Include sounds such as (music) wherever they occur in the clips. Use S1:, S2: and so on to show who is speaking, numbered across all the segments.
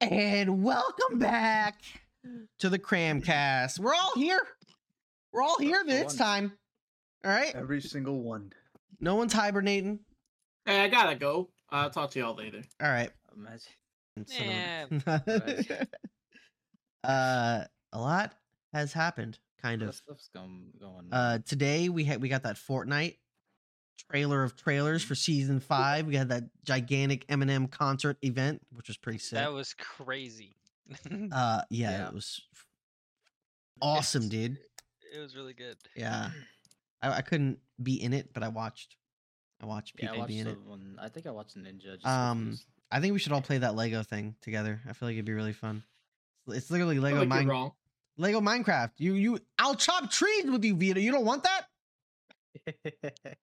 S1: And welcome back to the Cramcast. We're all here. We're all here this time. All right.
S2: Every single one.
S1: No one's hibernating.
S3: Hey, I gotta go. I'll talk to y'all later.
S1: All right.
S4: Imagine. (laughs)
S1: And so-
S5: Yeah.
S4: Right.
S1: (laughs) uh, a lot has happened, kind of.
S4: stuff's going, going
S1: Uh, today we had we got that Fortnite trailer of trailers for season five. We had that gigantic Eminem concert event, which was pretty sick.
S5: That was crazy.
S1: (laughs)
S5: (laughs) it
S1: uh, yeah,
S4: Yeah.
S1: it was f- awesome,
S5: was-
S1: dude.
S5: was really good.
S1: Yeah, I, I couldn't be in it, but I watched. I watched
S4: yeah,
S1: people
S4: I watched
S1: be in
S4: the
S1: it.
S4: one. I think I watched Ninja. Just
S1: Um,
S4: confused.
S1: I think we should all play that Lego thing together. I feel like it'd be really fun. It's literally Lego
S3: like
S1: Mine
S3: you're wrong.
S1: Lego Minecraft. You you I'll chop trees with you, Vito. You don't want that?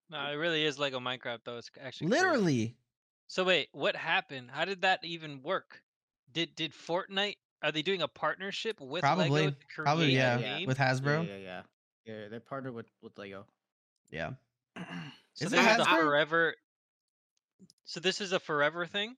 S5: No, it really is Lego Minecraft though. It's actually crazy.
S1: Literally.
S5: So wait, what happened? How did that even work? Did did Fortnite? Are they doing a partnership with
S1: Probably.
S5: Lego to create
S1: Probably,
S5: a
S1: yeah.
S5: game?
S1: With
S4: yeah,
S1: Hasbro.
S4: yeah, yeah, yeah. They partnered with with Lego.
S1: Yeah.
S4: (clears throat)
S5: So
S1: Is
S5: this
S1: it
S5: is a
S1: Hasbro?
S5: forever. So this is a forever thing,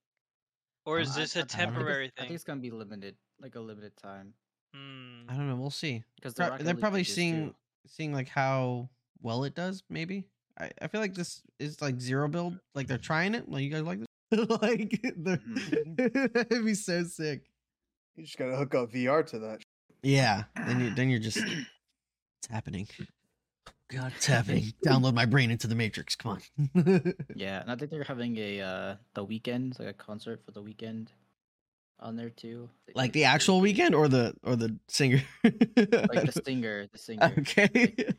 S5: or
S4: Uh,
S5: is
S4: I-
S5: this
S4: I- I
S5: a
S4: think it's-
S5: temporary
S4: I think
S5: thing?
S4: it's gonna be limited, like a limited time.
S5: Hmm.
S1: I don't know. We'll see.
S4: Because
S1: Pro- they're probably seeing seeing like how well it does. Maybe I, I feel like this is like zero build. Like they're trying it. Like you guys like this. (laughs) like they're-
S4: Mm-hmm.
S1: (laughs) it'd be so sick.
S2: You just gotta hook up VR to that.
S1: Yeah. Then you
S4: Ah.
S1: then you're
S4: (clears throat)
S1: just it's happening. God, it's
S4: (laughs)
S1: happening. Download my brain into the matrix. Come on. (laughs)
S4: Yeah, and I think they're having a uh the weekend, like a concert for the weekend, on there too. They
S1: like
S4: do
S1: the
S4: it
S1: actual
S4: weekly.
S1: weekend or the or the singer.
S4: Like
S1: (laughs)
S4: the singer, the singer.
S1: okay.
S4: Like,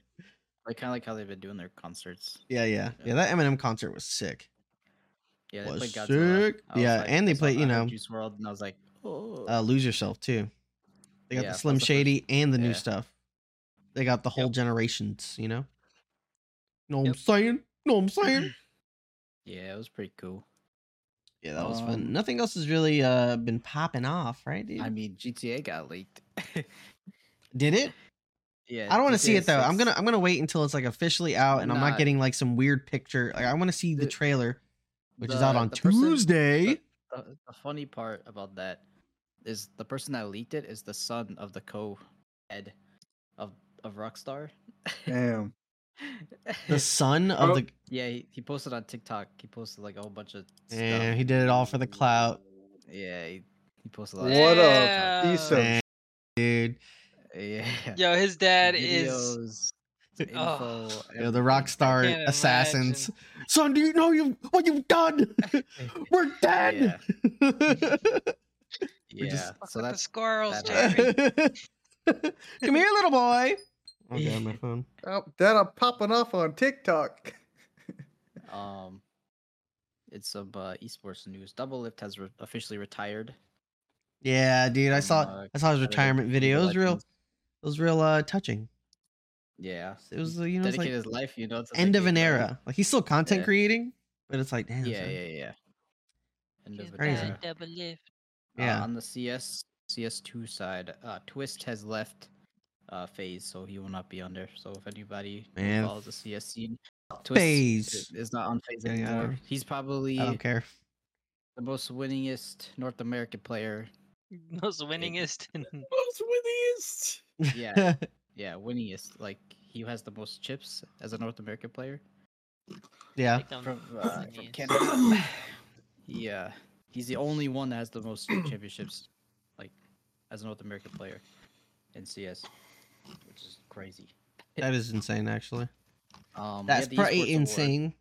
S4: like kind of like how they've been doing their concerts.
S1: Yeah, yeah, yeah. That Eminem concert was sick.
S4: Yeah, they
S1: Was
S4: played Godzilla.
S1: sick.
S4: I was
S1: Yeah,
S4: like-
S1: and they
S4: I saw-
S1: play-
S4: I
S1: you
S4: heard
S1: know,
S4: Juice World, and I was like, oh,
S1: Uh, Lose Yourself too. They got
S4: Yeah,
S1: the
S4: that's
S1: Slim
S4: the first-
S1: Shady and the new
S4: yeah.
S1: stuff. They got the whole
S5: Yep.
S1: generations. You know. Know what
S5: Yep.
S1: I'm saying? Know what I'm
S4: (clears throat)
S1: saying?
S4: yeah, it was pretty cool.
S1: yeah, that was fun.
S4: Um,
S1: Nothing else has really uh been popping off, right? Dude?
S4: I mean, GTA got leaked. (laughs)
S1: Did it?
S4: yeah,
S1: I don't want to see
S4: GTA
S1: it though. I'm
S4: 6.
S1: gonna I'm gonna wait until it's like officially out, and I'm not
S4: Nah.
S1: getting like some weird picture. Like I want to see the
S4: The-
S1: trailer, which is out
S4: the-
S1: on
S4: the person-
S1: Tuesday.
S4: the- The, the funny part about that is the person that leaked it is the son of the co-head of of Rockstar. (laughs)
S2: Damn.
S1: the son of
S3: Oh.
S1: the
S4: yeah, he, he posted on TikTok. He posted like a whole bunch of. stuff.
S1: yeah, he did it all for the clout,
S4: Yeah, he, he posted a lot.
S2: What
S4: of stuff on
S5: What Hmm. Yeah.
S2: a piece of
S1: Man, dude.
S4: TikTok. Yeah.
S5: Yo, his dad is.
S4: Videos,
S1: (laughs)
S5: Oh.
S1: You know,
S4: info,
S1: the
S4: everything.
S1: rock star
S5: can't
S1: assassins. Son, do you know you what you've done? (laughs) We're dead.
S4: Yeah.
S1: just-
S4: so
S5: the
S4: that's
S5: squirrels,
S4: that
S5: Jerry.
S1: (laughs) Come here, little boy. Oh god, my phone.
S2: oh, that I'm popping off on TikTok.
S4: um. It's some uh, esports news. Double Lift has re- officially retired.
S1: Yeah, dude, I
S4: from,
S1: saw
S4: uh,
S1: I saw his
S4: competitive
S1: retirement
S4: League
S1: video. It
S4: of
S1: was real, it
S4: Legends.
S1: was real uh, touching.
S4: Yeah.
S1: It was uh, you know, it's
S4: Dedicate
S1: like
S4: his life, you know. to the
S1: end of
S4: game,
S1: an
S4: right?
S1: era. Like he's still content
S4: Yeah.
S1: creating, but it's like damn,
S4: Yeah,
S1: son.
S4: yeah, yeah. End of an
S1: crazy.
S4: era.
S5: double lift.
S4: Uh,
S1: Yeah.
S4: on the CS CS2 side, uh, Twist has left uh, phase, so he will not not be on there. So if anybody who
S1: Man,
S4: follows the CS scene, Twist
S1: Phase.
S4: i- is not on phase
S1: Yeah, yeah, I
S4: anymore.
S1: know.
S4: He's probably
S1: I don't care.
S4: the most winningest North American player.
S5: (laughs) Most winningest. (laughs)
S3: What's with these?
S1: (laughs)
S4: Yeah, yeah, winningest. Like he has the most chips as a North American player
S1: yeah. (laughs)
S4: from, uh, from Canada.
S1: (coughs)
S3: Canada.
S4: Yeah, he's the only one that has the
S1: (coughs)
S4: most championships, like as a North American player in CS, which is crazy.
S1: That is insane actually.
S4: Um, we
S1: That's
S4: had the esports
S1: pretty
S4: award-
S1: insane.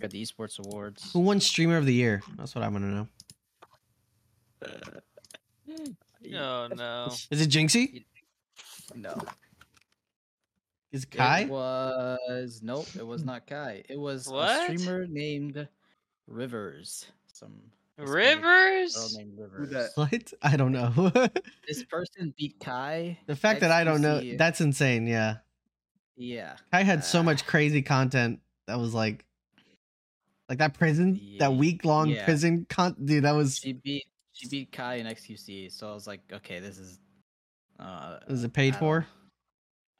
S4: we had the esports awards.
S1: Who won streamer of the year? That's what I want to know.
S5: Oh no.
S1: Is it Jinxie?
S4: No,
S1: Is it
S4: it
S1: Kai?
S4: was nope. It was not Kai. It was
S5: What?
S4: a streamer named Rivers. Some Hispanic girl
S1: Oh,
S5: Rivers.
S4: named
S2: Who
S4: Rivers.
S2: that?
S1: (laughs) What? I don't know. (laughs)
S4: This person beat Kai.
S1: the fact that I don't know,
S4: XQC.
S1: that's insane. Yeah.
S4: Yeah,
S1: I had so
S4: Uh,
S1: much crazy content that was like, like that prison, that
S4: Ye-
S1: week long
S4: yeah.
S1: prison con, dude, that was,
S4: she beat she beat Kai in XQC. So I was like, okay, this is. Uh,
S1: was it paid
S4: I don't-
S1: for?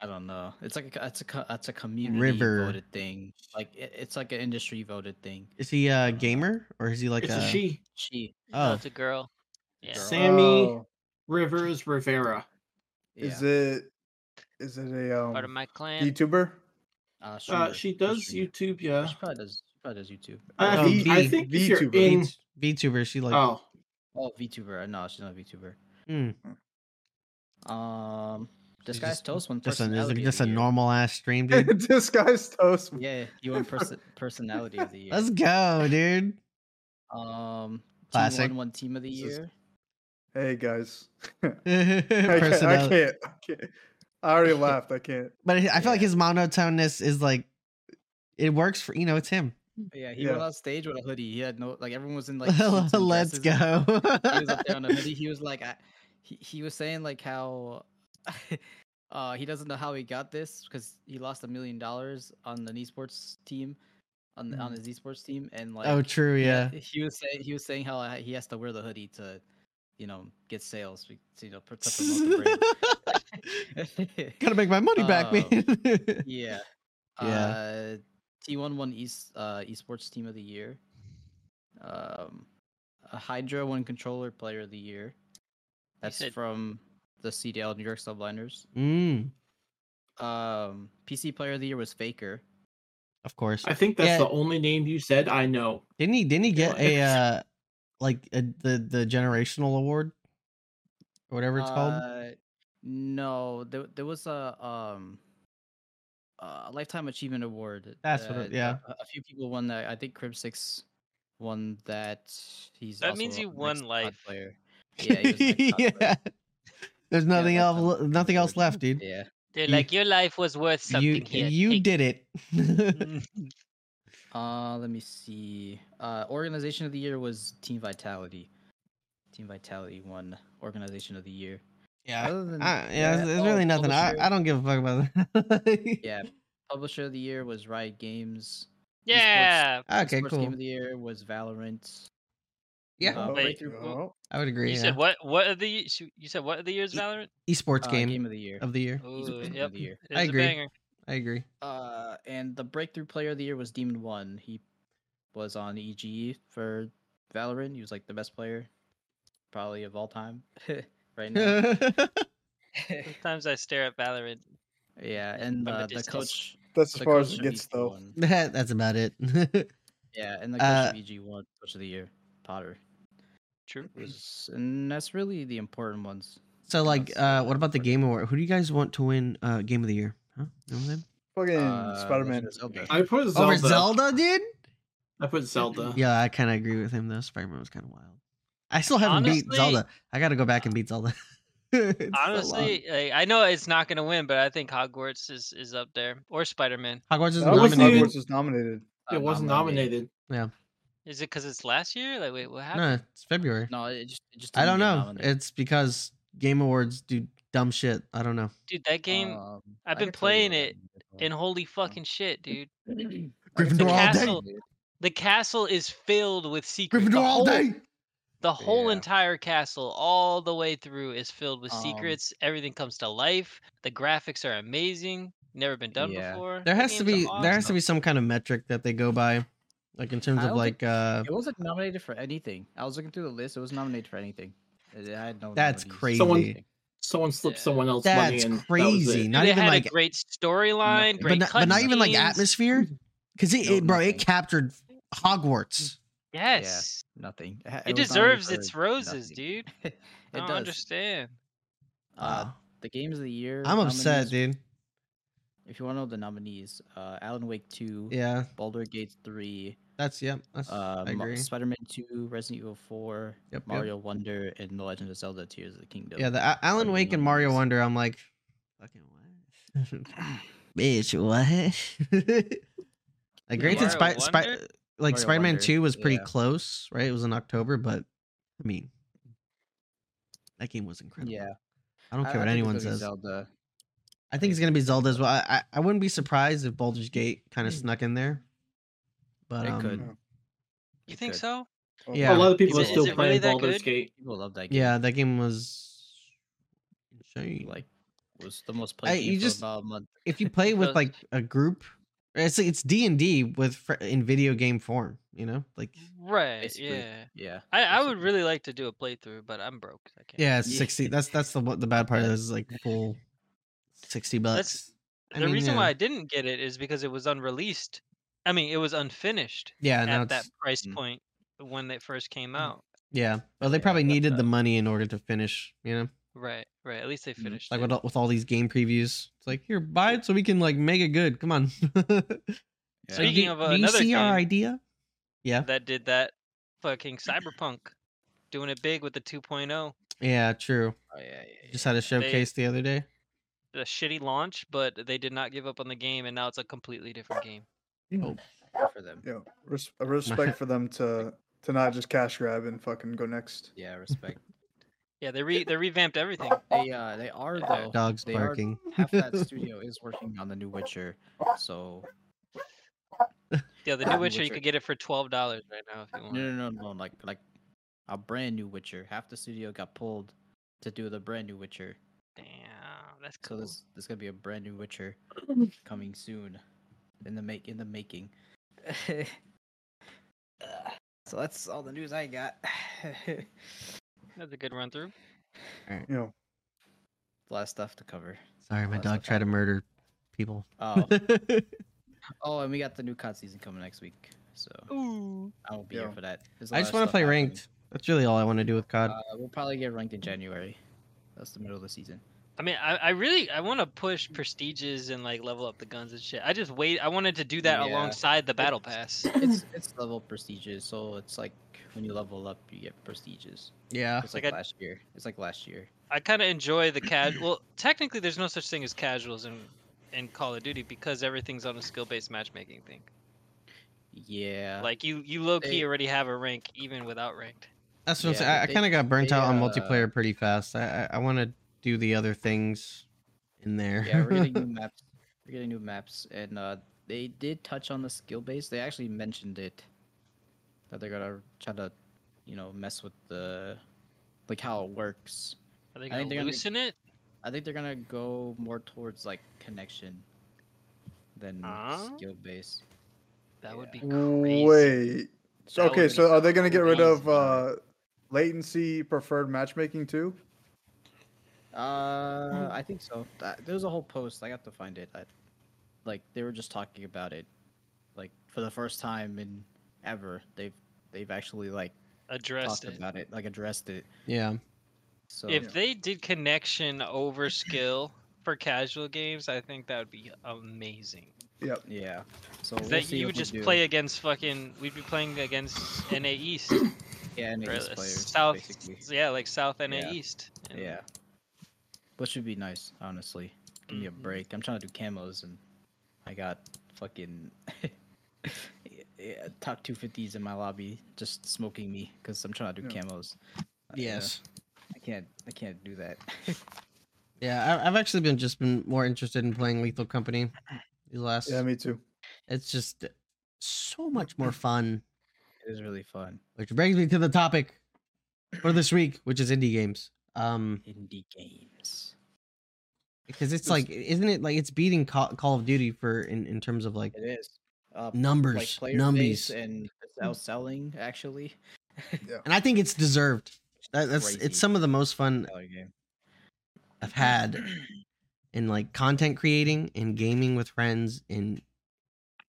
S4: I don't know. It's like a, it's a co- it's a community
S1: River.
S4: voted thing. Like it, it's like an industry voted thing.
S1: Is he a gamer or is he like
S3: it's
S1: a,
S3: a she.
S4: She uh,
S5: Oh,
S1: Oh,
S5: it's a girl. Yeah.
S4: Girl.
S3: Sammy
S2: Oh,
S3: Rivers Rivera.
S2: Is
S4: Yeah.
S2: it? Is it a
S5: Part of
S2: um,
S5: my clan.
S2: YouTuber?
S4: Uh,
S3: Uh,
S4: streamer.
S3: she
S4: She's a
S3: does
S4: streamer.
S3: YouTube,
S4: Oh,
S3: yeah.
S4: She probably does. She probably does YouTube.
S2: Uh,
S3: I
S1: Oh,
S3: think, I
S2: V-
S3: think if you're
S2: VTuber.
S3: in.
S1: V- VTuber, she like
S3: Oh,
S4: Oh, VTuber. Uh, No, she's not a VTuber.
S1: mm,
S4: Um,
S1: Hmm. She's
S4: disguise
S1: just-
S4: toast one
S1: just a just,
S4: personality.
S1: a-
S4: of
S1: just
S4: the
S1: a
S4: year.
S1: normal ass stream,
S2: (laughs)
S4: (laughs)
S1: dude.
S2: Disguised toast.
S4: Yeah, you
S1: (laughs)
S4: want person personality of the year.
S1: Let's go, dude.
S4: Um,
S1: Classic.
S4: Team one, one team of the
S2: This is-
S4: year.
S2: Hey guys,
S3: (laughs)
S1: (laughs)
S2: I can't, I
S1: Personality.
S2: can't. I can't.
S3: (laughs)
S2: I already laughed. I can't.
S1: But I feel like
S4: Yeah.
S1: his monotoneness is like it works for you know it's him.
S4: Yeah, he
S2: Yeah.
S4: went on stage with a hoodie. He had no like everyone
S1: (laughs)
S4: was in like suits and
S1: Let's
S4: dresses and-
S1: go.
S4: he was up there on a hoodie. He was like, I, he he was saying like how (laughs) uh he doesn't know how he got this because he lost a million dollars on the esports team on the on his esports team and
S1: (laughs)
S4: like
S1: Mm. oh, true.
S4: he
S1: Yeah.
S4: ha- he was saying he was saying how uh, he has to wear the hoodie to you know get sales be- to you know pr- to promote the brand.
S1: (laughs)
S4: (laughs)
S1: Gotta make my money back,
S4: Uh,
S1: man. (laughs)
S4: yeah.
S1: Yeah.
S4: Uh, T11 East uh, esports team of the year. Um, a Hydra one controller player of the year. That's
S5: said-
S4: from the CDL New York Subliners.
S1: mm,
S4: Um, PC player of the year was Faker.
S1: of course.
S3: I think that's
S1: Yeah.
S3: the only name you said I know.
S1: Didn't he? Didn't he get a
S3: What?
S1: uh, like a, the the generational award or whatever it's called? (laughs)
S4: Uh, no, there there was a um a lifetime achievement award.
S1: That's what it-
S4: that,
S1: yeah.
S4: A, a few people won that. I think Crib Six won that. He's
S5: That means
S4: also
S5: you
S4: an
S5: won
S4: ex-COD
S5: life.
S1: (laughs)
S4: player. Yeah, he was an ex-COD player.
S1: Yeah. There's nothing
S4: like um,
S1: else.
S4: some
S1: le- Nothing else
S4: award.
S1: left, dude.
S4: Yeah.
S5: They're
S1: You-
S5: like, your life was worth something
S1: you
S5: here.
S1: you
S5: take (laughs)
S1: did (laughs)
S4: Mm.
S1: it.
S5: it."
S4: Uh, let me see. Uh, organization of the year was Team Vitality. Team Vitality won organization of the year.
S1: yeah.
S4: Other than
S1: I, yeah, there's, there's
S4: oh,
S1: really nothing. I,
S4: publisher-
S1: I don't give a fuck about that.
S4: Yeah, publisher of the year was Riot Games.
S5: yeah.
S1: (laughs) Okay,
S4: Esports Game
S1: cool.
S4: of the year was Valorant.
S1: Yeah,
S4: Uh,
S2: Oh,
S5: wait,
S4: breakthrough-
S5: wh-
S2: oh,
S1: I would agree.
S5: You
S1: yeah.
S5: said what? What are the? sh- You said what are the years,
S1: E-
S5: Valorant?
S1: Esports
S4: uh,
S1: game,
S4: of the year. Oh.
S1: of the year.
S5: Ooh,
S4: Esports Game
S5: yep.
S4: of the year.
S5: It was a
S1: agree.
S5: banger.
S1: I agree. (laughs)
S4: Uh, and the breakthrough player of the year was Demon One. He was on EGE for Valorant. He was like the best player, probably of all time, (laughs)
S1: (laughs)
S4: right now.
S5: Sometimes I stare at Valorant.
S4: yeah, and
S5: From a
S4: uh, the
S5: distance.
S4: coach.
S2: that's as
S4: the
S2: far as
S4: coach
S2: it
S4: of
S2: gets,
S4: EG
S2: though.
S4: won.
S1: That's about it. (laughs)
S4: Yeah, and the coach
S1: Uh,
S4: of EG won coach of the year, Potter.
S5: True.
S2: Mm-hmm.
S4: Was, and that's really the important ones.
S1: so, like, uh,
S4: That's-
S1: what about the game award? Who do you guys want to win uh, game of the year? Huh? No one?
S2: Fucking
S4: Uh,
S2: Spider-Man.
S4: Legend of Zelda.
S3: I put Zelda.
S1: Over Zelda, dude.
S3: I put
S6: Uh-huh.
S3: Zelda.
S1: Yeah, I kind of agree with him though. Spider Man was kind of wild. I still haven't beat
S5: Honestly-
S1: Zelda. I got to go back and beat Zelda. (laughs) It's so long.
S5: Honestly, like, I know it's not gonna win, but I think Hogwarts is, is up there or Spider Man.
S1: Hogwarts is
S2: I wish
S1: nominated.
S2: Hogwarts was nominated.
S4: Uh,
S3: It wasn't nominated.
S5: Is it because it's last year? Like, wait, what happened?
S1: No, it's February.
S4: No, it just, it just
S1: I don't
S4: didn't get
S1: know.
S4: nominated.
S1: It's because Game Awards do dumb shit. I don't know.
S5: Dude, that game
S1: Oh.
S4: Um,
S5: I've
S4: I can tell
S5: been
S4: you
S5: playing
S4: what
S5: it and holy fucking shit, dude.
S4: happened. (clears throat)
S1: Gryffindor all day.
S5: Castle- The castle is filled with secrets.
S1: Gryffindor
S5: the
S1: all
S5: whole,
S1: day.
S5: The whole
S4: Yeah.
S5: entire castle, all the way through, is filled with
S4: Um,
S5: secrets. Everything comes to life. The graphics are amazing. Never been done
S4: Yeah.
S5: before.
S1: There
S5: The
S1: has to
S5: game's
S1: be there has to be some kind of metric that they go by, like in terms
S4: I
S1: of
S4: don't
S1: like uh
S4: It wasn't nominated for anything. I was looking through the list. It was nominated for anything. It- I had no.
S1: That's
S4: nominees.
S3: Someone-
S1: crazy.
S3: Someone slipped
S5: Yeah.
S3: someone else
S1: That's
S3: money. and
S1: crazy.
S5: Dude,
S1: Not
S5: it
S1: even
S5: had
S1: like,
S5: a great storyline,
S4: Nothing.
S1: but
S5: great
S1: not, but not even like
S5: cutscenes.
S1: atmosphere, because it,
S4: No,
S1: it- bro, it
S4: nothing.
S1: captured Hogwarts.
S5: Yes,
S4: Nothing. ha-
S5: it,
S4: was
S5: deserves
S4: nominated
S5: its
S4: for
S5: roses,
S4: nothing.
S5: dude.
S4: it
S5: I don't
S4: does.
S5: understand.
S4: Uh,
S1: Wow.
S4: the games of the year.
S1: I'm upset,
S4: nominees-
S1: dude.
S4: If you want to know the nominees, uh, Alan Wake Two,
S1: Yeah,
S4: Baldur's Gate Three,
S1: that's yeah. That's,
S4: uh,
S1: I
S4: Ma-
S1: agree.
S4: Spider-Man Two, Resident Evil Four,
S1: Yep, yep.
S4: Mario Wonder, and The Legend of Zelda: Tears of the Kingdom.
S1: Yeah, the A- Alan
S4: the
S1: Wake and Mario
S4: nominees.
S1: Wonder. I'm like, fucking what? (laughs) Bitch, what? like,
S4: Yeah,
S1: granted, Spy,
S5: Mario
S1: Spy,
S5: Wonder?
S1: like
S4: Mario
S1: Spider Man
S4: Wonder,
S1: Two was pretty
S4: yeah.
S1: close, right? It was in October, but I mean, that game was incredible.
S4: yeah.
S1: I don't
S4: I-
S1: care
S4: I
S1: what
S4: think it's
S1: anyone
S4: gonna be
S1: says.
S4: Zelda.
S1: I think it's gonna be Zelda as well. I I, I wouldn't be surprised if Baldur's Gate kind of snuck in there, but
S4: It
S1: um,
S4: could.
S2: Oh,
S5: You
S4: It
S5: think
S4: could.
S5: so?
S1: Yeah.
S3: A lot of people
S5: Is
S3: are
S5: it-
S3: still
S5: is it really
S3: playing
S5: that
S3: Baldur's
S5: good?
S3: Gate.
S4: People love that game.
S1: yeah, that game was insane.
S4: like was the most played
S1: I-
S4: game
S1: you
S4: for
S1: just-
S4: about a month.
S1: if you play with
S5: Those-
S1: like a group It's it's D and D with fr- in video game form. You know, like
S5: Mm-hmm. Right.
S4: Basically.
S5: Yeah.
S4: Yeah.
S5: I, I would
S4: basically.
S5: really like to do a playthrough, but I'm broke. I can't.
S1: yeah, it's
S4: Yeah.
S1: sixty. That's that's the what the bad part of this is like full sixty bucks. I
S5: the
S1: mean,
S5: reason
S1: yeah.
S5: why I didn't get it is because it was unreleased. I mean, it was unfinished
S1: yeah, now
S5: at
S1: it's, Mm.
S5: that price
S2: Mm.
S5: point when it first came out.
S1: yeah. Well, they
S4: Yeah,
S1: probably
S4: that's
S1: needed the
S4: bad.
S1: money in order to finish. You know,
S5: Right. Right. At least they
S2: Mm.
S5: finished.
S1: Mm-hmm, like
S5: it.
S1: with all, with all these game previews, it's like here, buy it so we can like make it good. Come on. (laughs)
S2: Yeah.
S5: Speaking
S1: do,
S5: of
S1: do you
S5: another
S1: see our
S5: game-
S1: idea? Yeah,
S5: that did that fucking
S1: (clears throat)
S5: cyberpunk doing it big with the oh, 2.0
S1: yeah, true.
S4: Oh, yeah, yeah,
S1: Just had a showcase the other day.
S5: a shitty launch but they did not give up on the game and now it's a completely different game
S2: Oh,
S4: yeah, for them.
S2: Yeah, res- a respect for them to to not just cash grab and fucking go next.
S4: Yeah, respect.
S5: yeah they re they revamped everything
S4: They uh
S1: (laughs)
S4: they are though.
S1: Dogs
S4: they
S1: barking.
S4: Are,
S1: (laughs)
S4: half that studio is working on the new Witcher, so
S5: yeah the
S4: Yeah,
S5: new
S4: The
S5: witcher you
S4: Witcher.
S5: could get it for $12 right now if you
S4: no,
S5: want
S4: no, no, no, like like a brand new Witcher. Half the studio got pulled to do the brand new Witcher,
S5: damn that's
S4: so
S5: cool
S4: there's there's gonna be a brand new Witcher coming soon, in the make in the making. (sighs) so that's all the news I got. (sighs)
S5: that's a good run through
S2: You know,
S4: a lot of stuff to cover.
S1: Sorry, my
S4: That's
S1: dog
S4: okay.
S1: tried to murder people.
S4: Oh, oh, and we got the new COD season coming next week, so
S5: Ooh.
S4: I won't be here
S2: Yeah.
S4: for that. There's a
S1: I
S4: lot
S1: just
S4: of
S1: want to
S4: stuff
S1: play
S4: happening.
S1: ranked. That's really all I want to do with COD.
S4: Uh, we'll probably get ranked in January. That's the middle of the season.
S5: i mean i, I really i want to push prestiges and like level up the guns and shit i just wait i wanted to do that
S4: Yeah.
S5: alongside the battle pass
S4: It's it's level prestiges, so it's like when you level up, you get prestiges.
S1: yeah.
S4: It's like,
S5: Like I-
S4: last year. It's like last year.
S5: I kind of enjoy the casual. well, technically, there's no such thing as casuals in in Call of Duty because everything's on a skill based matchmaking thing.
S4: Yeah.
S5: Like you, you low key
S4: They-
S5: already have a rank even without ranked.
S1: That's what I'm
S4: Yeah,
S1: saying. I, I
S4: they-
S1: kind of got burnt
S4: they,
S1: out on
S4: uh,
S1: multiplayer pretty fast. I I, I want to do the other things in there.
S4: yeah, we're getting
S5: (laughs)
S4: new maps. We're getting new maps, and uh, they did touch on the skill base. They actually mentioned it that they're gonna try to, you know, mess with the like how it works.
S5: Are they
S4: I
S5: gonna
S4: think they're gonna-
S5: loosen it?
S4: I think they're gonna go more towards like connection than
S5: Huh?
S4: skill base.
S5: That would be crazy.
S2: wait. So,
S5: That
S2: okay,
S5: would
S2: so
S5: be
S2: are they gonna get rid
S5: crazy.
S2: of uh, latency preferred matchmaking too?
S4: Uh, I think so. Th- There was a whole post. I got to find it. I, like they were just talking about it, like for the first time in ever, they've they've actually like
S5: Addressed
S4: talked
S5: it.
S4: about it, like addressed it.
S1: (laughs) yeah.
S4: So
S5: If they did connection over skill for casual games, I think that would be amazing.
S2: Yep.
S4: yeah, so we'll
S5: that
S4: see
S5: you
S4: if
S5: would
S4: we
S5: just
S4: do.
S5: play against fucking. We'd be playing against NA East,
S4: yeah, and
S5: or
S4: East
S5: uh,
S4: players,
S5: South.
S4: basically.
S5: Yeah, like South NA
S4: Yeah.
S5: East. and-
S4: yeah, which would be nice, honestly. Give me a
S5: Mhm.
S4: break. I'm trying to do camos, and I got fucking (laughs) yeah, top 250s in my lobby, just smoking me because I'm trying to do
S2: Yeah.
S4: camos. Uh, yeah.
S1: Yes.
S4: I can't. I can't do that. (laughs)
S1: Yeah. I, I've actually been just been more interested in playing Lethal Company. The last.
S2: Yeah, me too.
S1: it's just so much more fun.
S4: it was really fun.
S1: Which brings me to the topic for this week, which is indie games. Um,
S4: Indie games.
S1: because it's
S4: Just-
S1: like, isn't it like it's beating Call, Call of Duty for in, in terms of like
S4: It is. Uh,
S1: numbers,
S4: player base
S1: numbies,
S4: and it's outselling actually.
S1: and I think it's deserved. That, that's
S4: Crazy.
S1: it's some of the most fun
S4: Another game.
S1: I've had in like content creating and gaming with friends and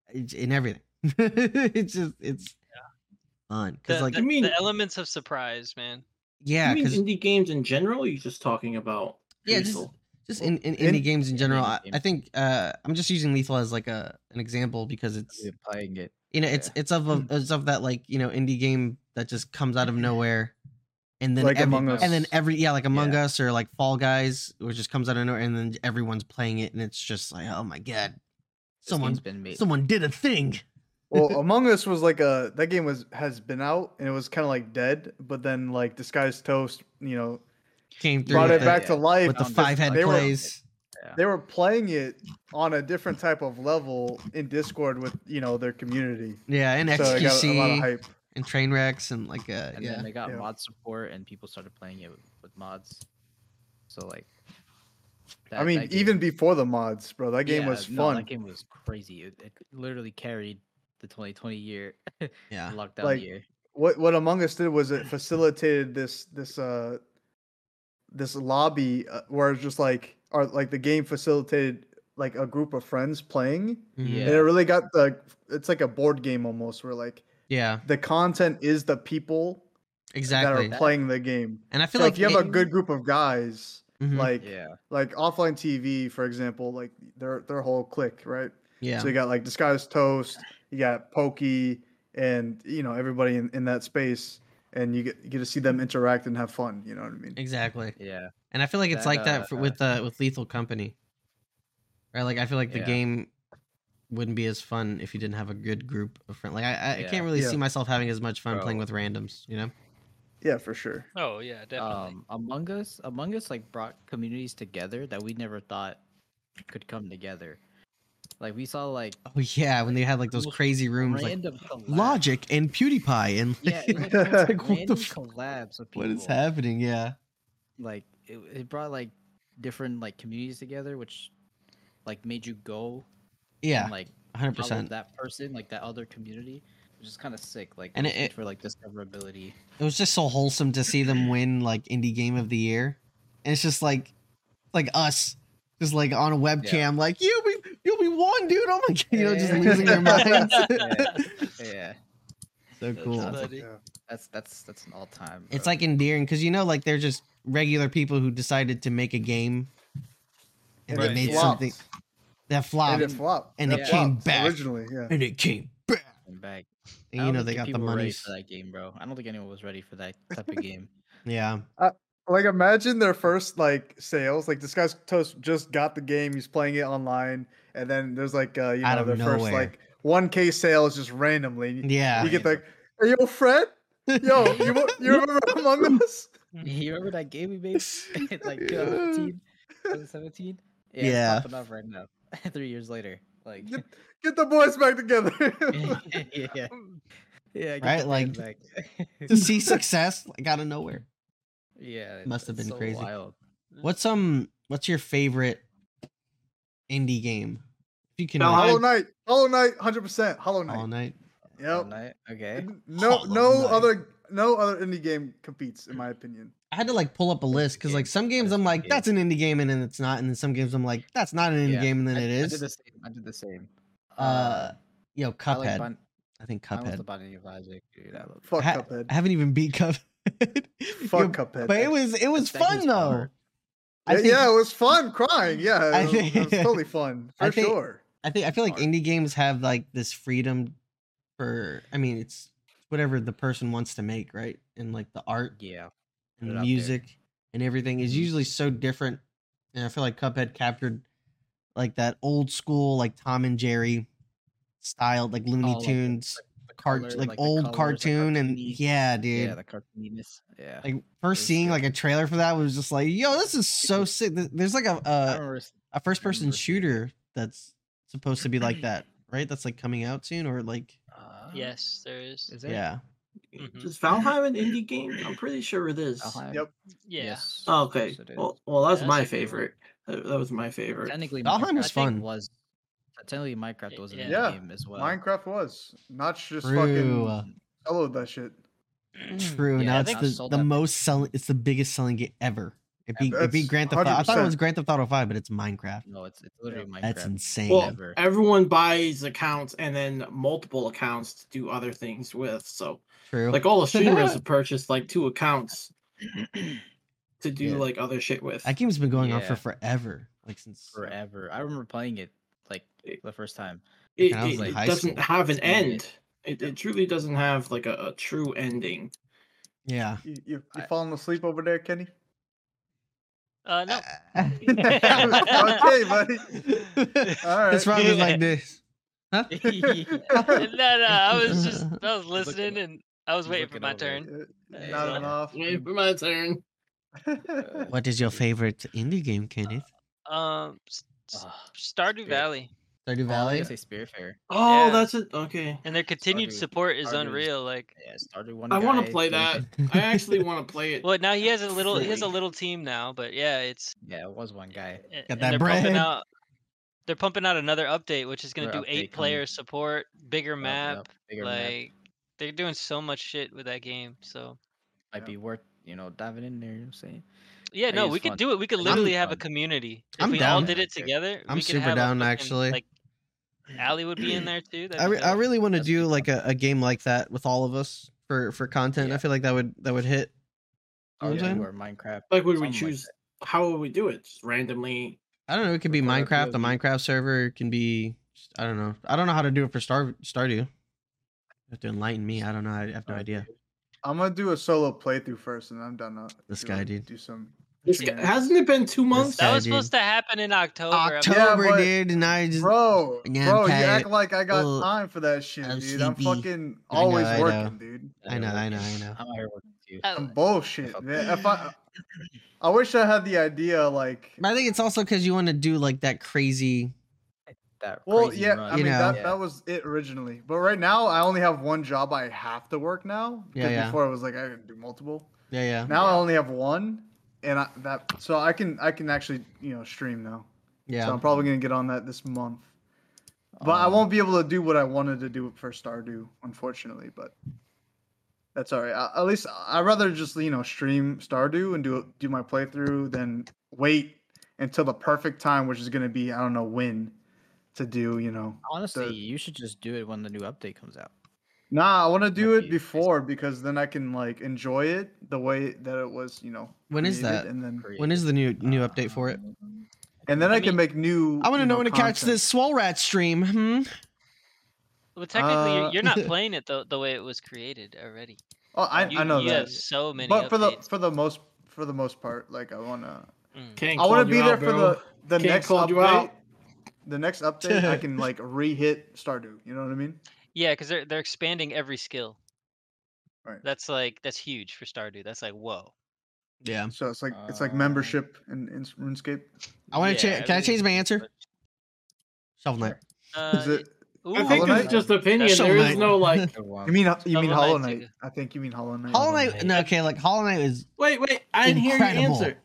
S1: it's in everything. (laughs) it's just it's fun because
S5: The,
S1: like
S5: the,
S3: You mean-
S5: the elements of surprise, man.
S1: yeah
S3: you mean
S1: because
S3: indie games in general? Or you just talking about
S1: Yeah, just-
S3: Lethal?
S1: just in, in
S2: in-
S1: indie games in general, I,
S4: game.
S1: I think uh, I'm just using Lethal as like a an example because it's
S4: I've been playing it.
S1: you know it's it's of a, it's of that like you know indie game that just comes out of nowhere and then
S2: Like
S1: every,
S2: Among Us.
S1: and then every yeah like among us or like fall guys which just comes out of nowhere and then everyone's playing it and it's just like oh my god
S4: This game's
S1: someone
S4: been made.
S1: someone did a thing (laughs)
S2: Well, Among Us was like a that game was has been out and it was kind of like dead, but then like Disguised Toast, you know,
S1: came through
S2: brought
S1: with
S2: it
S1: the,
S2: back to life
S1: uh, with the
S4: on this
S1: five head
S2: They were-
S1: plays
S2: they were playing it on a different type of level in Discord with you know their community.
S1: yeah and
S2: so it got a lot of
S1: XQC
S2: hype.
S1: and train wrecks and like uh,
S4: and
S1: yeah
S4: then they got
S2: Yeah.
S4: mod support, and people started playing it with, with mods. So like,
S2: I
S4: That-
S2: mean,
S4: that game
S2: even
S4: was-
S2: before the mods, bro, that game
S4: Yeah,
S2: was
S4: no,
S2: fun.
S4: that game was crazy. It, it literally carried the 2020 year
S1: Yeah.
S4: lockdown
S2: Like,
S4: year.
S2: what what Among Us did was it facilitated this this uh this lobby uh, where it's just like or like the game facilitated like a group of friends playing,
S1: Mhm.
S2: and it
S4: Yeah.
S2: really got the it's like a board game almost where like
S1: Yeah.
S2: the content is the people
S1: Exactly.
S2: that are playing the game.
S1: And I
S2: So
S1: feel like
S2: if you have a
S1: it-
S2: good group of guys,
S1: Mhm.
S2: like
S4: Mm-hmm. Yeah,
S2: like offline TV, for example, like their their whole clique, right?
S1: yeah.
S2: So you got like disguised toast, you got pokey, and you know everybody in, in that space, and you get you get to see them interact and have fun. You know what I mean?
S1: Exactly.
S4: yeah,
S1: And I feel like it's
S4: That,
S1: like that for,
S4: uh,
S1: with uh, with Lethal Company, right? Like I feel like the
S4: Yeah.
S1: game wouldldn't be as fun if you didn't have a good group of friends. Like I, I, I
S4: Yeah.
S1: can't really
S2: Yeah.
S1: see myself having as much fun playing
S4: Bro.
S1: with randoms, you know? (laughs)
S2: Yeah, for sure.
S5: Oh yeah, definitely.
S4: um, Among Us, Among Us, like brought communities together that we never thought could come together. Like we saw, like
S1: Oh yeah, when they had like those
S4: Almost
S1: crazy rooms, like
S4: random collab-
S1: Logic and PewDiePie, and
S4: Yeah, it,
S2: (laughs)
S4: like,
S2: Like,
S1: what
S4: like
S1: the
S4: random
S1: fuck?
S4: collabs of people.
S1: (laughs) what is happening? Yeah,
S4: Like it, it brought like different like communities together, which like made you go
S1: yeah,
S4: and like
S1: hundred
S4: follow
S1: percent.
S4: that person, like that other community, which is kind of sick. Like
S1: And
S4: it's
S1: it-
S4: good
S1: it-
S4: for like discoverability.
S1: It was just so wholesome to see them win like indie game of the year, and it's just like, like us. Just like on a webcam, like you, we, you'll be one, dude. Oh my god, you know, just
S4: Yeah.
S1: losing their minds.
S4: Yeah,
S1: (laughs) so
S5: That's
S1: cool.
S5: funny.
S4: that's that's that's an all time.
S1: It's like endearing because you know, like they're just regular people who decided to make a game and
S5: Right.
S1: they made
S5: Flopped.
S1: something that flopped
S2: And
S1: and,
S2: it flopped.
S1: um, and
S2: That
S4: it came
S2: flopped
S1: back.
S2: originally. Yeah.
S1: it came back.
S4: back. I
S1: And you
S4: don't
S1: know,
S4: think
S1: they got the
S4: people were ready
S1: money.
S4: for that game, bro. I don't think anyone was ready for that type of
S1: (laughs)
S4: game. (laughs)
S1: Yeah,
S2: Like imagine their first like sales. Like disguised toast just got the game. He's playing it online, and then there's like uh, you know
S1: Out of
S2: their
S1: nowhere.
S2: first like one k sales just randomly.
S1: yeah.
S2: You get like, hey, yo, Fred. Yo, you, wa- you remember Among Us?
S4: you remember that game
S1: (laughs)
S4: we made? (laughs) in, like 2015, 2017? Yeah,
S1: Yeah.
S4: It's popping up right now. (laughs) Three years later, like (laughs)
S2: Get, get the boys back together.
S1: (laughs)
S4: yeah, yeah,
S5: Mm,
S4: yeah. get
S1: Right,
S4: the
S1: like,
S4: band back.
S1: (laughs) to see success like out of nowhere.
S4: yeah,
S1: must have
S4: it's
S1: been
S4: so
S1: crazy.
S4: Wild. Mm-hmm.
S1: What's um? What's your favorite indie game? If you can
S3: Valheim.
S1: rank
S2: Hollow Knight, Hollow Knight, hundred percent. Hollow Knight.
S1: all night.
S2: Yep.
S4: Fortnite, Okay.
S2: N- No,
S1: Hollow
S2: no
S1: Knight.
S2: other, no other indie game competes in my opinion.
S1: I had to like pull up a list because like
S4: game.
S1: some games
S4: That's
S1: I'm
S4: the
S1: like
S4: game.
S1: that's an indie game and then it's not, and then some games I'm like that's not an indie
S4: Yeah,
S1: game and then
S4: I,
S1: it
S4: I did
S1: is.
S4: the same. I did the same.
S1: Uh,
S4: Um,
S1: Yo,
S4: I like
S1: Cuphead.
S4: Bon-
S1: I think
S4: I love
S1: Cuphead.
S4: the Binding of Isaac, dude. I love
S2: Fuck
S1: Ha-
S2: Cuphead.
S1: I haven't even beat Cuphead. (laughs)
S2: Fuck
S1: Yo,
S2: Cuphead.
S1: But it was it was
S4: that game's
S1: fun though.
S4: fun.
S1: I
S2: Yeah,
S1: think,
S2: yeah, it was fun crying. Yeah,
S1: I
S2: it was, it
S1: think-
S2: was totally fun
S1: (laughs) I
S2: for
S1: think-
S2: sure.
S1: I think I feel like
S4: Sorry.
S1: indie games have like this freedom for I mean it's whatever the person wants to make, right? And like the art
S4: Yeah.
S1: and
S4: it
S1: the
S4: out there.
S1: music and everything is
S4: Mhm.
S1: usually so different. And I feel like Cuphead captured like that old school, like Tom and Jerry style, like
S4: Oh,
S1: Looney
S4: like the-
S1: Tunes,
S4: the
S1: cart-
S4: color-
S1: like,
S4: the
S1: old
S4: colors, the
S1: cartoon, and
S4: cartoony-
S1: yeah, dude.
S4: yeah, the cartooniness. Yeah.
S1: like first
S4: was
S1: seeing
S4: good.
S1: like a trailer for that was just like, yo, this is so
S4: (laughs)
S1: sick. Th- There's like a
S4: I
S1: a,
S4: remember s-
S1: a first person
S4: remember seeing it.
S1: shooter that's supposed to be
S4: (clears throat)
S1: like that, right? That's like coming out soon or like
S4: uh,
S5: yes, there is.
S4: Is it?
S1: yeah.
S5: Mhm.
S3: Is Valheim an indie game? I'm pretty sure it is.
S4: Valheim?
S2: Yep.
S5: Yeah.
S4: Yes,
S3: Oh, okay.
S4: yes, it is.
S3: Well, well, that was
S5: Yeah,
S3: my
S5: that's a good one.
S3: favorite. That, that was my
S6: Uh,
S3: favorite.
S4: technically,
S1: Valheim
S4: Minecraft,
S1: was
S4: I think,
S1: fun.
S4: Was technically Minecraft
S5: Y-
S4: was an
S5: yeah.
S4: indie
S2: Yeah,
S4: game as well.
S2: Minecraft was not just
S1: True.
S2: fucking soloed that shit.
S1: True.
S5: Yeah,
S1: now
S5: I
S1: it's
S5: think-
S4: I've
S1: the,
S4: sold
S1: the
S4: that thing.
S1: most selling. It's the biggest selling game ever. It beat it beat
S2: That's
S1: Grand Theft Auto. I thought it was
S2: 100%.
S1: Grand Theft Auto Five, but it's Minecraft.
S4: No, it's it's literally Minecraft.
S1: That's insane.
S3: well,
S4: ever.
S3: everyone buys accounts and then multiple accounts to do other things with. So,
S1: True.
S3: like, all the streamers have purchased like two accounts to do
S4: Yeah.
S3: like other shit with.
S1: that game's been going on for
S4: Yeah.
S1: forever. Like since
S4: forever. I remember playing it like
S3: It-
S4: the first time.
S3: It,
S1: I was
S3: it-
S1: in
S3: it
S1: high
S3: doesn't
S1: school.
S3: have an
S4: Yeah.
S3: end. It, it truly doesn't have like a, a true ending.
S1: yeah.
S2: You, you, you
S4: I-
S2: falling asleep over there, Kenny?
S5: Uh, no.
S2: okay, buddy. All right.
S1: It's (laughs) probably like (laughs) this.
S4: (laughs)
S5: no, no, uh, I was just I was
S4: looking
S5: listening
S4: o-
S5: and I was
S4: he's
S5: waiting for
S4: looking
S5: my
S4: over
S5: turn.
S2: (laughs) Uh,
S5: Yeah,
S2: Nodding
S1: (laughs)
S5: yeah.
S2: off.
S3: Wait for my turn.
S4: Uh,
S1: What is your favorite indie game, Kenneth?
S5: Um, S- S-
S4: Ah,
S5: Stardew
S4: dude.
S5: Valley.
S1: Did I do
S4: Oh, I
S1: Valley?
S4: guess say Spearfair.
S3: Oh,
S5: Yeah.
S3: that's it. Okay.
S5: And their continued
S4: Stardew-
S5: support is
S4: Stardew is-
S5: unreal. Like,
S4: Yeah, started one.
S3: I want
S4: guy,
S3: to play
S4: then-
S3: that. I actually want to play it.
S5: well, now he has a little he has a
S3: Really?
S5: little team now, but yeah, it's
S4: (laughs) Yeah, it was one guy.
S5: a-
S1: Got
S5: and
S1: that
S5: they're
S1: bread.
S5: pumping out they're pumping out another update, which is going to
S4: Another
S5: do
S4: update coming.
S5: eight player support, bigger
S4: Oh,
S5: map.
S4: yep, bigger
S5: like,
S4: map
S5: they're doing so much shit with that game. So
S4: might
S2: yeah.
S4: be worth you know diving in there. You know what I'm saying.
S5: yeah,
S4: That
S5: no,
S4: is
S5: we
S4: fun.
S5: could do it. We could
S4: I'm-
S5: literally have a
S4: fun.
S5: community. If
S1: I'm
S5: we all
S1: down.
S5: did it
S4: Yeah.
S5: together,
S1: I'm
S5: we could
S1: super
S5: have a
S1: down,
S5: fucking,
S1: actually.
S5: Like, Allie would be in there too. that'd
S1: I,
S5: be
S1: re- I
S5: dope.
S1: really want to
S4: That's pretty
S1: do like a, a game like that with all of us for for content. I
S4: Yeah.
S1: feel like that would that would hit. You know what I'm
S4: Or,
S1: saying?
S4: or Minecraft.
S3: Like, would we
S4: something like
S3: choose?
S4: that.
S3: how would we do it? Just randomly?
S1: I don't know. It could be
S4: Or a
S1: Minecraft. A
S4: POV.
S1: Minecraft server it can be. I don't know. I don't know how to do it for Star Stardew. You have to enlighten me. I don't know. I have no idea.
S2: (laughs) I'm gonna do a solo playthrough first, and I'm done. uh,
S1: This
S2: do,
S1: guy,
S2: like,
S1: dude.
S2: Do some.
S3: This
S5: Yeah.
S3: guy, hasn't it been two months?
S5: That
S1: Yeah,
S5: was
S1: dude.
S5: supposed to happen in October. I
S1: October,
S5: believe.
S2: but-
S1: dude, and I just
S2: Bro,
S1: Yeah, I'm
S2: bro, you
S1: tired.
S2: act like I got
S1: Ugh,
S2: time for that shit,
S1: I'm
S2: dude. I'm
S1: sleepy.
S2: fucking
S1: I know,
S2: always
S1: I know.
S2: working, dude.
S1: I know, I know, I know.
S4: (laughs) I'm out here working too.
S5: Uh,
S2: Some bullshit,
S4: fuck (laughs)
S2: man. If I, uh, I wish I had the idea, like,
S1: But I think it's also because you want to do like that crazy.
S4: That
S2: well,
S4: crazy
S2: yeah.
S4: run.
S2: I
S1: You
S2: mean,
S1: know.
S2: that, that was it originally, but right now I only have one job I have to work now.
S1: Yeah,
S2: 'cause
S1: yeah.
S2: Before it was like I could do multiple.
S1: Yeah, yeah,
S2: Now I
S4: Yeah.
S2: only have one, and I, that so I can I can actually you know stream now. So
S1: yeah.
S2: I'm probably gonna get on that this month. But I
S4: Um,
S2: won't be able to do what I wanted to do for Stardew, unfortunately. But that's all right. I, at least I- I'd rather just you know stream Stardew and do do my playthrough than wait until the perfect time, which is gonna be I don't know when to do. You know,
S4: Honestly, you should just do it when the new update comes out.
S2: nah, I want to do
S4: Might
S2: it
S4: be-
S2: before because then I can like enjoy it the way that it was. You know,
S1: When is
S2: created,
S1: that?
S2: And then
S1: When is the new new update for it?
S4: Um,
S2: and then I,
S5: I
S2: can
S5: mean-
S2: make new.
S1: I want to
S2: you
S1: know when to catch
S2: content.
S1: this swole rat stream. Hmm.
S5: Well, technically,
S2: Uh,
S5: you're, you're not playing it the, the way it was created already.
S2: Oh, I,
S5: you,
S2: I know
S5: you
S2: that.
S5: have so many.
S2: but for the
S5: updates.
S2: for the most for the most part, like I wanna
S5: Mm.
S3: Can't
S2: I wanna
S3: call
S2: be
S3: you
S2: there
S3: out,
S2: for
S3: bro.
S2: the the
S3: Can't
S2: next
S3: call you
S2: update.
S3: out.
S2: The
S3: (laughs)
S2: next update, I can like re-hit Stardew. You know what I mean?
S5: Yeah, because they're they're expanding every skill.
S2: Right.
S5: That's like that's huge for Stardew. That's like whoa.
S1: Yeah.
S2: So it's like it's like
S4: Uh,
S2: membership in, in RuneScape.
S1: I want to
S5: Yeah,
S1: change. Can I
S5: everything's
S1: change my
S5: huge,
S1: answer?
S5: but,
S1: Shovel Knight.
S5: Uh,
S2: Is it?
S5: ooh,
S3: I
S2: Hollow
S3: think this
S2: Knight?
S3: is just opinion.
S1: That's so
S3: There
S1: nice.
S3: is no
S1: (laughs)
S3: like.
S4: good one.
S2: You mean you mean
S5: Shovel
S2: Hollow
S5: Knight's a
S2: Knight? I think you mean Hollow Knight.
S1: Hollow
S4: Hollow
S1: Knight.
S4: Knight.
S1: No, okay. Like Hollow Knight is
S3: Wait, wait. I didn't hear your
S1: Incredible.
S3: answer.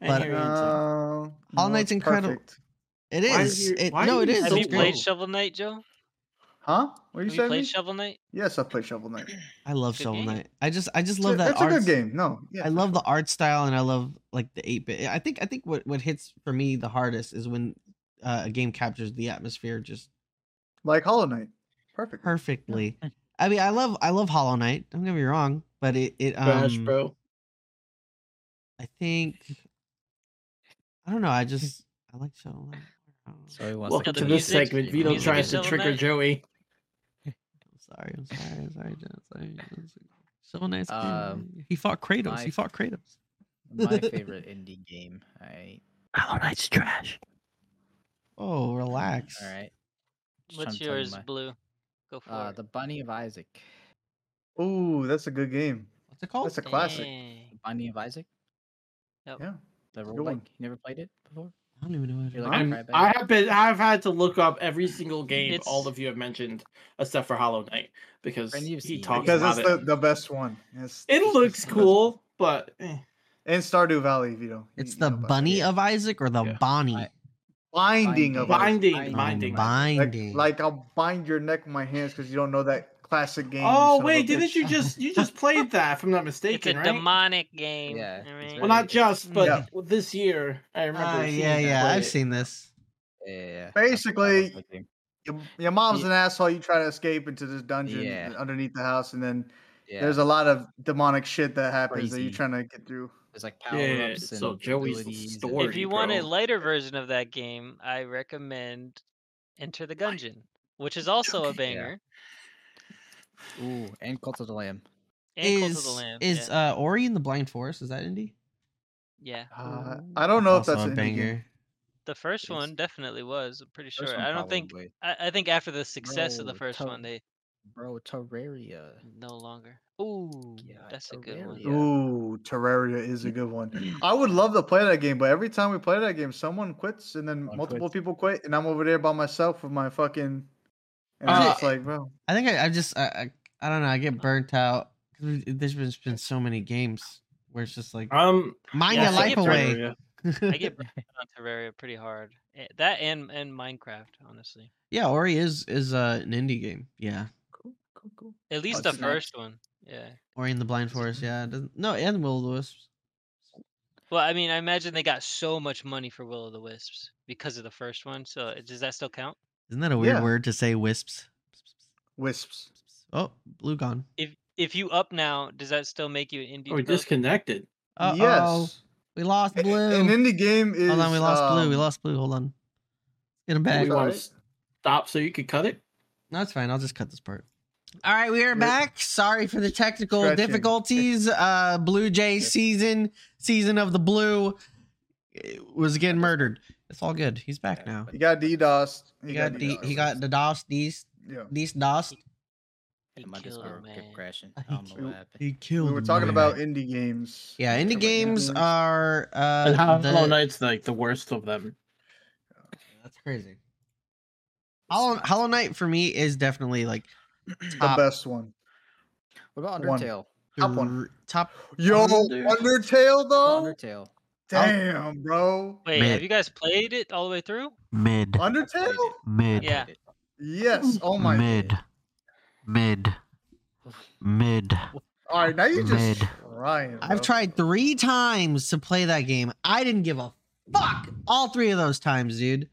S3: I didn't
S1: But-
S3: hear your answer.
S2: No,
S1: Hollow
S2: no,
S1: Knight's
S2: it's
S1: incredible.
S2: perfect.
S1: It
S3: Why
S1: is.
S3: is your-
S1: it,
S3: why
S1: no,
S3: are
S1: it
S3: you
S1: is.
S5: have
S3: so
S1: It's
S5: you
S1: great.
S5: played
S3: cool.
S5: Shovel Knight, Joe?
S2: Huh? What are you
S5: Have you
S2: saying?
S5: played Shovel Knight?
S2: Yes, I played Shovel
S5: (clears throat)
S2: Knight.
S1: I love
S5: Good
S1: Shovel
S5: game.
S1: Knight. I just, I just
S2: It's
S1: love
S2: a-
S1: that.
S2: It's
S1: art,
S2: a good game. No, yeah.
S1: I love the art style, and I love like the eight bit. I think, I think what what hits for me the hardest is when uh, a game captures the atmosphere just
S2: like Hollow Knight. Perfect.
S1: perfectly. I mean, I love, I love Hollow Knight. Don't get me wrong, but it, it,
S3: Crash,
S1: um,
S3: bro.
S1: I think, I don't know. I just, I like Shovel Knight. I don't know.
S4: So he wants
S3: Welcome
S5: the
S3: to this
S5: music-
S3: segment.
S4: the
S3: Vito
S5: music
S3: tries
S5: is
S3: to
S5: Shovel
S3: trigger
S5: Knight.
S3: Joey.
S1: I'm sorry. I'm sorry. I'm sorry. Jen, I'm sorry. I'm sorry. Shovel Knight's good,
S4: Um,
S1: man. He fought Kratos.
S4: my-
S1: He fought Kratos.
S3: (laughs)
S4: my favorite indie game. I Hollow Knight's trash.
S1: Oh, relax.
S4: All right. Just trying to
S5: What's
S4: tell you
S5: yours,
S4: my-
S5: Blue? Go for
S4: Uh,
S5: it.
S4: the Bunny of Isaac.
S2: Ooh, that's a good game.
S1: What's it called?
S2: That's a classic.
S5: Dang.
S4: The Bunny of Isaac.
S5: Yep.
S2: Yeah.
S4: The
S2: a good one.
S4: roguelike. You never played it before?
S1: I don't even know what it
S4: You're
S1: is.
S4: like a
S3: I'm,
S4: crybaby.
S3: I have been. I've had to look up every single game
S5: It's-
S3: all of you have mentioned, except for Hollow Knight, because
S4: Brandon, you've
S3: he
S4: seen it.
S3: talks
S2: Because
S3: about
S2: it's
S3: it.
S2: the, the best one. It's,
S3: It
S2: it's
S3: looks
S2: (laughs) the best one.
S3: cool, but eh.
S2: And Stardew Valley, Vito. You-
S1: It's
S2: you
S1: the
S2: know about that.
S1: bunny of Isaac or the
S3: Yeah.
S1: Bonnie?
S4: I-
S2: binding of Isaac.
S3: Binding,
S4: Binding.
S1: Oh,
S3: binding.
S2: Like,
S1: binding.
S2: like I'll bind your neck with my hands because you don't know that classic game. you son
S3: Oh
S2: of a
S3: wait, didn't
S2: bitch.
S3: you just you
S5: (laughs)
S3: just played that? If I'm not
S5: It's a
S3: mistaken, right?
S5: demonic game.
S4: Yeah,
S5: all
S4: it's
S5: right?
S3: Well,
S4: very-
S3: not just, but
S2: Yeah.
S3: this year I remember.
S1: Ah,
S3: seeing
S1: yeah,
S3: you
S1: yeah.
S3: play
S1: I've
S3: it.
S1: seen this.
S4: Yeah, yeah, yeah.
S2: Basically,
S4: That game.
S2: Your, your mom's
S4: Ye-
S2: an asshole. You try to escape into this dungeon
S4: Yeah.
S2: underneath the house, and then
S4: yeah.
S2: there's a lot of demonic shit that happens that you're
S4: Crazy.
S2: trying to get through.
S4: there's like
S3: Yeah,
S4: power
S3: yeah,
S4: ups and
S3: so Joey's
S4: abilities and-
S3: story.
S5: If you want a
S3: bro.
S5: lighter version of that game, I recommend Enter the Gungeon, which is also
S3: Okay.
S5: a
S4: Yeah.
S5: banger.
S4: Ooh, and Cult of the Lamb.
S5: And
S1: is
S5: Cult of the Lamb.
S1: is
S5: yeah.
S1: uh, Ori in the Blind Forest? Is that indie?
S5: yeah.
S2: Uh,
S1: Oh,
S2: I don't know if that's an indie game.
S5: The first
S4: is-
S5: one definitely was. I'm pretty sure.
S4: First one
S5: I don't think.
S4: probably.
S5: I, I think after the success of the
S4: Bro,
S5: first
S4: tell-
S5: one, they
S4: Bro, Terraria.
S5: No longer. Ooh,
S4: Yeah,
S5: that's a good
S2: (laughs)
S5: one.
S4: Terraria.
S2: Ooh, Terraria is a good one. I would love to play that game, but every time we play that game, someone quits, and then
S6: Someone
S2: multiple
S6: quits.
S2: people quit, and I'm over there by myself with my fucking. And
S1: Uh,
S2: I'm just like, bro,
S1: I think I, I just I, I I don't know. I get burnt out. 'Cause we- There's been, just been so many games where it's just like
S3: Um,
S1: mind
S5: Uh, yeah,
S1: your
S5: so
S1: life
S5: get burnt-
S3: uh,
S1: away. (laughs)
S5: I get burnt out on Terraria pretty hard. Eh, That and and Minecraft, honestly.
S1: yeah, Ori is is uh, an indie game. Yeah,
S2: cool, cool, cool.
S5: At
S1: Oh,
S5: least
S4: it's
S5: the
S4: nice.
S5: first one. Yeah.
S1: Ori and the Blind Forest. Yeah, it doesn't, no, and Will of the Wisps.
S5: Well, I mean, I imagine they got so much money for Will of the Wisps because of the first one. So eh, does that still count?
S1: Isn't that a weird
S2: Yeah.
S1: word to say? Wisps.
S2: Wisps.
S1: Oh, blue gone.
S5: If if you up now, does that still make you an indie?
S3: are we
S5: developer?
S3: disconnected?
S1: Uh-oh.
S2: Yes.
S1: we
S2: (laughs)
S1: lost
S2: A-
S1: blue.
S2: An indie game is.
S1: Hold on, we lost blue. We
S2: um,
S1: lost blue. Hold on. Get him
S3: Do
S1: back.
S3: we
S2: It's
S3: want to
S2: alright.
S3: stop so you could cut it?
S1: No, it's fine. I'll just cut this part. All right, we are
S2: Good.
S1: back. Sorry for the technical
S2: Stretching.
S1: difficulties. Uh Blue Jay season, season of the blue eh, was getting murdered. It's all good. He's back now.
S2: He got DDoS.
S1: He got the he got the DOS these
S2: Yeah.
S1: these DOS. (laughs)
S5: He
S4: And my
S5: killed
S4: Discord
S5: it,
S4: kept
S5: man.
S4: crashing. I don't know
S2: We-
S4: what happened.
S1: He killed.
S2: We were talking
S1: man.
S2: about indie games.
S1: yeah, indie
S2: Terraria.
S1: games are uh
S3: and Hollow
S1: the-
S3: Knight's like the worst of them.
S1: that's crazy. Hollow, Hollow Knight for me is definitely like
S2: the
S1: top
S2: best one.
S4: What about
S2: One.
S4: Undertale?
S2: Top one.
S1: thr- Top
S2: Yo,
S3: Under-
S2: Undertale though.
S4: Undertale.
S2: Damn, bro.
S5: Wait,
S1: Man.
S5: have you guys played it all the way through?
S1: mid
S2: Undertale.
S1: mid
S5: Yeah.
S2: Yes. Oh my.
S1: mid mid.
S2: All right, now you just
S1: Mid.
S2: trying.
S1: I've
S2: bro.
S1: tried three times to play that game. I didn't give a fuck all three of those times, dude.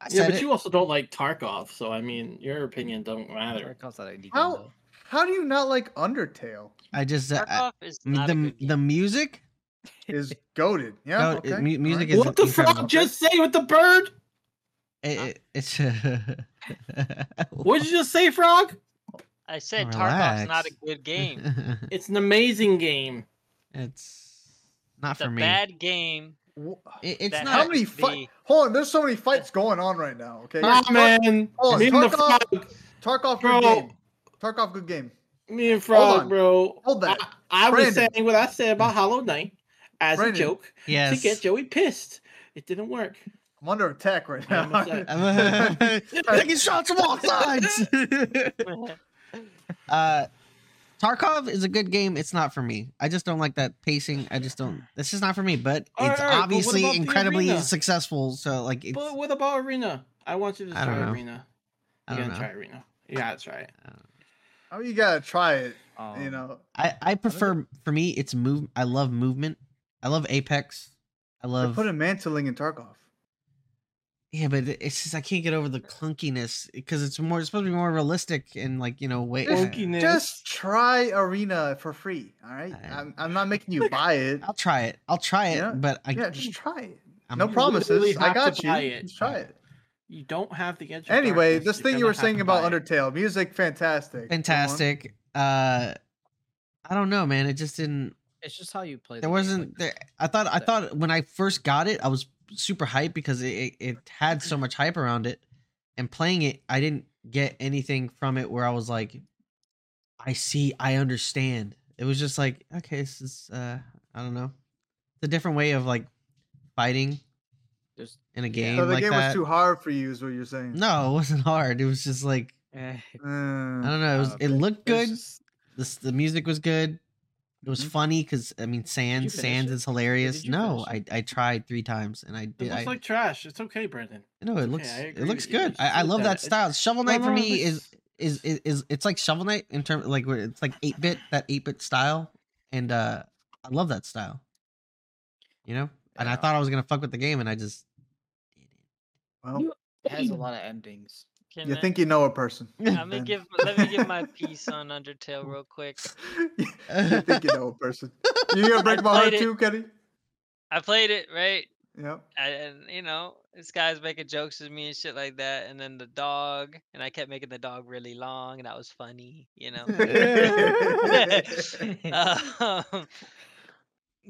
S1: I
S3: Yeah,
S1: said
S3: but
S1: it.
S3: you also don't like Tarkov, so I mean, your opinion don't
S4: Sorry,
S3: matter.
S4: it calls that ID game,
S2: How-
S4: though.
S2: How do you not like Undertale?
S1: I just I,
S5: Tarkov is not a
S1: the
S5: good game.
S1: the music. (laughs)
S2: Is goaded. Yeah.
S1: No, it-
S2: okay.
S1: mu- music
S2: alright.
S1: is
S3: What the
S1: incredible.
S3: fuck? Just say with the bird.
S1: It, it, it's (laughs)
S3: What did you just say, Frog?
S5: I said Tarkov's not
S1: Relax. (laughs)
S5: a good game.
S3: It's an amazing game.
S1: it's not
S5: It's a
S1: for me.
S5: bad game.
S2: Wh-
S1: It- it's
S5: that
S1: not.
S2: How
S5: has
S2: many
S5: to
S2: fight?
S5: be-
S2: Hold on. There's so many fights going on right now. Okay.
S3: Nah, man.
S2: Hold
S3: Me
S2: on,
S3: and the Frog.
S2: Tarkov, Tarkov,
S3: Bro.
S2: good game. Tarkov, good game.
S3: Me and
S2: Hold
S3: Frog,
S2: on.
S3: bro.
S2: Hold that.
S3: I, I was
S2: Brandon.
S3: saying what I said about Hollow Knight as
S2: Brandon.
S3: a joke
S1: Yes.
S3: to get Joey pissed. It didn't work.
S2: I'm under attack right
S3: I'm
S2: (laughs)
S3: upset.
S2: now.
S1: I'm (laughs) taking shots from all sides. uh, Tarkov is a good game. It's not for me. I just don't like that pacing. I just don't. This is not for me. But
S3: All
S1: it's
S3: right, all right, but what
S1: obviously
S3: about the
S1: incredibly
S3: arena?
S1: successful. So like, it's,
S3: But what about Arena? I want you to
S1: I
S3: try
S1: don't know.
S3: Arena.
S1: I
S3: You
S1: don't
S3: gotta
S1: know.
S3: try Arena. You gotta try it.
S2: I mean, you gotta try it.
S4: Um,
S2: You know,
S1: I I prefer for me. It's move. I love movement. I love Apex. I
S2: they
S1: love.
S2: put a mantling in Tarkov.
S1: yeah, but it's just I can't get over the clunkiness because it's more. It's supposed to be more realistic and like you know wait.
S3: Clunkiness.
S2: Just try Arena for free. All right.
S1: Alright.
S2: I'm, I'm not making you buy it.
S1: I'll try it. I'll try it.
S2: Yeah,
S1: But I
S2: yeah, just try it.
S1: I'm-
S2: No
S1: You
S3: literally
S2: promises. I
S3: have to
S2: got you.
S3: buy it.
S2: Just try it.
S3: You don't have the edge. of
S2: Anyway,
S3: darkness.
S2: this
S3: You're
S2: thing you
S3: gonna
S2: were
S3: have
S2: saying
S3: to
S2: about
S3: buy it.
S2: Undertale, music fantastic. Go on.
S1: fantastic. Uh, I don't know, man. It just didn't.
S4: It's just how you play.
S1: There
S4: the game,
S1: wasn't.
S4: like,
S1: There, I thought. I
S4: that-
S1: thought when I first got it, I was super hyped because it, it it had so much hype around it, and playing it, I didn't get anything from it where I was like, I see, I understand. It was just like, okay, this is. Uh, I don't know. It's a different way of like fighting
S4: There's,
S1: in a game
S4: Yeah.
S2: So the
S1: like
S2: game
S1: that.
S2: was too hard for you, is what you're saying.
S1: no, it wasn't hard. It was just like
S4: eh,
S1: I
S2: Mm.
S1: don't know. It, was,
S4: Uh,
S1: it looked
S4: there's
S1: good.
S4: just-
S1: This the music was good. It was
S2: Mhm.
S1: funny because I mean Sands
S3: Mm-hmm. finish
S1: Sands
S3: it?
S1: is hilarious.
S3: Did you
S1: No, I
S3: finish
S1: I tried three times and I
S3: It
S1: did.
S3: looks
S1: I
S3: like trash. It's okay, Brandon.
S1: no, it
S3: okay,
S1: looks
S3: I
S1: it
S3: agree
S1: looks
S3: with you.
S1: good.
S3: It's
S1: I, I
S3: good
S1: love
S3: that
S1: that
S3: it's-
S1: style. Shovel
S3: No,
S1: Knight for
S3: no,
S1: me is
S3: this-
S1: is is is it's like Shovel Knight in terms like where it's like eight bit that eight bit style and uh I love that style. You know, and I
S4: Yeah.
S1: thought I was gonna fuck with the game and
S3: (laughs)
S1: I just
S2: Well,
S3: You-
S4: it has a lot of endings.
S5: Can
S2: you
S5: I-
S2: think you know a person.
S1: (laughs)
S5: I'm gonna
S2: Ben.
S5: give let me give my
S2: (laughs)
S5: piece on Undertale real quick.
S2: you think you know a person. You
S5: (laughs)
S2: gonna break my
S5: played
S2: heart
S5: it.
S2: too, Kenny?
S5: I played it right,
S2: Yep.
S5: I- and you know this guy's making jokes with me and shit like that, and then the dog, and I kept making the dog really long, and that was funny,
S1: (laughs)
S5: you know. (laughs) um,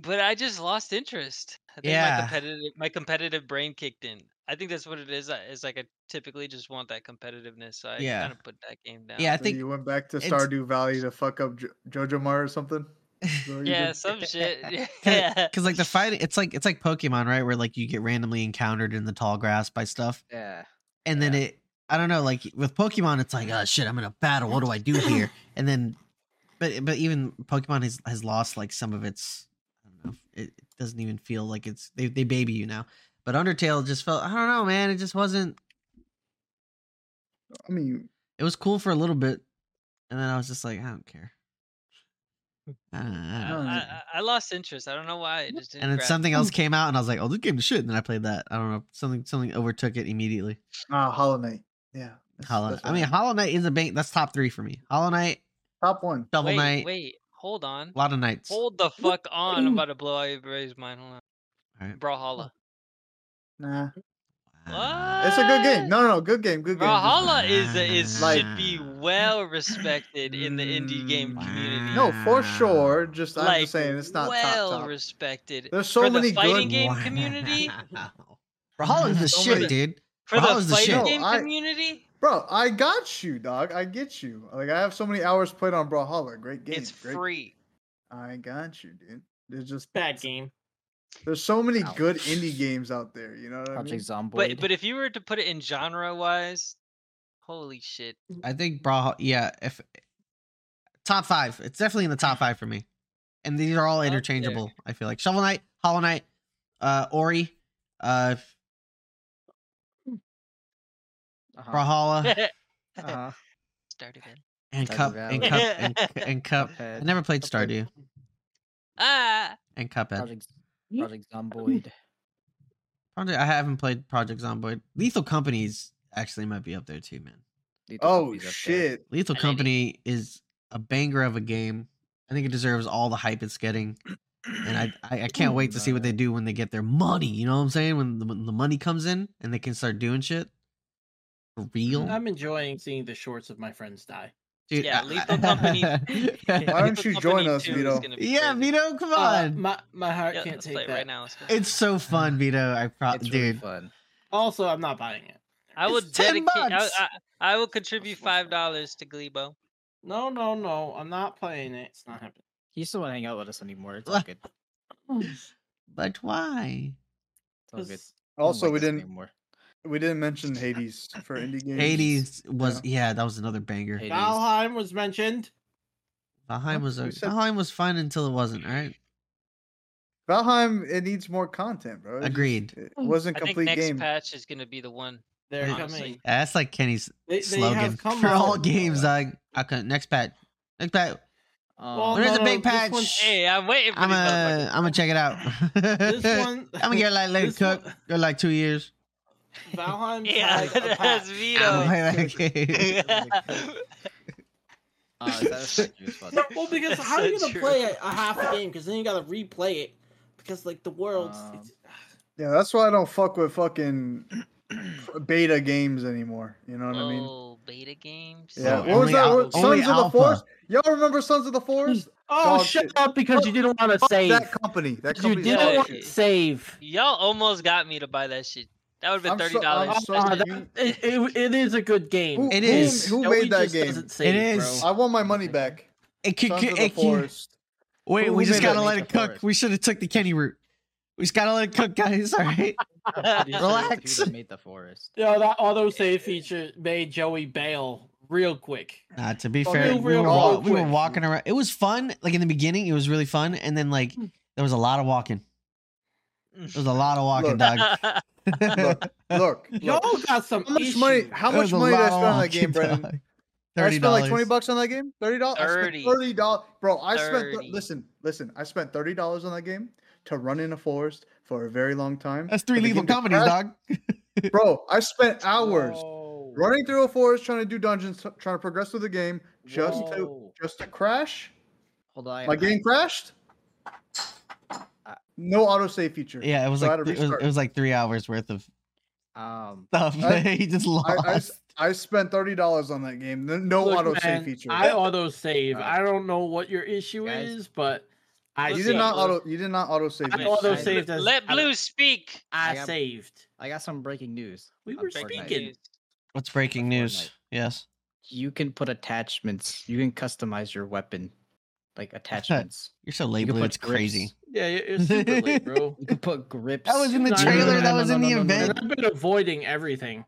S5: but I just lost interest. I think
S1: Yeah.
S5: my competitive my competitive brain kicked in. I think that's what it is. I- Is like I typically just want that competitiveness. So I
S1: Yeah.
S5: kind of put that game down.
S1: Yeah, I
S2: So
S1: think
S2: you went back to
S1: it's-
S2: Stardew Valley to fuck up jo- Jojo Mart or something.
S5: Yeah, some
S1: (laughs)
S5: shit. (laughs) Yeah.
S1: because like the fighting, it's like it's like Pokemon, right? Where like you get randomly encountered in the tall grass by stuff,
S4: Yeah.
S1: and then it, I don't know, like with Pokemon, it's like, oh shit, I'm in a battle. What do I do here? And then, but but even Pokemon has has lost like some of its, I don't know, it, it doesn't even feel like it's they they baby you now. But Undertale just felt, I don't know, man, it just wasn't.
S2: I mean,
S1: It was cool for a little bit, and then I was just like, I don't care. I don't, I
S5: I,
S1: don't know.
S5: I, I lost interest. I don't know why. It just didn't
S1: and then
S5: grab
S1: something else came out, and I was like, "Oh, this game's shit." And then I played that. I don't know, something something overtook it immediately.
S2: ah, Hollow Knight. Yeah. that's-
S1: Hollow,
S2: that's
S1: I
S2: what
S1: mean,
S2: happened.
S1: Hollow Knight is a bank. That's top three for me. Hollow Knight,
S2: top one.
S1: Double
S5: wait,
S1: Knight,
S5: Wait, hold on.
S1: a lot of nights.
S5: Hold the fuck
S2: (clears throat)
S5: on. I'm about to blow out your brain's mind. Hold on.
S1: Alright.
S5: Brawlhalla.
S2: Nah,
S1: Wow.
S2: it's a good game. No, no, no, good game. Good game. just-
S5: Brawlhalla is is
S2: Like-
S5: should be well respected in the indie game community.
S1: Wow.
S2: No, for sure. Just I'm
S5: like
S2: just saying, it's not
S5: well
S2: top. top.
S5: respected.
S2: There's so
S5: for the
S2: many good.
S5: fighting game
S2: (laughs)
S5: community?
S1: Wow. Brawlhalla's the
S2: Mm, So
S1: shit,
S2: many-
S1: dude.
S5: For the
S1: Brawlhalla's the
S5: fighting
S1: shit.
S5: game
S2: No, I-
S5: community,
S2: Bro, I got you, dog. I get you. Like I have so many hours played on Brawlhalla. Great game.
S5: it's
S2: great-
S5: free.
S2: I got you, dude. There's just
S3: Bad game.
S2: there's so many
S4: Ouch.
S2: good indie games out there. You know what I
S4: Project
S2: mean?
S4: Zomboid.
S5: But but if you were to put it in genre wise, holy
S2: (laughs)
S5: shit. (laughs)
S1: I think Brawlhalla. Yeah, if top five, it's definitely in the top five for me. And these are all
S5: there.
S1: interchangeable. I feel like Shovel Knight, Hollow Knight, uh, Ori, uh,
S2: Oh.
S4: uh-huh.
S5: (laughs)
S1: Brawlhalla,
S4: Uh-huh.
S5: Start again.
S1: and
S4: Stardew
S1: Cup, and
S5: Valley.
S1: Cup,
S2: (laughs) eh,
S5: (laughs)
S1: and, and Cup. I
S4: Cuphead.
S1: never played Stardew.
S5: Ah,
S1: and Cuphead.
S4: Project, Project Zomboid.
S1: Project, I haven't played Project Zomboid. Lethal Companies actually might be up there too, man.
S4: Lethal
S2: Oh
S4: Company's up there.
S2: shit.
S1: Lethal
S5: I like it.
S1: Company is a banger of a game. I think it deserves all the hype it's getting, and I I, I can't wait to see what they do when they get their money. You know what I'm saying? When the, when the money comes in and they can start doing shit for real,
S3: I'm enjoying seeing the shorts of my friends die.
S1: dude.
S5: yeah,
S1: I- (laughs)
S5: Lethal Company-
S2: (laughs)
S5: (laughs)
S2: Why don't
S5: Lethal
S2: you
S5: Company
S2: join us,
S5: 2 is
S2: Vito?
S5: gonna be
S1: yeah,
S5: crazy.
S1: Vito, come
S3: Uh,
S1: on!
S3: my my heart
S5: Yeah,
S3: can't
S5: let's play
S3: take
S5: it
S3: that.
S5: right now. Let's go.
S1: it's so fun, Vito. I pro-
S4: It's
S1: Uh, dude.
S4: really fun.
S3: Also, I'm not buying it.
S5: I will
S1: it's 10
S5: dedicate. I,
S1: bucks.
S5: I, I will contribute five dollars to Glebo.
S3: No, no, no. I'm not playing it. It's not happening.
S4: He just don't want to hang out with us anymore. It's all
S1: Look.
S4: good. It's
S1: But why?
S5: Oh,
S4: all good.
S3: It's-
S4: I don't
S2: Also,
S4: like
S2: we
S4: this
S2: didn't
S4: anymore.
S2: we didn't mention Hades for (laughs) indie games.
S1: Hades was yeah, that was another banger.
S4: Hades.
S3: Valheim was mentioned.
S1: Valheim
S2: Huh?
S1: was
S2: You
S1: a,
S2: said-
S1: Valheim was fun until it wasn't. All right,
S2: Valheim, it needs more content, bro. It just-
S1: Agreed.
S2: It wasn't
S5: Hmm. I think
S2: complete
S5: next
S2: game.
S5: patch is gonna be the one.
S3: They're
S5: Honestly.
S3: coming.
S1: Yeah, that's like Kenny's
S3: They, they
S1: slogan
S3: have
S1: (laughs)
S3: come
S1: for all
S3: out.
S1: games. Like, okay, next patch, next patch.
S4: Um,
S3: Well,
S4: (laughs)
S1: When is
S3: Oh, no, no,
S1: the big
S3: this
S1: patch?
S3: one's-
S5: Hey, I'm waiting for
S1: I'm
S5: these
S1: a, I'm
S5: motherfuckers.
S1: gonna check it out. (laughs)
S3: This one.
S1: I'm gonna get like let it
S3: this one-
S1: cook for like two years.
S3: (laughs) Valheim's
S5: (laughs) Yeah,
S3: like a
S5: that's
S3: patch.
S1: (laughs) I'm
S5: (laughs) Vito.
S1: gonna play that (laughs) game.
S4: uh,
S2: (laughs)
S4: satisfactory as fuck.
S3: Well, because
S5: (laughs) That's
S3: how are you
S5: so
S3: gonna
S5: true.
S3: play a, a half a game? Because then you gotta replay it. Because like the world's.
S5: Um,
S3: it's-
S2: Yeah, that's why I don't fuck with (clears throat) fucking beta games anymore. You know what I mean?
S5: Oh, beta games.
S2: Yeah.
S1: Oh,
S2: what was
S1: only
S2: that?
S1: al-
S2: What-
S1: only
S2: Sons of the
S1: alpha.
S2: Forest? Y'all remember Sons of the Forest?
S6: Oh,
S2: Dog
S6: shut
S2: shit.
S6: up because you didn't want to
S2: Fuck
S6: save.
S2: that company. That
S6: You
S2: company.
S6: didn't
S5: Yeah.
S6: want to save.
S5: Y'all almost got me to buy that shit. That would have been
S2: I'm
S5: thirty
S2: so- I'm
S5: dollars.
S2: so-
S6: Ah,
S5: (laughs)
S2: you- (laughs)
S6: that- it, it- it is a good game.
S2: Who-
S1: It
S2: who-
S1: is.
S2: Who,
S6: Joey
S2: made that
S6: just
S2: game?
S6: doesn't save,
S1: It
S6: bro.
S1: is.
S2: I want my money back.
S1: It could,
S2: Sons of
S1: could,
S2: the
S1: it could,
S2: Forest.
S1: wait,
S2: Who-
S1: we
S2: who
S1: just
S2: made that
S1: gotta let
S4: make
S1: it
S4: the
S1: cook.
S4: forest?
S1: We should have took the Kenny route. We just gotta let it cook, guys. (laughs) All right.
S4: Pretty sure it's the dude
S1: Relax.
S4: that Made the forest.
S3: You know, that auto save feature made Joey bail real quick.
S1: Nah, to be
S3: Fuck
S1: fair,
S3: you
S1: we were,
S3: real
S1: wa-
S3: quick.
S1: we were walking around. It was fun. Like in the beginning, it was really fun, and then like
S3: Hmm.
S1: there was a lot of walking. There was a lot
S3: (laughs)
S1: of walking,
S2: Look.
S1: dog. (laughs)
S2: Look, (laughs) Look,
S3: Y'all
S2: look.
S3: got some
S2: How much money?
S3: issues.
S2: How
S1: There was
S2: much
S1: a
S2: money did I
S1: lot
S2: spend on that
S1: of
S2: game, (laughs)
S1: walking,
S2: Brendan?
S1: dog.
S2: Did I
S1: Thirty
S2: spent like
S1: dollars.
S2: twenty bucks on that game. Thirty dollars.
S5: Thirty.
S2: Thirty dollars, bro. I spent.
S5: Thirty.
S2: Th- listen, listen. I spent thirty dollars on that game to run in a forest for a very long time.
S1: That's three
S2: For the
S1: lethal
S2: game to
S1: companies,
S2: crash.
S1: dog.
S2: bro. I spent hours
S3: Whoa.
S2: running through a forest trying to do dungeons, t- trying to progress through the game, just to
S3: Whoa.
S2: just to crash.
S4: Hold on. I-
S2: My game crashed. No autosave feature.
S1: Yeah, (laughs) it was
S2: So I
S1: like
S2: had to
S1: th- it was,
S2: restart.
S1: it was like three hours worth of (laughs)
S4: Um,
S1: stuff.
S2: I-
S1: (laughs) he just
S2: I, I s-
S1: lost.
S2: I spent thirty dollars on that game. No, no
S3: Look,
S2: autosave
S3: man,
S2: feature.
S3: I auto save.
S4: Alright.
S3: I don't know what your issue
S4: Guys.
S3: is, but
S6: I
S5: Let's
S2: you
S5: see.
S2: did
S6: saved.
S2: not auto. You did not auto save.
S6: I
S5: Wait,
S6: auto
S5: I-
S6: saved as
S5: Let
S6: I-
S5: Blue speak.
S6: I,
S4: I got-
S6: saved.
S4: I got some breaking news.
S6: We
S4: on
S6: were
S4: Fortnite.
S5: Breaking
S6: speaking.
S5: news.
S1: What's breaking news?
S4: Fortnite.
S1: Yes.
S4: You can put attachments. You can customize your weapon, like attachments.
S1: You're so
S4: You can
S1: labeled.
S4: put
S1: It's crazy.
S4: grips.
S6: Yeah, you're, you're super late, (laughs) bro.
S4: You can put grips.
S1: That was in the
S6: No, no, no,
S1: trailer.
S6: no,
S1: That
S4: no,
S1: was
S4: no,
S1: in the
S4: no, no, no,
S1: event.
S4: no.
S6: I've been avoiding everything.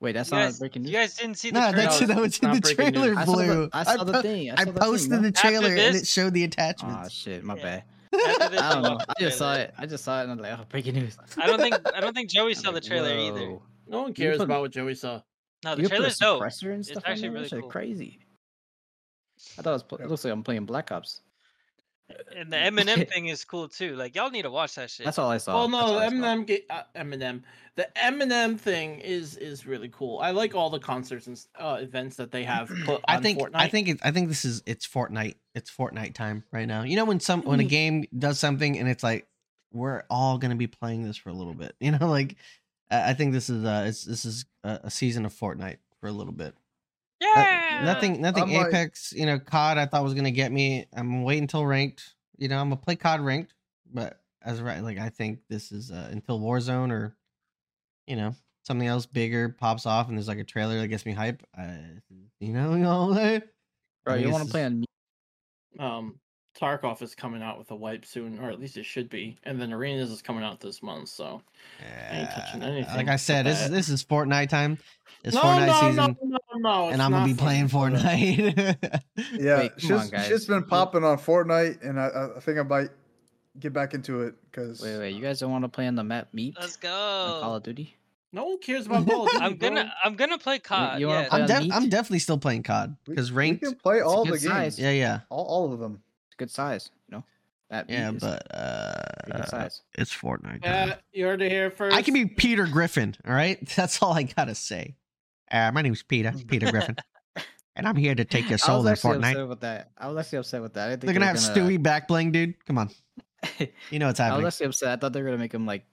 S4: Wait, that's
S5: You
S4: not
S5: guys-
S4: breaking news.
S5: You guys didn't see the
S1: No,
S5: trailer.
S1: that's
S6: No,
S1: that was
S6: it's
S1: in the
S6: not breaking
S1: trailer.
S6: news.
S4: I saw
S1: Blue.
S4: the, I saw
S1: po-
S4: the thing. I,
S1: I
S4: saw
S1: posted the
S4: the.
S1: trailer and it
S5: this-
S1: showed the
S4: Oh
S1: attachments.
S4: shit, my
S5: Yeah. (laughs)
S4: bad.
S5: After this,
S4: I don't know.
S5: watched the
S4: I just saw
S5: trailer.
S4: it. I just saw it and I'm like, oh, breaking news.
S5: I don't think I don't think Joey
S4: I'm
S5: saw the
S4: like,
S5: trailer either.
S4: whoa.
S6: No one
S4: can
S6: cares
S4: put-
S6: about what Joey saw.
S5: No,
S4: You can
S5: the
S4: put a
S5: trailer's dope.
S4: suppressor and
S5: It's
S4: stuff
S5: actually
S4: on there?
S5: really
S4: That shit
S5: cool.
S4: crazy. I thought it was. Pl-
S2: Yeah.
S4: it looks like I'm playing Black Ops.
S5: And
S4: (laughs)
S5: the Eminem thing is cool too. Like y'all need to watch that shit.
S4: That's all I saw.
S6: Well,
S4: That's
S6: no,
S4: all
S6: the
S4: I saw.
S6: Eminem, ga- uh, Eminem, the Eminem thing is is really cool. I like all the concerts and s- uh, events that
S1: (clears throat)
S6: they have. Put
S1: I
S6: on
S1: think
S6: Fortnite.
S1: I think it, I think this is it's Fortnite. It's Fortnite time right now. You know when some when a game does something and it's like we're all gonna be playing this for a little bit. (laughs) You know, like I I think this is uh it's, this is a, a season of Fortnite for a little bit.
S5: yeah.
S1: Nothing nothing
S2: I'm like-
S1: Apex. you know, COD I thought was gonna get me. I'm waiting until ranked. You know, I'm gonna play COD ranked, but as right like I think this is uh, until Warzone or you know something else bigger pops off and there's like a trailer that gets me hype. Uh, you know, (laughs) you know.
S4: Bro,
S1: I
S4: you
S1: guess
S4: want to play
S1: it's-
S4: on?
S6: um, Tarkov is coming out with a wipe soon, or at least it should be. And then Arenas is coming out this month, so ain't touching
S1: Yeah,
S6: anything
S1: Like I
S6: with
S1: said, this is
S6: that.
S1: this is Fortnite time. It's
S6: no,
S1: Fortnite
S6: no,
S1: season,
S6: no, no, no,
S1: and I'm gonna be playing Fortnite. (laughs)
S2: Yeah,
S4: Wait, come on,
S2: shit's, shit's
S4: guys.
S2: been popping on Fortnite, and I- I, I think I might get back into it because
S4: Wait, wait. You guys don't want to play on the map meat? (laughs)
S5: Let's
S4: on Call
S5: go.
S4: of Duty.
S6: (laughs) No one cares about
S1: (laughs)
S6: Call of Duty,
S5: I'm gonna I'm gonna play COD.
S4: you wanna
S5: yeah.
S4: play-
S1: I'm,
S4: on
S1: def-
S4: Meet?
S1: I'm definitely still playing COD because ranked.
S2: we can play all
S4: good
S2: the
S4: size.
S2: games,
S1: Yeah, yeah,
S2: all, all of them.
S4: It's a good size. You know, map
S1: yeah.
S4: meat is
S1: But
S4: a good
S1: uh,
S4: size.
S1: it's Fortnite.
S6: Yeah,
S1: time.
S6: you heard it here first.
S1: I can be Peter Griffin. All right, (laughs) that's all I gotta say. Uh, my name's Peter. Peter Griffin, and I'm here to take your
S4: I
S1: soul
S4: was
S1: in
S4: actually
S1: Fortnite.
S4: upset with that. I was actually upset with that. I didn't
S1: They're
S4: think
S1: gonna
S4: they
S1: have
S4: were (laughs)
S1: Stewie (laughs) back playing, dude. Come on, you know what's
S4: I was
S1: happening.
S4: actually upset. I thought they were gonna make him like,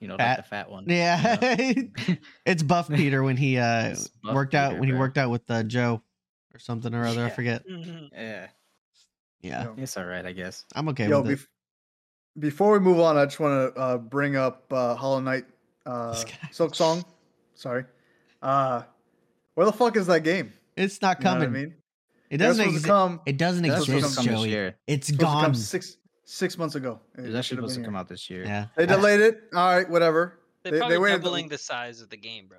S4: you know,
S1: Fat.
S4: like the fat one. (laughs)
S1: Yeah, (laughs) it's Buff Peter when he uh
S4: It's Buff
S1: worked out
S4: Peter,
S1: when he
S4: bro.
S1: worked out with uh, Joe or something or other. I
S4: Yeah.
S1: forget.
S5: Mhm.
S4: yeah,
S1: Yeah,
S2: Yo.
S4: it's all right, I guess.
S1: I'm okay
S2: Yo,
S1: with it.
S2: bef- before we move on, I just want to uh, bring up uh, Hollow Knight uh,
S1: This guy.
S2: Silk Song. Sorry. Uh, where the fuck is that game?
S1: It's not
S2: You know what
S1: coming.
S2: I mean?
S1: It
S2: That's
S1: doesn't
S2: supposed to
S1: exist.
S2: come.
S1: It doesn't
S2: that's supposed to
S1: exist,
S2: come this
S1: Joey.
S4: year.
S1: It's
S2: supposed to come
S1: gone.
S2: six six months ago. It
S4: It's actually
S2: should've
S4: supposed to
S2: been
S4: come
S2: here.
S4: out this year.
S1: Yeah,
S4: (laughs)
S2: They delayed it. All right, whatever.
S5: They're
S2: They- they
S5: probably
S2: waited the-
S5: doubling the size of the game, bro.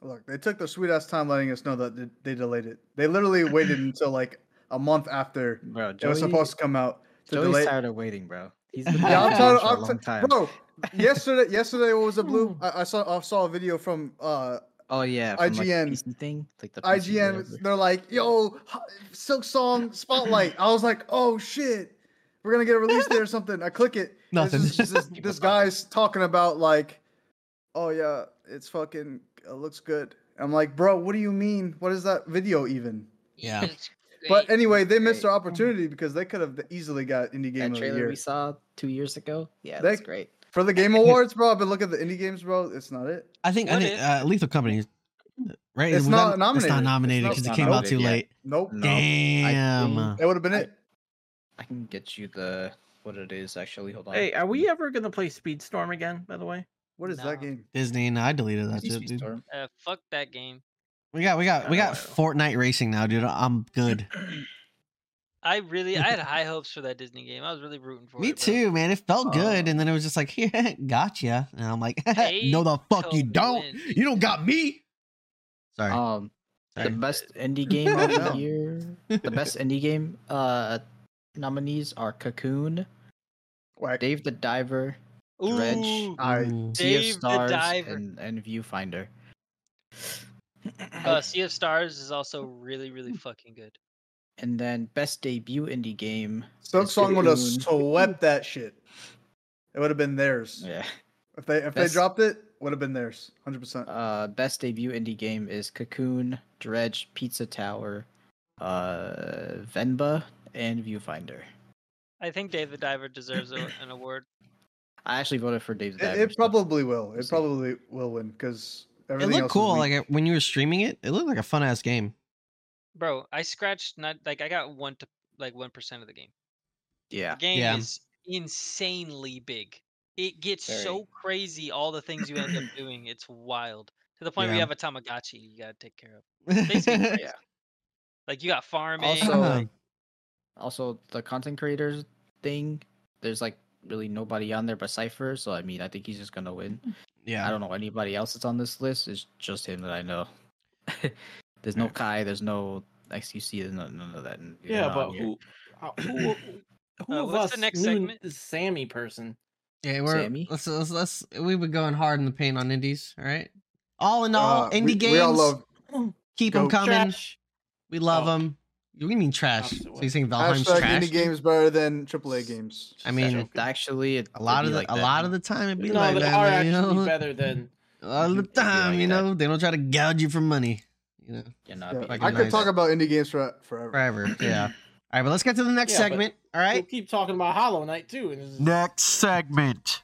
S2: Look, they took their sweet ass time letting us know that they- they delayed it. They literally waited until like a month after
S4: Bro, Joey,
S2: it was supposed to come out to
S4: Joey's
S2: delay.
S4: tired of waiting, bro.
S2: (laughs)
S4: He's been
S2: Yeah, I'm
S4: waiting
S2: tired.
S4: for
S2: I'm
S4: a
S2: ti-
S4: long time. (laughs)
S2: Bro, yesterday, yesterday what was the blue? I, I saw I saw a video from uh
S4: Oh yeah, from, like, the
S2: IGN
S4: PC thing, like the PC
S2: IGN.
S4: whatever.
S2: They're like, "Yo, H- Silk Song Spotlight." I was like, "Oh shit, we're gonna get a release day or something." I click it. and it's
S1: Nothing.
S2: just-
S4: (laughs)
S2: just this, this guy's talking about like, "Oh yeah, it's fucking it looks good." I'm like, "Bro, what do you mean? What is that video even?"
S5: (laughs)
S1: yeah.
S2: But anyway, they missed
S4: Great.
S2: their opportunity because they could have easily got indie game of
S4: um, that
S2: the
S4: trailer
S2: year
S4: we saw two years ago. Yeah,
S2: They-
S4: that's great.
S2: for
S4: (laughs)
S2: the Game Awards, bro. But look at the indie games, bro. It's not it.
S1: I think I
S5: What
S1: think
S5: is-
S1: uh, Lethal Company, is- right?
S2: It's
S1: was
S2: not
S1: that-
S2: nominated.
S1: It's not
S2: It's
S1: nominated
S2: not-
S1: because it
S4: it's
S1: came
S4: not
S1: out too
S4: nominated
S1: late.
S4: yet.
S2: Nope.
S4: No,
S1: Damn. uh,
S4: I
S2: That would have been
S4: I-
S2: it.
S4: I can get you the what it is actually. Hold on.
S6: Hey, are we ever gonna play Speedstorm again? By
S1: (clears throat)
S6: the way,
S2: What is that
S5: No.
S2: game?
S1: Disney, no, I deleted that shit,
S4: PCB
S1: dude.
S4: Storm.
S5: Uh, fuck that game.
S1: We got, we got, we got
S6: Oh.
S1: Fortnite racing now, dude. I'm good.
S5: I really I had high hopes for that Disney game. I was really rooting for
S1: Me
S5: it. bro.
S1: too, man. It felt good,
S6: Uh,
S1: and then it was just like, (laughs) "Here, gotcha," and I'm like, (laughs)
S5: Pay
S1: "No, the fuck
S5: to
S1: you don't.
S5: win.
S1: You don't got me." Sorry.
S4: Um, the
S1: Sorry.
S4: best indie game
S2: (laughs)
S4: of
S2: No.
S4: the year.
S2: (laughs)
S4: The best indie game uh nominees are Cocoon,
S2: Whack.
S4: Dave the Diver, Dredge.
S5: Ooh,
S2: I
S1: Ooh.
S4: Sea
S5: Dave
S4: of
S5: the
S4: Stars,
S5: Diver.
S4: and, and Viewfinder.
S5: uh, Sea of Stars is also really
S4: (laughs)
S5: really fucking good.
S4: and then best debut indie game.
S2: Silk
S4: It's
S2: Song would have
S4: Cocoon.
S2: swept that shit. It would have been theirs.
S4: Yeah.
S2: If they if
S4: That's-
S2: they dropped it, would have been theirs. Hundred percent.
S4: Uh, best debut indie game is Cocoon, Dredge, Pizza Tower, uh, Venba, and Viewfinder.
S5: I think Dave the Diver deserves a, an award.
S4: I actually voted for Dave the
S2: It,
S4: Diver.
S2: it
S4: so-
S2: probably will. It
S4: see.
S2: probably will win because
S1: It
S2: everything
S1: looked
S2: else.
S1: cool.
S2: Is
S1: Like
S2: weak.
S1: it- when you were streaming it, it looked like a fun ass game.
S5: Bro, I scratched not like I got one to like one percent of the game.
S4: Yeah.
S5: The game
S1: Uh, Yeah.
S5: is insanely big. It gets
S6: Very.
S5: so crazy, all the things
S1: (clears throat)
S5: you end up doing. It's wild. To the point where
S1: Yeah.
S5: you have a Tamagotchi you gotta take care of.
S1: (laughs)
S5: Things get crazy. Like you got farming.
S4: Also-
S1: Uh-huh.
S4: Also, the content creators thing, there's like really nobody on there but Cypher. So, I mean, I think he's just going to win.
S1: Mm-hmm.
S4: I
S1: yeah.
S4: don't know anybody else that's on this list. It's just him that I know. (laughs) there's no
S1: Right.
S4: Kai. There's no XQC. There's no, none of that. n- they're
S6: Yeah,
S4: not
S6: but
S4: on here.
S6: who? uh, who who
S5: Uh,
S6: of
S5: what's
S6: us
S5: the next
S6: knew
S5: segment?
S6: this Sammy person? (clears throat)
S1: Yeah, we're
S4: Sammy?
S1: let's, let's let's we've been going hard in the paint on indies. All right. All in all,
S2: Uh,
S1: indie
S2: we,
S1: games.
S2: We all love
S1: keep them
S2: Goat.
S1: coming.
S6: Trash.
S1: We love
S6: Oh.
S1: them. We mean trash.
S6: Opposite
S1: So
S6: way.
S1: you think Valheim's
S2: hashtag
S1: trash?
S2: indie games better than AAA games.
S1: I mean,
S6: Joking.
S4: Actually, it,
S1: A lot
S4: it'd
S1: of
S4: be
S1: the,
S4: like
S1: a
S4: that.
S1: lot of the time it'd be
S6: No,
S1: like
S6: they
S1: that.
S6: are
S1: man, you
S6: actually
S1: know? (laughs)
S6: better than.
S1: All
S4: Mhm.
S1: the
S4: It'd be
S1: time,
S4: like
S1: you
S4: that.
S1: know, they don't try to gouge you for money. You know,
S4: You know,
S2: Yeah,
S4: it'd be-
S1: Like
S2: I
S1: a
S2: could
S1: nice-
S2: talk about indie games for, forever.
S1: forever. Yeah. (clears throat) All right, but let's get to the next
S6: Yeah, but-
S1: segment. All
S6: We'll
S1: right.
S6: keep talking about Hollow Knight too. And this is,
S1: Next segment.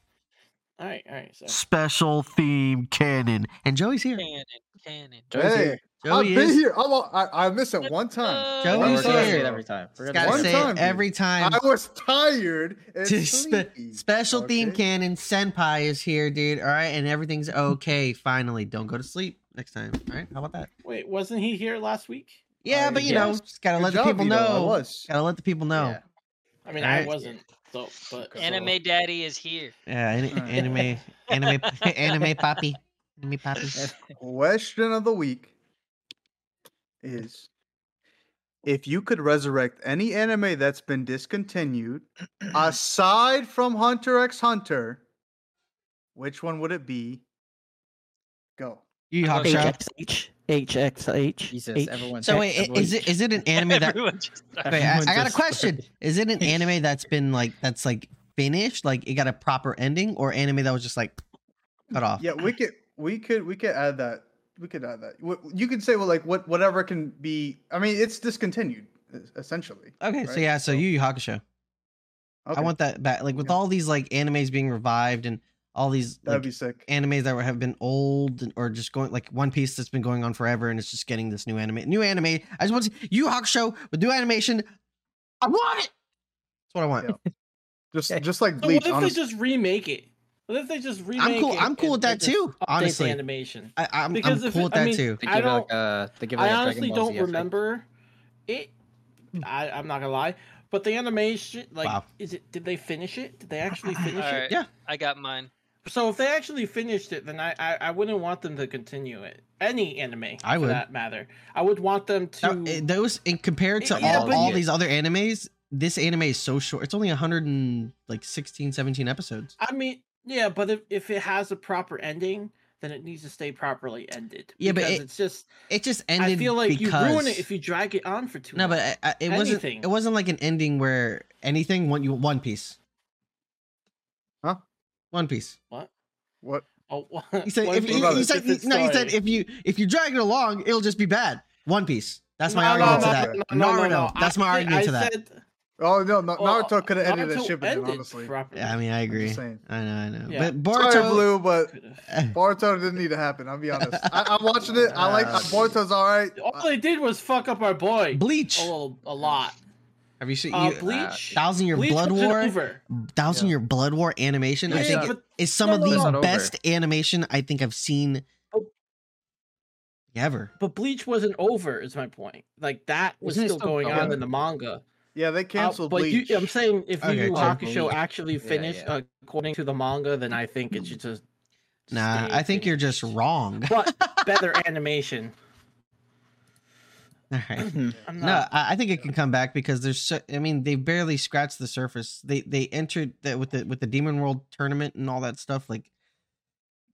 S6: All right, all right. So
S1: Special theme canon. And Joey's here.
S5: Cannon, cannon.
S4: Joey's
S2: hey,
S4: here.
S2: I've
S1: Joey
S2: been
S1: is.
S2: here. I'm all, I, I missed it one time.
S5: Uh,
S1: Joe,
S4: We're
S1: you
S4: gonna say
S1: here.
S4: it every time. We're
S1: Just
S4: gonna
S1: Gotta
S2: One
S4: say
S1: say
S4: it.
S2: time, dude.
S1: it every time.
S2: I was tired. and
S1: Dude, spe-
S2: sleepy.
S1: special theme
S2: Okay.
S1: canon. Senpai is here, dude. All right, and
S2: (laughs)
S1: everything's okay. Finally, don't go to sleep next time. All right, how about that?
S6: wait, wasn't he here last week?
S1: Yeah,
S2: I
S1: but you know,
S2: guess.
S1: just gotta
S2: Good
S1: let
S2: job,
S1: the people
S2: Vito, I
S1: know.
S2: was.
S1: Gotta let the people know.
S4: Yeah.
S6: I mean,
S1: All
S6: I
S1: right.
S6: wasn't. So, but
S5: uh,
S6: so-
S5: Anime Daddy is here.
S1: Yeah,
S2: (laughs)
S1: an-
S2: Alright.
S1: anime, anime, (laughs) anime poppy, anime poppy.
S2: (laughs) Question of the week is if you could resurrect any anime that's
S1: (clears throat)
S2: been discontinued aside from Hunter x Hunter, which one would it be? Go.
S1: Yu Yu
S5: Hello,
S1: Hakusho.
S5: (laughs)
S7: HXH. HXH.
S4: Jesus,
S7: H-
S2: (laughs)
S4: everyone.
S1: So wait, i- is it is it an anime that?
S5: Everyone just started.
S1: Wait, I,
S4: Everyone
S1: I got a
S4: just
S1: question.
S4: started.
S1: Is it an anime that's been like that's like finished, like it got a proper ending, or anime that was just like cut off?
S2: Yeah,
S6: (laughs)
S2: we could we could we could add that. We could add that. Wh- You could say well like what whatever can be I mean it's discontinued es- essentially.
S1: Okay, so
S2: Right,
S1: yeah, so
S2: so-
S1: Yu Yu Hakusho. I
S2: Okay,
S1: want that back. Like with
S2: Yeah.
S1: all these like animes being revived and all these
S2: that'd
S1: like
S2: be sick.
S1: animes that were- have been old and- or just going like One Piece that's been going on forever and it's just getting this new anime. New anime. I just want to see Yu Yu Hakusho with new animation. I want it. That's what I want.
S2: Yeah. Just just like
S6: So
S2: Bleach
S6: what if
S2: honestly.
S6: they just remake it? What if they just remake
S1: I'm cool.
S6: it
S1: I'm cool with
S6: and- and
S1: that
S6: just
S1: too.
S6: update the
S1: Honestly,
S6: animation.
S1: I, I'm, I'm
S6: Because if
S1: cool
S6: it-
S1: with
S6: I
S1: that
S6: mean,
S1: too.
S4: They
S6: I
S4: give it like
S6: don't-
S4: a. They give it
S6: I
S4: like a
S6: honestly
S4: Dragon Ball
S6: don't
S4: Z
S1: (laughs)
S4: effect. (laughs)
S6: remember it. I, I'm not gonna lie, but the animation, like,
S1: Wow.
S6: is it? Did they finish it? Did they
S5: (laughs)
S6: actually finish
S5: All
S6: it?
S5: right,
S1: Yeah.
S5: I got mine.
S6: So if they actually finished it, then I, I I wouldn't want them to continue it. Any anime,
S1: I
S6: for
S1: would.
S6: that matter. I would want them to.
S1: Now, eh, those in compared to
S6: Yeah,
S1: all,
S6: but-
S1: all these other animes, this anime is so short. It's only 100 and like 16, 17 episodes.
S6: I mean, yeah, but if, if it has a proper ending, then it needs to stay properly ended.
S1: Yeah, but
S6: because
S1: it
S6: it's just
S1: It just ended.
S6: I feel like
S1: because...
S6: you ruin it if you drag it on for too
S1: No,
S6: long.
S1: but I, I, it wasn't.
S6: Anything.
S1: It wasn't like an ending where anything. One you One Piece.
S2: Huh?
S1: One Piece.
S2: what
S6: Oh, (laughs) well,
S1: He said.
S6: what
S1: If,
S6: if
S1: you,
S6: it's
S2: about
S1: he
S2: a
S1: said
S6: different
S1: no, he said
S6: story?
S1: if you if you drag it along, it'll just be bad. One Piece. That's my
S6: No, no,
S1: argument
S6: no,
S1: to that.
S6: no, no, no,
S1: Naruto.
S6: no.
S1: That's my
S6: I-
S1: argument
S6: I
S1: to that.
S6: said-
S2: Oh no, Na-
S6: well,
S2: Naruto could have ended that
S6: Naruto
S2: ship again,
S6: ended
S2: honestly.
S6: properly.
S1: Yeah, I mean, I
S2: I'm
S1: agree.
S2: just saying.
S1: I know, I know.
S6: Yeah.
S1: But
S2: Sorry,
S1: Boruto.
S2: Blue, but
S6: Could've.
S2: Boruto didn't need to happen. I'll
S6: (laughs)
S2: be honest. I, I'm watching it. I like
S4: Uh,
S2: Boruto's Uh, all right.
S6: All they did was fuck up our boy.
S1: Bleach.
S6: A little, a lot.
S1: Have you seen
S6: Oh, Uh,
S1: you-
S6: Bleach.
S1: Thousand Year
S6: Bleach
S1: Blood
S6: wasn't
S1: War?
S6: over.
S1: Thousand
S2: Yeah.
S1: Year Blood War animation. I
S6: Yeah,
S1: think
S6: but
S1: is some
S6: no,
S1: of
S6: no,
S1: the
S4: no. It's not
S1: best animation I think I've seen
S6: Oh.
S1: ever.
S6: But Bleach wasn't over, is my point. Like that was
S4: Isn't it
S6: still
S4: still
S6: going on
S4: going?
S6: in the manga.
S2: Yeah, they
S6: Uh,
S2: canceled
S6: but
S2: Bleach.
S6: you, I'm saying if
S1: Okay,
S6: Yu Yu
S1: cool.
S6: Hakusho
S4: Bleach.
S6: actually
S4: Yeah,
S6: finished
S4: yeah.
S6: according to the manga, then I think it should just.
S1: Nah,
S6: stay
S1: I think you're just
S6: finished.
S1: wrong. (laughs)
S6: But better animation.
S1: All
S6: (laughs)
S1: right.
S6: I'm
S1: No,
S6: not.
S1: I, I think it can come back because there's. So, I mean, they barely scratched the surface. They they entered that with the with the Demon World tournament and all that stuff. Like,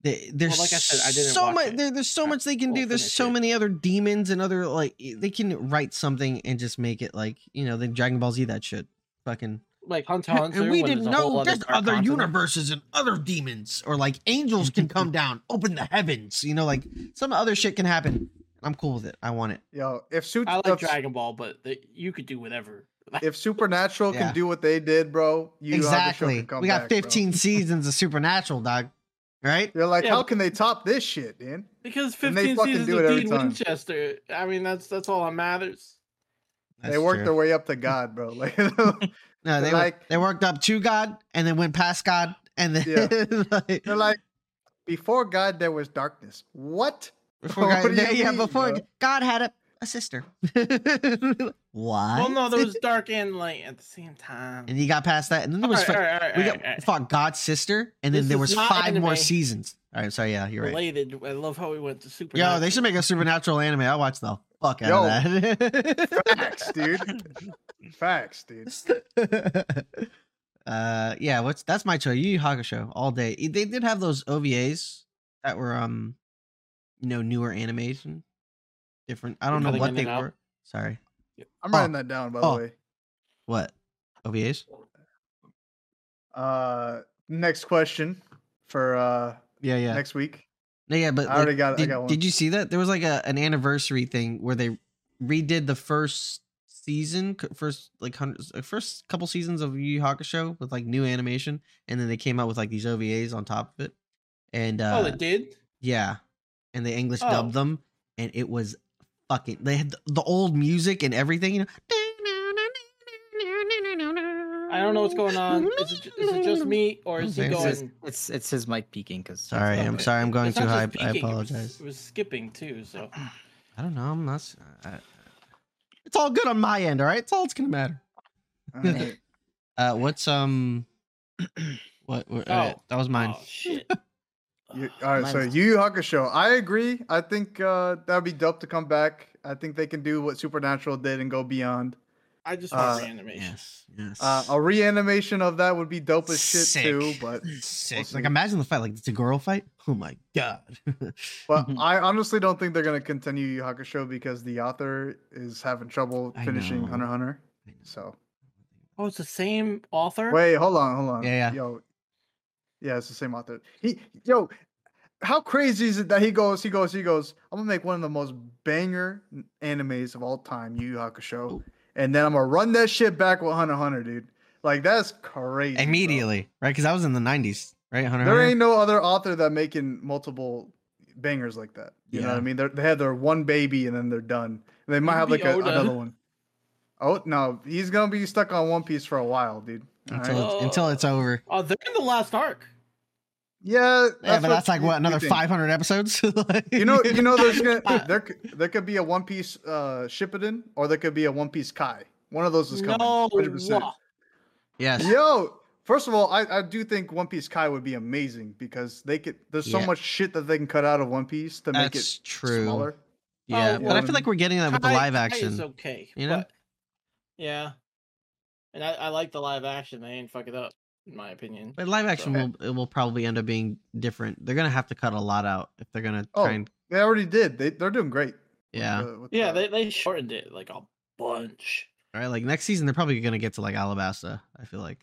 S1: they, there's
S6: like I said, I didn't
S1: so
S6: watch
S1: much.
S6: it.
S1: There, there's so
S6: I
S1: much they can do.
S6: will
S1: There's
S6: finish
S1: so
S6: it.
S1: many other demons and other like they can write something and just make it like you know the Dragon Ball Z that shit. Fucking
S6: Like Hunter x Hunter.
S1: and we
S6: when
S1: didn't
S6: there's a whole
S1: know
S6: other
S1: there's
S6: dark
S1: other
S6: continent.
S1: universes and other demons or like angels can
S6: (laughs)
S1: come down, open the heavens. You know, like some other shit can happen. I'm cool with it. I want it.
S2: Yo, if, Su-
S6: I like
S2: if,
S6: Dragon Ball, but the, you could do whatever.
S2: if Supernatural
S1: Yeah.
S2: can do what they did, bro, you
S1: exactly.
S2: Can come
S1: We got
S2: back, bro. (laughs)
S1: 15 seasons of Supernatural, dog. Right?
S2: You're like,
S6: Yeah,
S2: how
S6: but-
S2: can they top this shit, man?
S6: (laughs) Because
S2: And they
S6: 15
S2: fucking
S6: seasons
S2: do it
S6: of
S2: every
S6: Dean
S2: time.
S6: Winchester. I mean, that's that's all that matters.
S2: they worked their way up to God, bro. (laughs) Like,
S1: No, they
S2: They're
S1: wor-
S2: like-
S1: they worked up to God and then went past God and then (laughs) like,
S2: They're like, before God there was darkness. What?
S1: before
S2: (laughs) what
S1: God,
S2: do
S1: yeah,
S2: you
S1: yeah,
S2: mean,
S1: before
S2: bro?
S1: God had a, a sister. (laughs) Why?
S6: Well, no,
S1: (laughs)
S6: there was dark and light at the same time.
S1: And he got past that, and then there was
S6: Alright,
S1: fi-
S6: alright, alright,
S1: we got
S6: alright, alright.
S1: fought God's sister, and then
S6: uh, This
S1: there
S6: is
S1: was
S6: not
S1: five more
S6: anime.
S1: seasons. All right, sorry, yeah, you're right.
S6: related. I love how we went to super.
S1: Yo, they should make a supernatural anime. I'll watch the fuck out of
S2: Facts, dude.
S1: (laughs)
S2: Facts, dude.
S1: that. (laughs) uh, yeah, what's that's my show. Yu Yu Hakusho all day. E- They did have those OVAs that were um, you know, newer animation, different. I don't know
S6: cutting
S1: what
S6: in
S1: they
S6: and out.
S1: were. Sorry,
S2: I'm
S1: Oh.
S2: writing that down by
S1: Oh.
S2: the way.
S1: what OVAs?
S2: Uh, next question for uh
S1: Yeah, yeah,
S2: next week.
S1: (laughs) No, yeah. But
S2: I already
S1: like,
S2: got- I
S1: Did,
S2: got one.
S1: did you see that? There was like a an anniversary thing where they redid the first season, c- first like hundreds, uh, first couple seasons of Yu Yu Hakusho with like new animation, and then they came out with like these OVAs on top of it, and uh,
S6: Oh, they did.
S1: yeah, and they English
S6: Oh.
S1: dubbed them, and it was fucking. They had the, the old music and everything, you know.
S6: I don't know what's going on. Is it, ju- is it just me or is he
S1: It's
S6: going?
S1: just-
S4: It's, it's it's his mic peeking because
S1: Sorry, I'm
S6: Okay.
S1: sorry. I'm going
S6: It's
S1: too
S6: not
S1: high.
S6: just
S1: I
S6: peeking, it was-
S1: apologize.
S6: It was skipping too, so
S1: I don't know. I'm not. s- I- it's all good on my end. All right. It's all it's gonna matter.
S2: All right.
S1: Uh, what's um, (clears throat) what? what uh,
S6: Oh.
S1: that was (clears throat) mine.
S6: Oh (laughs) shit!
S2: You- all right, so Yu Yu Hakusho. I agree. I think uh that'd be dope to come back. I think they can do what Supernatural did and go beyond.
S6: I just want
S2: Uh,
S6: reanimation.
S1: Yes. Yes.
S2: Uh, a reanimation of that would be dope as shit too.
S1: Sick.
S2: But
S1: Sick.
S2: see.
S1: Like imagine the fight. Like it's a girl fight. Oh my god. (laughs)
S2: but
S1: Mm-hmm.
S2: I honestly don't think they're gonna continue Yu Yu Hakusho because the author is having trouble
S1: I
S2: finishing
S1: know.
S2: Hunter x Hunter. So
S6: Oh, it's the same author.
S2: wait, hold on, hold on.
S1: Yeah, yeah.
S2: Yo, yeah, it's the same author. He, yo, how crazy is it that he goes, he goes, he goes. I'm gonna make one of the most banger n- animes of all time, Yu Yu Hakusho,
S1: Ooh.
S2: and then I'm gonna run that shit back with Hunter x Hunter, dude. Like that's crazy. bro.
S1: Immediately, right? Because I was in the '90s, right? Hunter.
S2: There
S1: Hunter?
S2: ain't no other author that making multiple bangers like that. You know what
S1: Yeah.
S2: I mean? They're, they have their one baby and then they're done. And they might have like
S6: Maybe
S2: a,
S6: Oda.
S2: another one. Oh no, he's gonna be stuck on One Piece for a while, dude. All
S1: until
S2: right?
S1: it's, until it's over.
S6: Oh, they're in the last arc.
S2: Yeah,
S1: Yeah, but that's like
S2: you-
S1: what
S2: you
S1: another
S2: think.
S1: 500 episodes. (laughs)
S2: You know, you know, there's gonna there c- there could be a One Piece uh Shippuden or there could be a One Piece Kai. One of those is coming.
S6: No,
S2: 100%.
S6: wa-
S1: Yes.
S2: Yo, first of all, I, I do think One Piece Kai would be amazing because they could. There's so
S1: Yeah.
S2: much shit that they can cut out of One Piece to make
S1: That's
S2: it
S1: true.
S2: smaller. um,
S1: Yeah,
S6: Oh,
S1: but I
S2: well,
S1: feel like we're getting that with the
S6: Kai-
S1: live
S6: Kai
S1: action.
S6: is okay.
S1: you know?
S6: but- yeah, and I, I like the live action. They ain't fuck it up, in my opinion.
S1: But live action
S2: Okay.
S1: will it will probably end up being different. They're gonna have to cut a lot out if they're gonna
S2: Oh,
S1: try and
S2: They already did. They they're doing great. with
S1: yeah.
S2: the- with
S6: Yeah,
S2: the-
S6: they they shortened it like a bunch.
S1: All right, like next season they're probably gonna get to like Alabasta. I feel like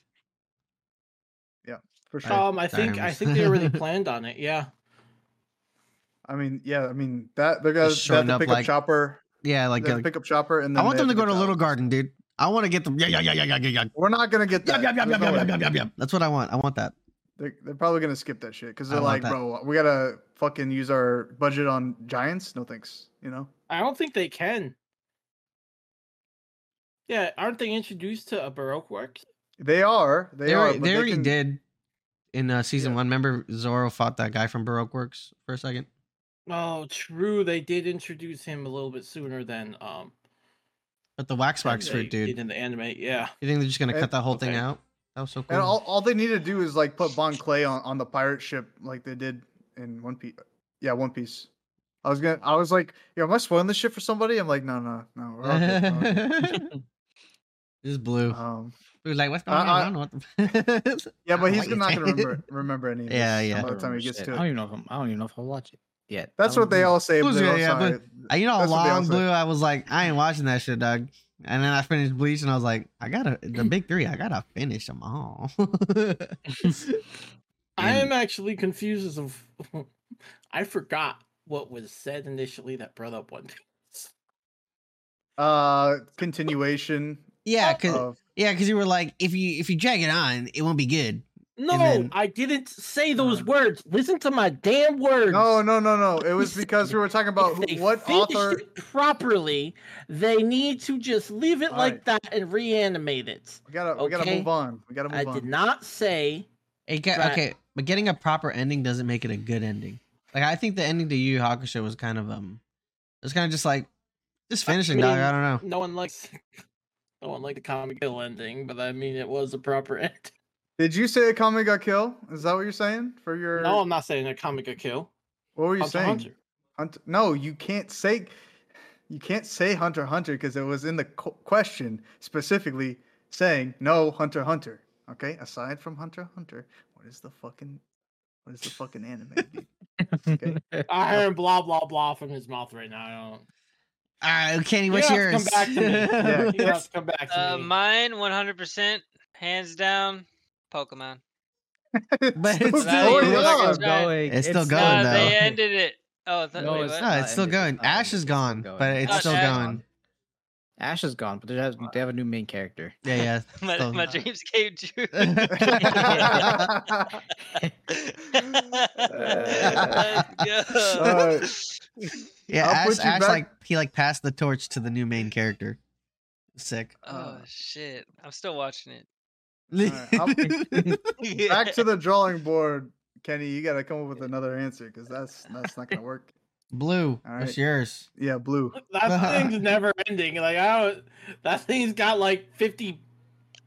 S2: for sure.
S6: Um, I
S1: Sorry,
S6: think
S1: I'm
S6: I
S1: just-
S6: think
S1: (laughs)
S6: they already planned on it. Yeah,
S2: I mean, yeah, I mean that they're gonna they have
S1: shorten
S2: to
S1: up,
S2: pick
S1: like-
S2: up Chopper.
S1: yeah, like,
S2: They have
S1: like-
S2: to pick up Chopper, and then
S1: I want
S2: they
S1: them to
S2: have
S1: go to
S2: get
S1: Little
S2: Alex.
S1: Garden, dude. I want to get them. Yeah, yeah, yeah, yeah, yeah, yeah, yeah.
S2: We're not gonna get that.
S1: Yum, yum, yum, yum,
S2: There's no
S1: yum,
S2: way.
S1: yum, yum, yum, yum. That's what I want. I want that.
S2: They're, they're probably gonna skip that shit because
S1: I
S2: they're
S1: want
S2: like,
S1: that.
S2: bro, we gotta fucking use our budget on giants. No thanks. You know,
S6: I don't think they can. Yeah, aren't they introduced to a baroque work?
S2: they are. They,
S1: They,
S2: are.
S1: already,
S2: but
S1: they already
S2: can-
S1: did in uh, season
S2: Yeah.
S1: one. Remember Zoro fought that guy from Baroque Works for a second.
S6: Oh, true. They did introduce him a little bit sooner than um
S1: But the Wax
S6: than
S1: Wax
S6: they
S1: fruit dude.
S6: did in the anime. Yeah,
S1: You think they're just gonna
S2: And-
S1: cut that whole thing
S6: okay.
S1: out? That was so cool.
S2: And all, all they need to do is like put Bon Clay on, on the pirate ship like they did in One Piece. Yeah, One Piece. I was gonna. I was like, yo, am I spoiling this shit for somebody? I'm like, no, no, no. We're all
S1: (laughs)
S2: good, we're all good."
S6: (laughs)
S1: This blue.
S2: Um,
S1: He was like, "What's going
S2: I-
S1: on? I,
S2: I-
S1: don't
S2: (laughs)
S1: know what." The- (laughs)
S2: yeah, but
S1: I
S2: he's
S1: like
S2: not
S1: it.
S2: gonna remember remember any. Of this
S1: Yeah, yeah.
S2: By the time he gets
S4: I
S2: to
S4: don't
S2: it,
S4: even know if I'm, I don't even know if I'll watch it yet.
S2: that's
S4: I
S2: what
S4: don't
S2: they
S4: know. (laughs)
S2: all (laughs) say.
S1: Blue's
S2: but
S1: good,
S2: I'm
S1: yeah,
S2: sorry.
S1: Uh, you know,
S2: That's what they all
S1: long
S2: say.
S1: blue. I was like, I ain't watching that shit, Doug. And then I finished Bleach, and I was like, I gotta
S2: (clears throat)
S1: the big three. I gotta finish them all. (laughs)
S6: I
S1: And-
S6: am actually confused as of (laughs) I forgot what was said initially that brought up one thing.
S2: Uh, continuation
S1: yeah, cause
S2: of
S1: yeah, 'cause you were like, if you if you drag it on, it won't be good.
S6: No,
S1: then- Uh,
S6: I didn't say those
S2: Um,
S6: words. Listen to my damn words.
S2: No, no, no, no. It was because we were talking about
S6: If
S2: who,
S6: they
S2: what
S6: finished
S2: author.
S6: it properly, they need to just leave it like
S2: Alright.
S6: that and reanimate it.
S2: We gotta, we gotta
S6: Okay.
S2: move on. We gotta move
S6: I
S2: on.
S6: did not say
S1: It get,
S6: Right.
S1: Okay, but getting a proper ending doesn't make it a good ending. Like I think the ending to Yu Yu Hakusho was kind of um, it was kind of just like just finishing. dog, I
S6: mean,
S1: don't know.
S6: no one likes (laughs) no one liked the comic kill ending, but I mean it was a proper (laughs) ending.
S2: Did you say a comic got killed? Is that what you're saying for your?
S6: No, I'm not saying a comic a kill.
S2: what were you
S6: Hunter,
S2: saying?
S6: Hunter.
S2: Hunt- no, you can't say. You can't say Hunter x Hunter because it was in the qu- question specifically saying no Hunter x Hunter. Okay, aside from Hunter x Hunter, what is the fucking, what is the fucking anime?
S1: (laughs)
S2: dude? Okay. (laughs)
S6: I heard blah blah blah from his mouth right now. I don't.
S1: All right, Kenny,
S6: You
S1: what's
S6: have to
S1: yours? (laughs)
S6: Come (laughs) back to me.
S2: Yeah.
S6: You have to come back to
S5: Uh,
S6: me.
S5: mine, 100%, hands down, Pokemon.
S2: (laughs)
S1: But
S2: Still
S1: it's
S5: not
S2: going
S5: even like
S2: on.
S5: it's not-
S1: It's still
S5: Nah,
S1: going, though.
S5: they ended it. Oh, th-
S4: No,
S5: wait,
S4: it's
S5: what?
S1: no, it's still
S4: ended, it's
S1: going.
S4: not
S1: Ash
S4: ended,
S1: is
S4: it's
S1: gone,
S4: still
S1: but
S4: going.
S1: it's
S5: Oh,
S1: still
S5: Ash-
S1: going.
S4: Ash is gone, but they have they have a new main character.
S1: Yeah, yeah.
S2: (laughs)
S1: it's
S5: my,
S1: still-
S5: my dreams came true.
S4: (laughs)
S2: (laughs)
S5: Let's go.
S1: (laughs) yeah,
S2: I'll
S1: Ash,
S2: put you
S1: Ash
S2: back-
S1: like he like passed the torch to the new main character. Sick.
S5: Oh shit! I'm still watching it.
S2: Alright, (laughs) Back to the drawing board, Kenny. You gotta come up with another answer because that's that's not gonna work.
S1: (laughs) Blue, what's
S2: Alright.
S1: your's?
S2: Yeah, blue.
S6: That
S2: (laughs)
S6: thing's never ending. Like I don't, that thing's got like fifty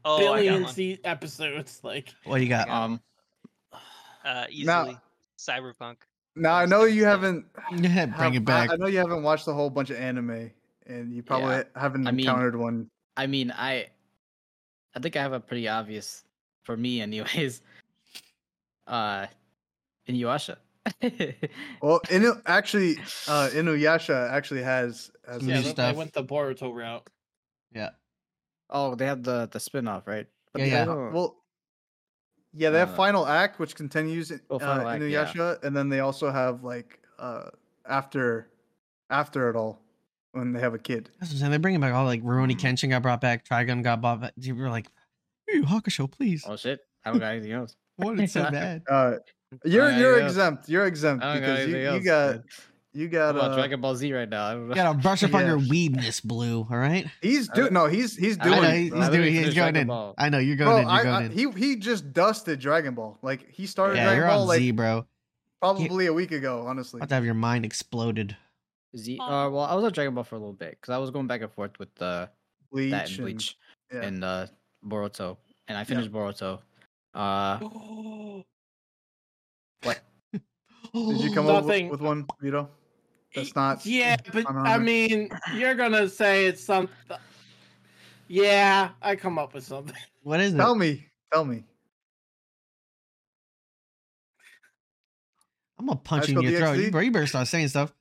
S5: oh,
S6: billion
S5: I got one.
S6: se- episodes. (laughs) Like
S1: What do you got?
S4: Um,
S5: Uh,
S2: Now-
S5: easily cyberpunk.
S2: Now I know you haven't.
S1: (laughs) Bring
S2: have-
S1: it back.
S2: I, I know you haven't watched a whole bunch of anime, and you probably
S4: Yeah,
S2: haven't
S4: I mean-
S2: encountered one.
S4: I mean, I, I think I have a pretty obvious, for me, anyways. (laughs) Uh, in Yuasha.
S2: Well, Inu, actually, uh, Inuyasha actually has has
S1: Some
S6: yeah,
S1: new
S6: they-
S2: a-
S1: stuff.
S6: they went the Boruto route.
S1: Yeah.
S4: (laughs) oh, they have the the spin off, right?
S1: Yeah,
S4: the
S1: yeah.
S4: other-
S2: Oh, well. Yeah, they have
S4: Uh,
S2: final act, which continues in-
S4: Oh,
S2: uh,
S4: Final Act, yeah.
S2: Inuyasha, and then they also have like uh, after, after it all, when they have a kid.
S1: That's what I'm saying. They're bringing back all like Rurouni
S2: Hmm.
S1: Kenshin got brought back, Trigun got brought back. You were like, Yu Yu Hakusho, please.
S4: Oh shit! I don't got anything else.
S1: I want it so
S4: (laughs)
S1: bad.
S2: Uh, you're
S4: yeah,
S2: you're
S4: yeah.
S2: exempt. You're exempt
S4: I don't got
S2: because you,
S4: anything
S2: you
S4: else.
S2: got
S4: man.
S2: you
S4: I'm
S2: got
S4: on
S2: uh,
S4: Dragon Ball Z right now. I don't know.
S1: You gotta brush up on
S2: (laughs) Yeah.
S1: your weebness, Blue. All right.
S2: he's
S4: I
S2: doing
S4: don't-
S2: no he's he's
S4: I
S2: doing
S1: I know
S4: don't-
S2: it,
S1: he's,
S2: bro.
S1: he's doing.
S4: Let me
S1: He's
S4: finish
S1: going
S4: Dragon
S1: in.
S4: Ball.
S1: I know you're going
S2: Bro,
S1: in. You're
S2: I,
S1: going
S2: I,
S1: in.
S2: he he just dusted Dragon Ball. Like he started
S1: yeah,
S2: Dragon
S1: you're
S2: Ball
S1: on
S2: like
S1: Z, bro.
S2: probably a week ago, honestly.
S1: About to have your mind exploded.
S4: (laughs) Z. Uh, well, I was on Dragon Ball for a little bit because I was going back and forth with uh,
S2: Bleach,
S4: that and
S2: and-
S4: Bleach
S2: yeah.
S4: and uh, Boruto, and I finished Boruto. Uh,
S1: (gasps)
S2: Did you come up with,
S6: Nothing.
S2: with one, Vito? That's
S6: Y-
S2: (gasps) not-
S6: Yeah, but
S2: I'm
S6: I
S2: honest.
S6: mean, you're gonna say it's something. Yeah, I come up with something. (laughs)
S1: What is it?
S2: Tell me, tell me.
S1: I'm gonna punch you in
S2: spelled
S1: your throat,
S2: DXD?
S1: you, bro. You better start saying
S2: (laughs)
S1: stuff.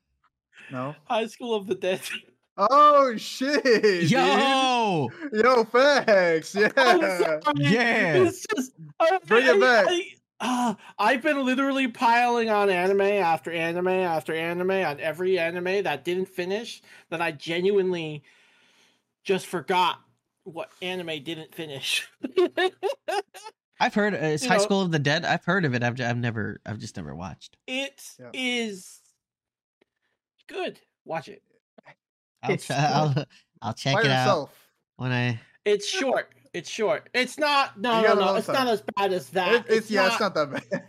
S2: No.
S6: High School of the Dead. (laughs)
S2: Oh shit!
S1: Yo,
S2: dude. yo, facts.
S6: I'm
S2: Yeah.
S6: sorry,
S1: Yeah.
S6: It's just, I-
S2: Bring it
S6: I-
S2: back.
S6: I, ah, I've been literally piling on anime after anime after anime on every anime that didn't finish that I genuinely just forgot what anime didn't finish. (laughs)
S1: I've heard uh, it's
S6: You
S1: High
S6: know-
S1: School of the Dead. I've heard of it. I've, j- I've never. I've just never
S2: (laughs)
S1: watched.
S6: It is
S2: Yeah.
S6: good. Watch it.
S1: I'll
S6: It's
S1: ch-
S6: good.
S1: I'll, (laughs) I'll check
S2: By
S1: it out
S2: yourself.
S1: when I.
S6: It's short. It's short. It's not. No,
S2: You
S6: no,
S2: got a
S6: no.
S2: long
S6: It's
S2: time.
S6: not as bad as that.
S2: It- it's, yeah, it's not that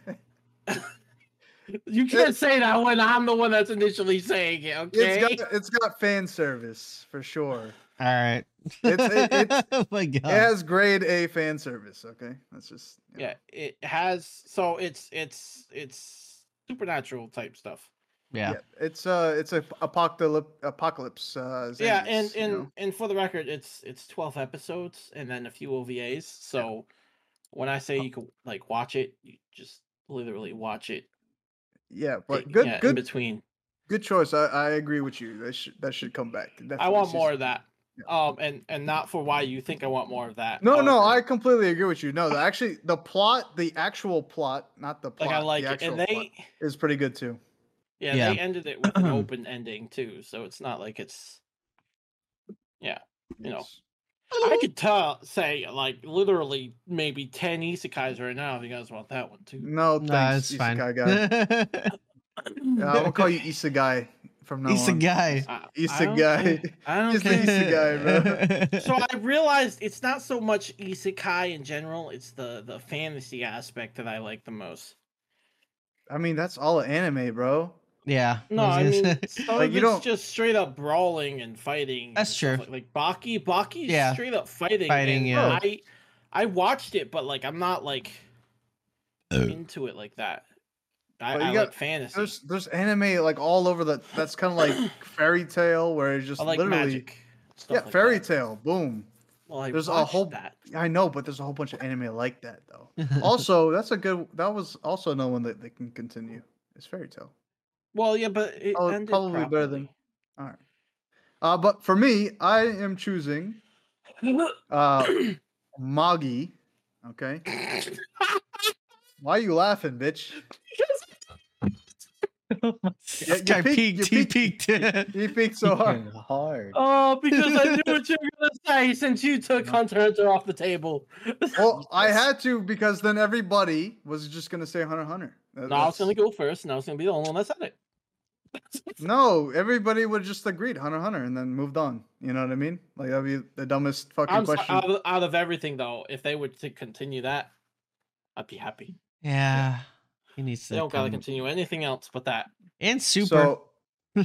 S2: bad. (laughs)
S6: You can't say that when I'm the one that's initially saying it. Okay.
S2: It's got it's got fan service for
S6: (laughs)
S2: sure.
S1: All right.
S2: It's-
S1: (laughs)
S2: it- it's-
S1: oh my god.
S2: It has grade A fan service. Okay, that's just
S6: yeah it has so it's it's it's supernatural type stuff
S1: yeah.
S2: It's uh, it's a apocalypse apocalypse. Uh,
S6: yeah and
S2: zombies, you
S6: and
S2: know?
S6: and for the record it's it's 12 episodes and then a few ovas so when i
S2: Oh.
S6: say you can like watch it you just literally watch it
S2: yeah, but
S6: like,
S2: good
S6: yeah, in
S2: good
S6: between
S2: good choice. I, I agree with you. That should that should come back.
S6: i
S2: Definitely
S6: want
S2: season-
S6: more of that um and and not for why you think i want more of that um,
S2: No, no, I
S6: however,
S2: completely agree with you. No, the actually the plot, the actual plot, not the plot.
S6: like i like
S2: the
S6: it and
S2: actual plot
S6: they
S2: is pretty good too.
S6: yeah,
S1: Yeah.
S6: they ended it with an open ending too so it's not like it's you know.
S2: Yes.
S6: I could tell, say, like literally maybe ten isekais right now. If you guys want that one too.
S2: No, thanks,
S1: Nah, it's fine.
S2: Isekai guy.
S1: (laughs)
S2: Yeah, I will call you Isegai from now
S1: He's a
S2: on.
S1: guy.
S6: I- I don't
S2: Isegai.
S6: think- I don't
S2: Just
S6: think.
S2: (laughs)
S1: (laughs)
S2: Isekai,
S6: So I realized it's not so much isekai in general; it's the the fantasy aspect that I like the most.
S2: I mean, that's all anime, bro.
S1: yeah.
S6: (laughs) No,
S1: was
S6: I
S1: gonna
S6: mean,
S1: (laughs) say.
S6: some
S2: Like,
S6: of
S2: you
S6: it's
S2: don't-
S6: just straight up brawling and fighting.
S1: That's
S6: and stuff
S1: true.
S6: Like, like Baki, Baki's
S1: Yeah.
S6: straight up fighting.
S1: Fighting,
S6: and
S1: yeah.
S6: I, I watched it, but like, I'm not like
S1: Oh.
S6: into it like that. I,
S2: But you
S6: I
S2: got-
S6: like fantasy.
S2: There's there's anime like all over the. That's kind of
S6: (coughs)
S2: like fairy tale where it's just
S6: I like
S2: literally.
S6: magic. stuff
S2: Yeah,
S6: like
S2: fairy
S6: that.
S2: tale. Boom.
S6: Well, I
S2: there's a
S6: watched
S2: whole-
S6: that.
S2: I know, but there's a whole bunch of anime like that though. Also, that's a good. That was also another one that they can continue. It's fairy tale.
S6: Well, yeah, but it
S2: Oh,
S6: ended
S2: probably better than-
S6: properly.
S2: All right. Uh, but for me, I am choosing uh, (clears throat) Moggy.
S1: (laughs)
S2: Okay. Why you laughing, bitch?
S1: this
S2: you
S1: guy peaked.
S2: peaked, you
S1: He peaked.
S2: You think
S4: (laughs)
S2: so
S5: (laughs)
S2: hard.
S7: hard.
S6: (laughs) Oh, because I knew what you were gonna say since you
S2: (laughs)
S6: took Hunter x Hunter off the table.
S2: Well, I had to because then everybody was just gonna say Hunter x Hunter. That-
S6: No, I was
S2: that's-
S6: gonna go first, and I was gonna be the only one that said it.
S2: No, everybody would just agree Hunter x Hunter and then moved on. You know what I mean? Like that'd be the dumbest fucking
S6: I'm so- uh,
S2: question.
S6: out, of, out of everything though. If they were to continue that, I'd be happy.
S1: (laughs) yeah. He needs to.
S6: They don't gotta
S1: come-
S6: continue anything else but that.
S1: And super.
S2: So (laughs)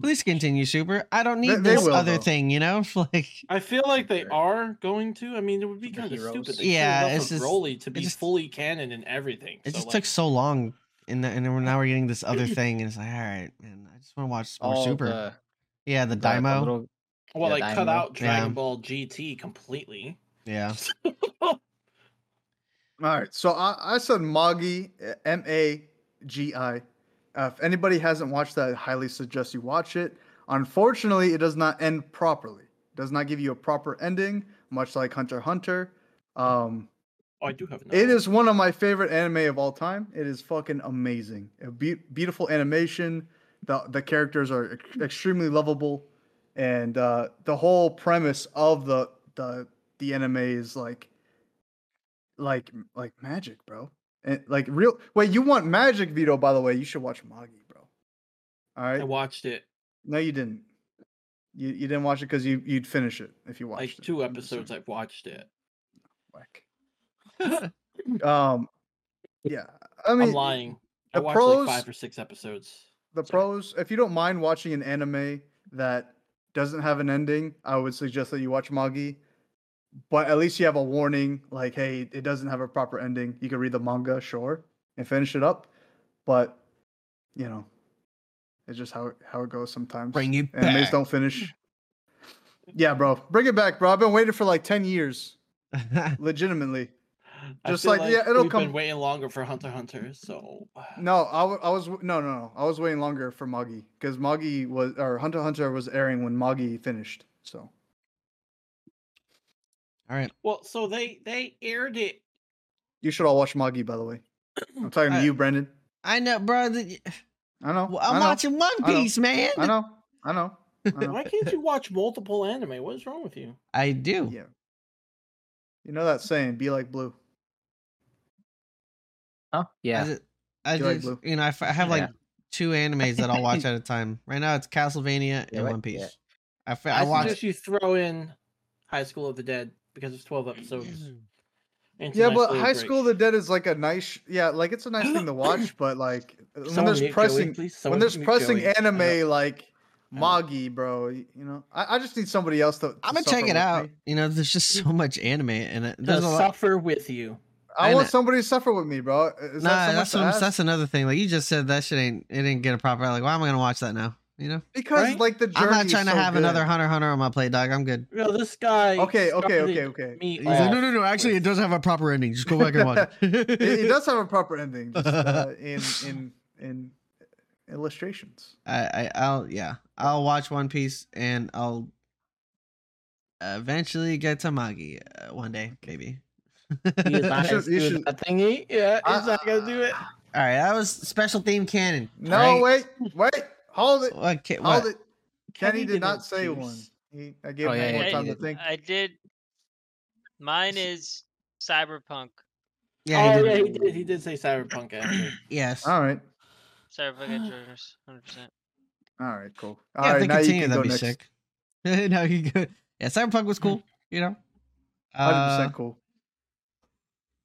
S1: Please continue, super. I don't
S2: They-
S1: need
S2: they
S1: this
S2: will,
S1: other
S2: though.
S1: thing. You know, (laughs) like
S6: I feel like they
S7: Sure.
S6: are going to. I mean, it would be
S7: The
S6: kind of
S7: heroes.
S6: stupid. They
S1: Yeah,
S6: yeah,
S1: it's
S6: it's
S1: just-
S6: Broly to be
S1: just-
S6: fully canon in everything.
S1: it
S6: so,
S1: just
S6: like,
S1: took so long, and the, and then we're, now we're getting this
S2: (clears throat)
S1: other thing, and it's like, all right, man, I just want to watch more
S7: All
S1: super.
S7: the-
S1: yeah, the,
S7: the- the
S1: Daimo.
S7: little-
S6: well,
S7: yeah,
S6: like cut
S7: Daimyo.
S6: out Dragon
S1: Yeah.
S6: Ball GT completely.
S7: (laughs)
S1: yeah. (laughs)
S2: all right, so I, I said Moggy, eh, M A G I. Uh, if anybody hasn't watched that, I highly suggest you watch it. Unfortunately, it does not end properly. It does not give you a proper ending, much like Hunter x Hunter. Um,
S6: Oh, I do have. another
S2: It
S6: one.
S2: is one of my favorite anime of all time. It is fucking amazing. A be- beautiful animation. The the characters are ex- extremely lovable, and uh, the whole premise of the the the anime is like like like magic, bro. And like real. Wait, you want magic, Vito? By the way, you should watch Magi, bro. All
S6: I
S2: right.
S6: watched it
S2: No, you didn't. You you didn't watch it because you you'd finish it if you watched
S6: like
S2: it.
S6: two
S2: I'm just saying.
S6: episodes. I've watched it.
S2: Whack.
S6: (laughs)
S2: um. Yeah, I
S6: I
S2: mean,
S6: am lying. I
S2: the
S6: watched
S2: pros-
S6: like five or six episodes.
S2: the
S6: Sorry.
S2: pros if you don't mind watching an anime that doesn't have an ending i would suggest that you watch magi but at least you have a warning like hey it doesn't have a proper ending you can read the manga sure and finish it up but you know it's just how how it goes sometimes
S1: Bring it
S2: animes
S1: back.
S2: don't finish yeah bro bring it back bro i've been waiting for like 10 years legitimately
S6: I
S2: Just
S6: feel
S2: like- yeah, it'll
S6: we've
S2: come-
S6: Been waiting longer for Hunter x Hunter, so
S2: No, I wa- I was w- no no no. I was waiting longer for Moggy because Moggy was or Hunter x Hunter was airing when Moggy finished. So
S1: all right.
S6: Well, so they they aired it.
S2: you should all watch Moggy, by the way. I'm talking to
S1: I-
S2: you, Brandon.
S1: I know, bro. that-
S2: I know.
S1: Well,
S2: I
S1: I'm
S2: know,
S1: watching One
S2: know.
S1: Piece, man.
S2: I know. I know. I know.
S6: Why can't you watch multiple anime? What is wrong with you?
S1: I do.
S2: yeah. You know that saying, "Be like blue."
S7: Huh?
S1: I
S7: Yeah.
S1: ju- I
S2: You like
S1: just,
S2: blue?
S1: you know, I, f- I have like two animes that I'll watch at a time. Right now, it's Castlevania
S7: Yeah,
S1: and
S7: right?
S1: One Piece.
S7: Yeah.
S1: I, f-
S6: I,
S1: I watch.
S6: suggest you throw in High School of the Dead because it's twelve episodes. into
S2: Yeah,
S6: my
S2: but
S6: school
S2: High
S6: break.
S2: School of the Dead is like a nice, yeah, like it's a nice thing
S1: (gasps)
S2: to watch. But like when
S6: Someone
S2: there's
S6: mute Joey,
S2: pressing,
S6: please.
S2: when
S6: Someone
S2: there's
S6: mute
S2: pressing
S6: Joey. Uh, I don't-
S2: anime like
S6: know.
S2: Moggy, bro, y- you know, I, I just need somebody else to. to
S1: I'm gonna
S2: suffer
S1: check
S2: with
S1: it out.
S2: me.
S1: You know, there's just so much anime in it.
S6: To
S1: There's a lot.
S6: suffer with you.
S2: I
S1: I
S2: want
S1: know.
S2: somebody to suffer with me, bro. Is
S1: Nah,
S2: that so much
S1: that's
S2: to
S1: what I'm-
S2: ask?
S1: that's another thing. Like you just said, that shit ain't it didn't get a proper. Like, why am I gonna watch that now? You know,
S2: Because
S6: right?
S2: like the journey.
S1: I'm not
S2: is
S1: trying to
S2: so
S1: have
S2: good.
S1: another Hunter x Hunter on my plate, dog. I'm good.
S6: Yo, this guy.
S2: Okay, okay, okay,
S6: started
S2: okay.
S6: Me
S1: He's like,
S6: off
S1: no, no, no. Actually, it
S6: with-
S1: does have a proper ending. Just go back and watch (laughs) it.
S2: It, it does have a proper ending,
S1: (laughs)
S2: just uh, in in in illustrations.
S1: I, I I'll yeah. I'll watch One Piece and I'll eventually get to Magi uh, one day, maybe. All (laughs)
S7: He's
S1: right,
S7: not
S2: should- (laughs) you
S7: doing
S2: should- Ah,
S7: that thingy. Yeah, he's
S2: I-
S7: not gonna do it.
S1: that was special theme canon.
S2: No,
S1: right?
S2: wait, wait, hold it,
S1: Okay,
S2: hold
S1: what?
S2: it. Kenny, did
S6: didn't
S2: not say
S6: choose.
S2: one. He, I gave
S7: Oh,
S2: him
S7: yeah,
S2: more
S5: yeah,
S2: time
S5: he
S2: to think.
S5: I did Mine is Cyberpunk.
S1: Yeah, he
S6: oh
S1: did.
S6: yeah, he did. He did
S2: (clears throat)
S6: say cyberpunk. actually.
S1: Yes.
S2: All right. (gasps)
S5: Cyberpunk Edge Runners, 100%.
S2: All right. Cool. All
S1: yeah,
S2: right.
S1: if they
S2: now you
S1: continue,
S2: can
S1: that'd
S2: go
S1: be
S2: next.
S1: sick. (laughs) no, you could. Yeah, Cyberpunk was cool. You know.
S2: Hundred
S1: Uh,
S2: percent cool.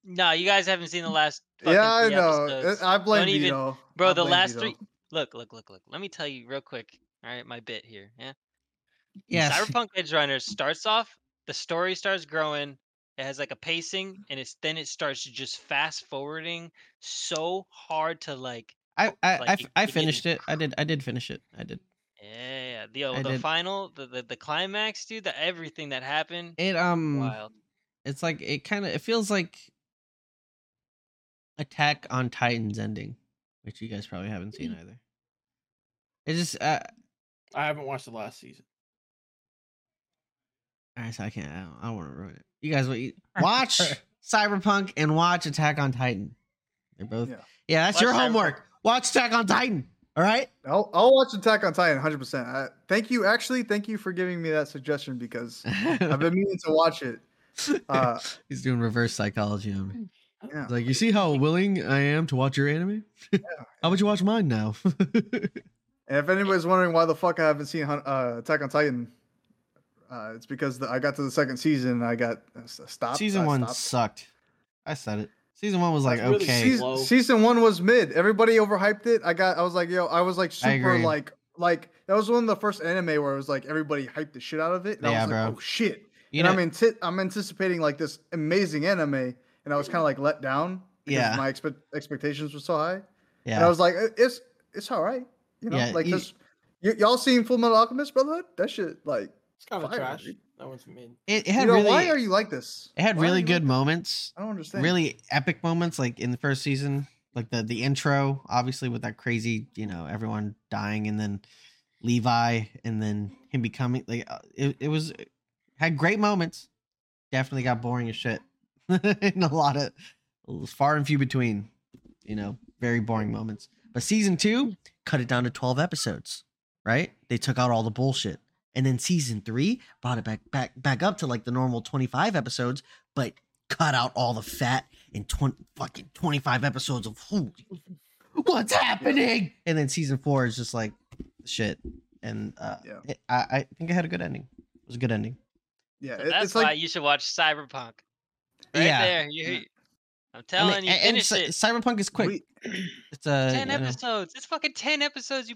S5: No, you guys haven't seen the last. fucking
S2: Mm, Yeah, I
S5: three
S2: know.
S5: episodes.
S2: I blame
S5: Don't even-
S2: Vito.
S5: Bro,
S2: I
S5: the
S2: blame
S5: last
S2: Vito.
S5: three. Look, look, look, look. Let me tell you real quick. All right, my bit here. Yeah.
S1: yes.
S5: Cyberpunk Edge Runners starts off, the story starts growing. It has like a
S1: Mm-hmm.
S5: pacing, and it's then it starts just fast forwarding so hard to like.
S1: I I, I,
S5: like, you-
S1: f- I
S5: you didn't-
S1: finished it. I did. I did finish it. I did.
S5: Yeah, the oh,
S1: I
S5: the
S1: did-
S5: final, the, the the climax, dude. The everything that happened.
S1: It um.
S5: Wild.
S1: It's like it kind of. It feels like Attack on Titans ending, which you guys probably haven't
S5: Mm.
S1: seen either. It just. Uh,
S6: I haven't watched the last season.
S1: all right, so I can't. I don't, I don't want to ruin it. You guys will
S5: (laughs)
S1: eat. watch Cyberpunk and watch Attack on Titan. They're both. Yeah,
S2: Yeah.
S1: that's
S5: Watch
S1: your
S5: Cyberpunk.
S1: homework. Watch Attack on Titan. All right.
S2: I'll, I'll watch Attack on Titan 100%. I, thank you. Actually, thank you for giving me that
S1: (laughs)
S2: suggestion because I've been meaning to watch it. Uh,
S1: He's doing reverse psychology on me.
S2: Yeah.
S1: It's Like, you see how willing I am to watch your anime? (laughs) how would you watch mine now? (laughs)
S2: and if anybody's wondering why the fuck I haven't seen Hun- uh, Attack on Titan, uh, it's because the, I got to the second season and I got uh, s- stopped.
S1: season
S2: I
S1: one
S2: stopped.
S1: sucked. I said it. Season one was like,
S6: That's really
S1: okay.
S6: season-
S2: Season,
S6: Low.
S2: season one was mid. Everybody overhyped it. I got. I was like, yo, I was like
S1: I
S2: super
S1: agree.
S2: like like that was one of the first anime where it was like everybody hyped the shit out of it. And I
S1: Yeah,
S2: was like,
S1: bro.
S2: oh shit.
S1: you
S2: and
S1: know,
S2: I'm anti- I'm anticipating like this amazing anime, and I was kind of like let down. because
S1: Yeah.
S2: my expe- expectations were so high, and I
S1: yeah.
S2: was like, "It- it's it's all right, you know.
S1: Yeah,
S2: like
S1: you-
S2: this, y- y'all seen Full Metal Alchemist Brotherhood? That shit, like,
S6: It's kind of
S2: Fire,
S6: trash.
S2: dude.
S6: That one's mid.
S1: it, it
S2: you
S1: had
S2: know,
S1: really,
S2: why are you like this?
S1: it had
S2: Why are
S1: really
S2: you
S1: good
S2: like-
S1: moments,
S2: I don't understand.
S1: really epic moments, like in the first season, like the the intro, obviously with that crazy, you know, everyone dying, and then Levi, and then him becoming like uh, it. It was it had great moments. Definitely got boring as shit, (laughs) and a lot of far and few between. You know, very boring moments. But season two cut it down to twelve episodes. Right? They took out all the bullshit, and then season three brought it back back back up to like the normal twenty five episodes, but cut out all the fat and twenty fucking twenty five episodes of who. What's happening? And then season four is just like shit and uh,
S2: Yeah.
S1: it- I, I think it had a good ending. It was a good ending.
S2: Yeah,
S5: So
S2: it-
S5: that's
S2: it's
S5: why
S2: like
S5: you should watch Cyberpunk. Right
S1: Yeah.
S5: there. You,
S2: Yeah.
S5: I'm
S1: And
S5: telling
S1: it-
S5: you,
S1: and,
S5: finish
S1: Cy-
S5: it.
S1: Cyberpunk is quick.
S2: we,
S1: (clears throat) it's uh, a
S5: ten episodes. It's fucking ten episodes. You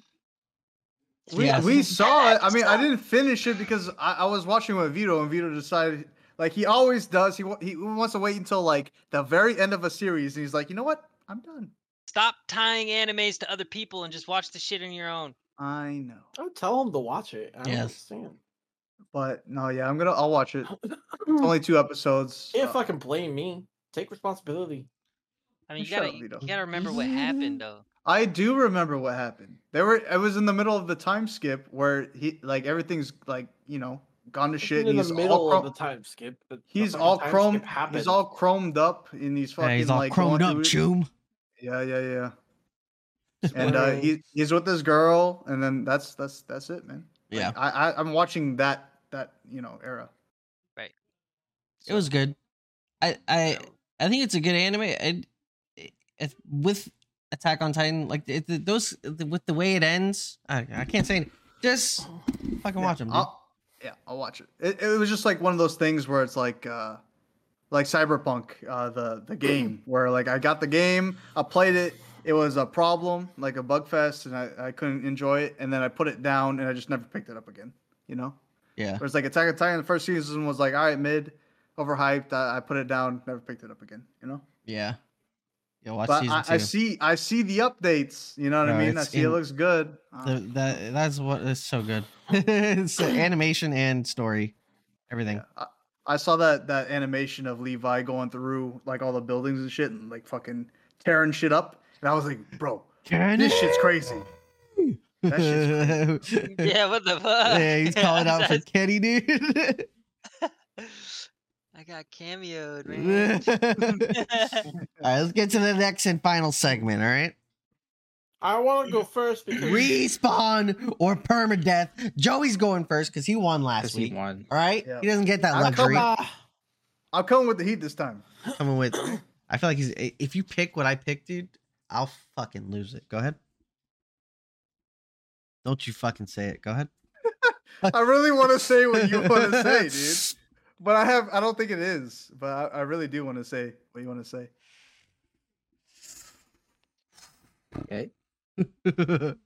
S2: we,
S1: Yes.
S2: we saw it. I mean, I didn't finish it because I, I was watching with Vito, and Vito decided. Like he always does, he wa- he wants to wait until like the very end of a series, and he's like, you know what, I'm done.
S5: stop tying animes to other people and just watch the shit on your own.
S2: I know.
S6: I would tell him to watch it. I don't
S1: Yes.
S6: understand.
S2: But no, yeah, I'm gonna. I'll watch it. It's
S6: (clears throat)
S2: only two episodes.
S6: Can't
S2: Uh,
S6: fucking blame me. Take responsibility.
S5: I mean, you
S2: Shut
S5: gotta
S2: up,
S5: you
S2: Vito.
S5: gotta remember
S1: (laughs)
S5: what happened though.
S2: I do remember what happened. There were. It was in the middle of the time skip where he like everything's like you know gone to shit.
S6: Even
S2: And
S6: in
S2: he's
S6: the middle
S2: all
S6: of
S2: chrome,
S6: the time skip. the- the
S2: he's
S6: fucking
S2: all
S6: time
S2: chrome.
S6: skip happened.
S2: He's all chromed up in these fucking
S1: he's all
S2: like
S1: chromed
S2: going
S1: up,
S2: through-
S1: choom.
S2: Yeah, yeah, yeah.
S6: It's
S2: And uh,
S6: literally-
S2: he, he's with this girl, and then that's that's that's it, man. Like,
S1: Yeah.
S2: I, I I'm watching that that you know era.
S1: It was good. I I I think it's a good anime. I, if, with Attack on Titan, like it, it- those with the way it ends, I, I can't say. any- Just fucking watch them.
S2: I'll, yeah, I'll watch it. it. It was just like one of those things where it's like, uh, like Cyberpunk, uh, the
S1: (clears throat)
S2: the game, where like I got the game, I played it, it was a problem, like a bug fest, and I, I couldn't enjoy it, and then I put it down, and I just never picked it up again. You know,
S1: Yeah,
S2: where it's like Attack on Titan, the first season was like, all right, mid, overhyped, I, I put it down, never picked it up again. You know,
S1: yeah, yeah. Watch
S2: but
S1: season
S2: I,
S1: two.
S2: I see, I see the updates. You know what
S1: Bro,
S2: I mean? I
S1: it's
S2: see it
S1: in-
S2: looks good. Uh,
S1: The- that that's what is so good. (laughs)
S2: (laughs)
S1: it's the animation and story, everything.
S2: Yeah, I, I saw that that animation of Levi going through like all the buildings and shit and like fucking tearing shit up, and I was like, bro, this shit's crazy. That shit's
S1: (laughs)
S5: yeah, what the fuck?
S1: Yeah, he's
S5: (laughs)
S1: calling out
S7: (laughs)
S1: for Kenny, dude.
S5: I got
S1: (laughs)
S5: cameoed,
S1: all
S5: man. (laughs)
S1: right, let's get to the next and final segment. All right,
S6: I want to go first because
S1: respawn or permadeath. Joey's going first because he won last
S7: Because he
S1: week.
S7: won.
S1: All right,
S2: Yeah.
S1: he doesn't get that
S2: How come
S1: luxury.
S6: Ah,
S2: I'll come with the heat this time.
S1: Coming with, I feel like he's. If you pick what I picked, dude, I'll fucking lose it. Go ahead. Don't you fucking say it. Go ahead.
S2: I really want to say what you
S1: (laughs)
S2: want to say, dude. But I have. I don't think it is. But I, I really do want to say what you want to say.
S4: Okay.
S1: dude.
S2: I'm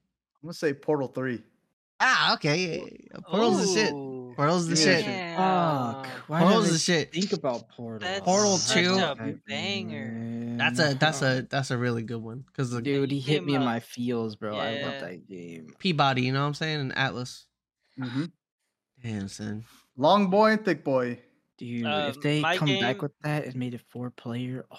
S2: gonna say Portal Three.
S1: (laughs) ah, okay. yeah, yeah, yeah. Portals the shit.
S4: Oh.
S5: Ooh,
S1: Portals the
S2: Yeah.
S1: shit.
S5: yeah.
S4: Fuck. Why
S1: Portals
S4: did
S1: the shit.
S4: think about Portal?
S5: That's
S1: Portal
S5: such
S1: 2.
S5: a banger.
S1: That's a that's a that's a really good one because the
S4: dude. He
S5: Game
S4: hit me in
S5: of-
S4: my feels, bro. I
S5: Yeah.
S4: love that game.
S1: Peabody, you know what I'm saying, and Atlas.
S2: Mm-hmm.
S1: Damn, son.
S2: Long boy and thick boy.
S4: Dude,
S5: Um,
S4: if they
S5: my
S4: come
S5: game-
S4: back with that and made it four player,
S1: (laughs)
S4: oh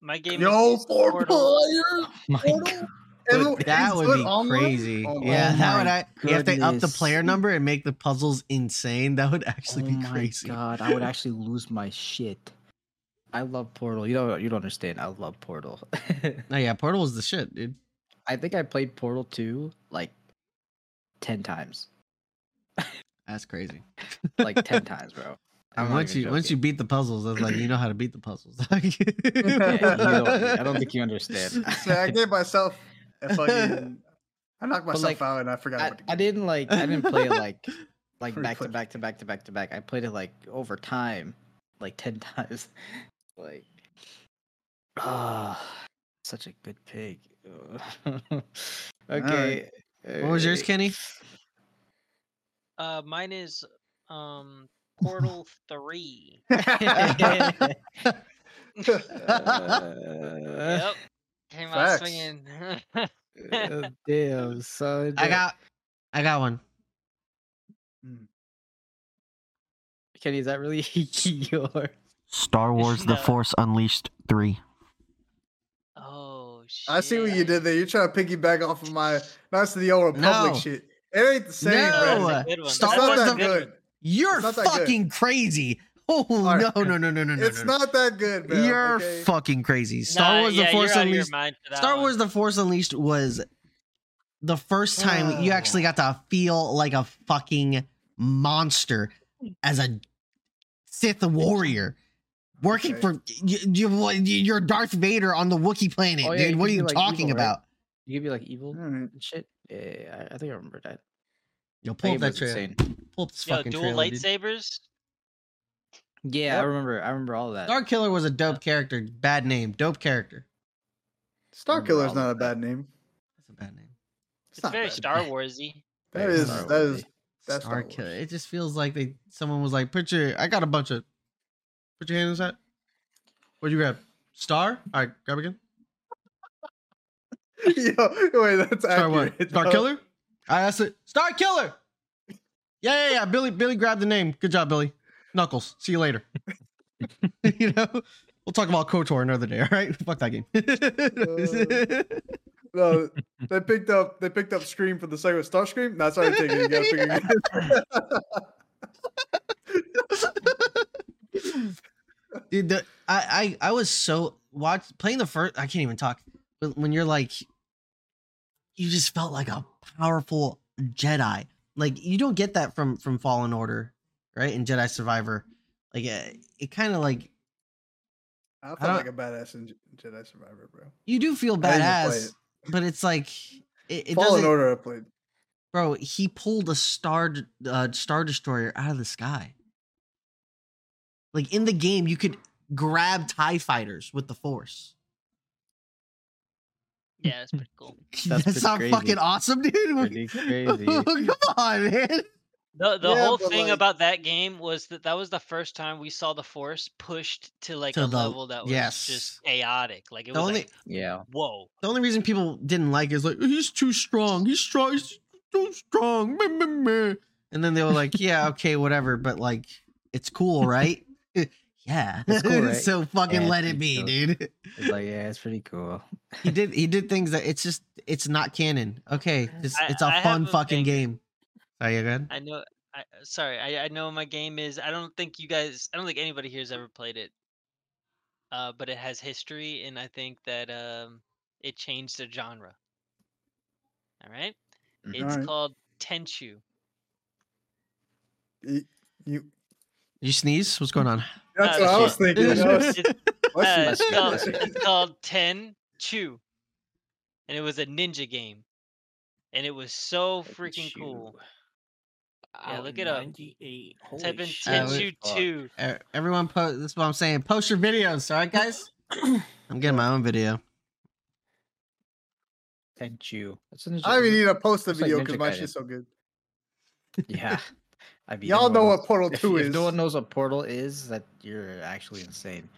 S5: My game.
S2: Yo,
S5: is
S2: four
S5: Portal.
S2: players.
S4: my
S2: Portal?
S4: god.
S2: And
S1: Dude,
S2: it's
S1: that would
S2: good
S1: be
S2: online?
S1: crazy.
S2: Oh my
S1: yeah, that would.
S4: my
S1: I, yeah, if they up the
S4: goodness.
S1: player number and make the puzzles insane, that would actually
S4: oh
S1: be
S4: my
S1: crazy.
S4: god, I would actually lose my shit. I love Portal. You don't you don't understand. I love Portal. (laughs)
S1: No, yeah, Portal is the shit, dude.
S4: I think I played Portal 2 like 10 times.
S1: That's crazy.
S4: Like 10 times, bro.
S1: (laughs) And once you once you beat the puzzles, that's like you know how to beat the puzzles. (laughs)
S4: yeah, you don't, I don't think you understand.
S2: Say, I gave myself
S1: (laughs)
S2: a fucking. I knocked myself
S4: like,
S2: out and I forgot.
S4: I,
S2: what to
S4: I
S2: do.
S4: didn't like I didn't
S1: (laughs)
S4: play it like like
S2: Free
S4: back to
S2: clip.
S4: back to back to back to back. I played it like over time, like (laughs) ten times. like (sighs) ah, such a good (laughs) pig. Ugh. okay.
S1: What was yours,
S4: (laughs)
S1: Kenny?
S5: Uh, mine is um
S1: (laughs)
S5: Portal Three.
S2: (laughs)
S4: alright. Uh,
S5: Yep, came out
S2: Facts.
S5: swinging. (laughs)
S4: uh, (laughs) damn son.
S1: I got, I got one.
S4: (laughs) Kenny. Is that really (laughs) yours?
S7: Star Wars: The
S5: No.
S7: Force Unleashed three.
S5: oh shit!
S2: I see what you did there. You're trying to piggyback off of my Knights of the Old Republic
S1: No.
S2: shit. It ain't the same,
S5: That
S1: No.
S2: bro.
S5: was
S2: It's
S5: a good one.
S1: Star
S5: That
S2: not
S1: Wars
S5: was a
S2: that
S5: good
S2: good.
S5: one.
S1: You're
S2: It's not that good.
S1: fucking crazy. Oh
S2: right.
S1: no no no no no no!
S2: It's
S1: no, no.
S2: not that good, man.
S1: You're
S2: okay?
S1: fucking crazy. Star
S5: Nah,
S1: Wars:
S5: yeah,
S1: The
S5: you're
S1: Force
S5: out of your
S1: Unleashed.
S5: mind for that
S1: Star
S5: one.
S1: Wars: The Force Unleashed was the first time you actually got to feel like a fucking monster as a Sith warrior. Working
S2: Okay.
S1: for you, you, you're Darth Vader on the Wookiee planet,
S4: Oh, yeah,
S1: dude.
S4: you
S1: What are
S4: can
S1: you
S4: be, like,
S1: talking
S4: evil, right?
S1: about?
S4: You give you like evil
S1: Mm.
S2: Alright.
S4: and shit. Yeah, yeah, yeah, I, I think I remember that.
S1: Yo, pull up
S4: That game
S1: that
S4: was
S1: trailer.
S4: insane.
S1: Pull up this
S5: Yo,
S1: fucking
S5: dual
S1: trailer. dude.
S5: lightsabers.
S4: Yeah,
S2: Yep.
S4: I remember. I remember all of that.
S1: Star Killer was a dope character. Bad name. Dope character.
S2: Star Killer's
S4: Wrong
S2: not a
S4: with
S2: bad
S4: that.
S2: name.
S1: That's a bad name.
S2: It's,
S5: It's
S2: not
S5: very
S2: bad.
S5: Star Warsy.
S2: That
S4: Very
S2: is
S4: Star
S2: that
S4: Wars-y.
S2: is that's
S1: Star
S2: Star
S1: Killer.
S2: Wars.
S1: It just feels like they someone was like, put your I got a bunch of put your hand inside. What'd you grab? Star? Alright, grab again.
S2: (laughs) Yo, wait, that's
S1: Star
S2: accurate. (laughs)
S1: what? Star
S2: though.
S1: Killer? I asked it. Star Killer! Yeah, yeah, yeah. Billy Billy grabbed the name. Good job, Billy. Knuckles. See you later. (laughs) you know? We'll talk about KOTOR another day, all right? Fuck that game.
S2: Uh,
S1: (laughs)
S2: No, they picked up they picked up Scream for the second Star Scream. That's already taken. You gotta pick it
S1: (laughs)
S2: again.
S1: Dude, the, I, I I was so watch playing the first. I can't even talk. But when you're like, you just felt like a powerful Jedi. Like you don't get that from from Fallen Order, right? And Jedi Survivor, like uh, it kind of like
S2: I felt
S1: don't-
S2: like a badass in Jedi Survivor, bro.
S1: you do feel
S2: I didn't play
S1: badass, but it's like it, it
S2: Fallen
S1: doesn't.
S2: Order I played.
S1: Bro, he pulled a star d- uh, star destroyer out of the sky. Like in the game, you could grab Tie fighters with the Force.
S5: Yeah, that's pretty cool.
S4: That's
S1: That's,
S4: pretty
S1: not
S4: crazy.
S1: fucking awesome, dude. (laughs)
S4: Pretty crazy.
S1: Come on, man.
S5: The the
S2: Yeah,
S5: whole
S2: but,
S5: thing
S2: like-
S5: about that game was that that was the first time we saw the Force pushed to like
S1: To
S5: a
S1: the-
S5: level that was
S1: yes.
S5: just chaotic. Like it
S1: The
S5: was
S1: only
S5: like
S4: Yeah.
S5: whoa.
S1: the only reason people didn't like it is like he's too strong. He's strong. He's too strong. Meh, meh, meh." And then they were like, (laughs) yeah, okay, whatever. But like, it's cool, right? (laughs) yeah. (laughs)
S4: It's cool, right?
S1: so fucking
S4: Yeah,
S1: let
S4: it's
S1: it be,
S4: pretty
S1: dude. (laughs)
S4: It's like yeah, it's pretty cool.
S1: he did. He did things that it's just it's not canon. Okay, just,
S5: I-
S1: it's a
S5: I have
S1: fun
S5: a
S1: fucking game.
S5: thing.
S1: Sorry, you good?
S5: I know. I uh, sorry. I, I know my game is. I don't think you guys. I don't think anybody here's ever played it. Uh, but it has history, and I think that um, it changed the genre. All
S1: Mm,
S5: right.
S4: Mm-hmm.
S5: It's
S2: Alright.
S5: called Tenchu.
S2: You, you
S1: Did you sneeze? What's going on?
S2: That's
S5: Uh,
S2: what I was
S5: shit.
S1: (laughs)
S5: (laughs)
S2: thinking. I was-
S5: It's- uh,
S2: bless
S5: it's,
S2: you,
S5: called,
S2: bless you.
S5: it's called Ten Chew, and it was a ninja game, and it was so freaking cool. Yeah, look it up.
S6: up.
S1: Uh,
S5: Type in
S1: we-
S5: Tenchu
S8: fuck.
S5: Two.
S1: E- Everyone, po- this is what I'm saying. Post your videos, all right, guys? I'm getting my own video.
S4: Tenchu. That's an
S2: I don't (laughs) even need to post the
S4: Looks like
S2: video
S4: Ninja
S2: because my
S4: Gaiden.
S2: shit's so good.
S4: Yeah. I mean,
S2: Y'all
S4: everyone
S2: know
S4: knows-
S2: what Portal
S4: (laughs) if,
S2: 2
S4: if
S2: is.
S4: no one knows what Portal is, that you're actually insane.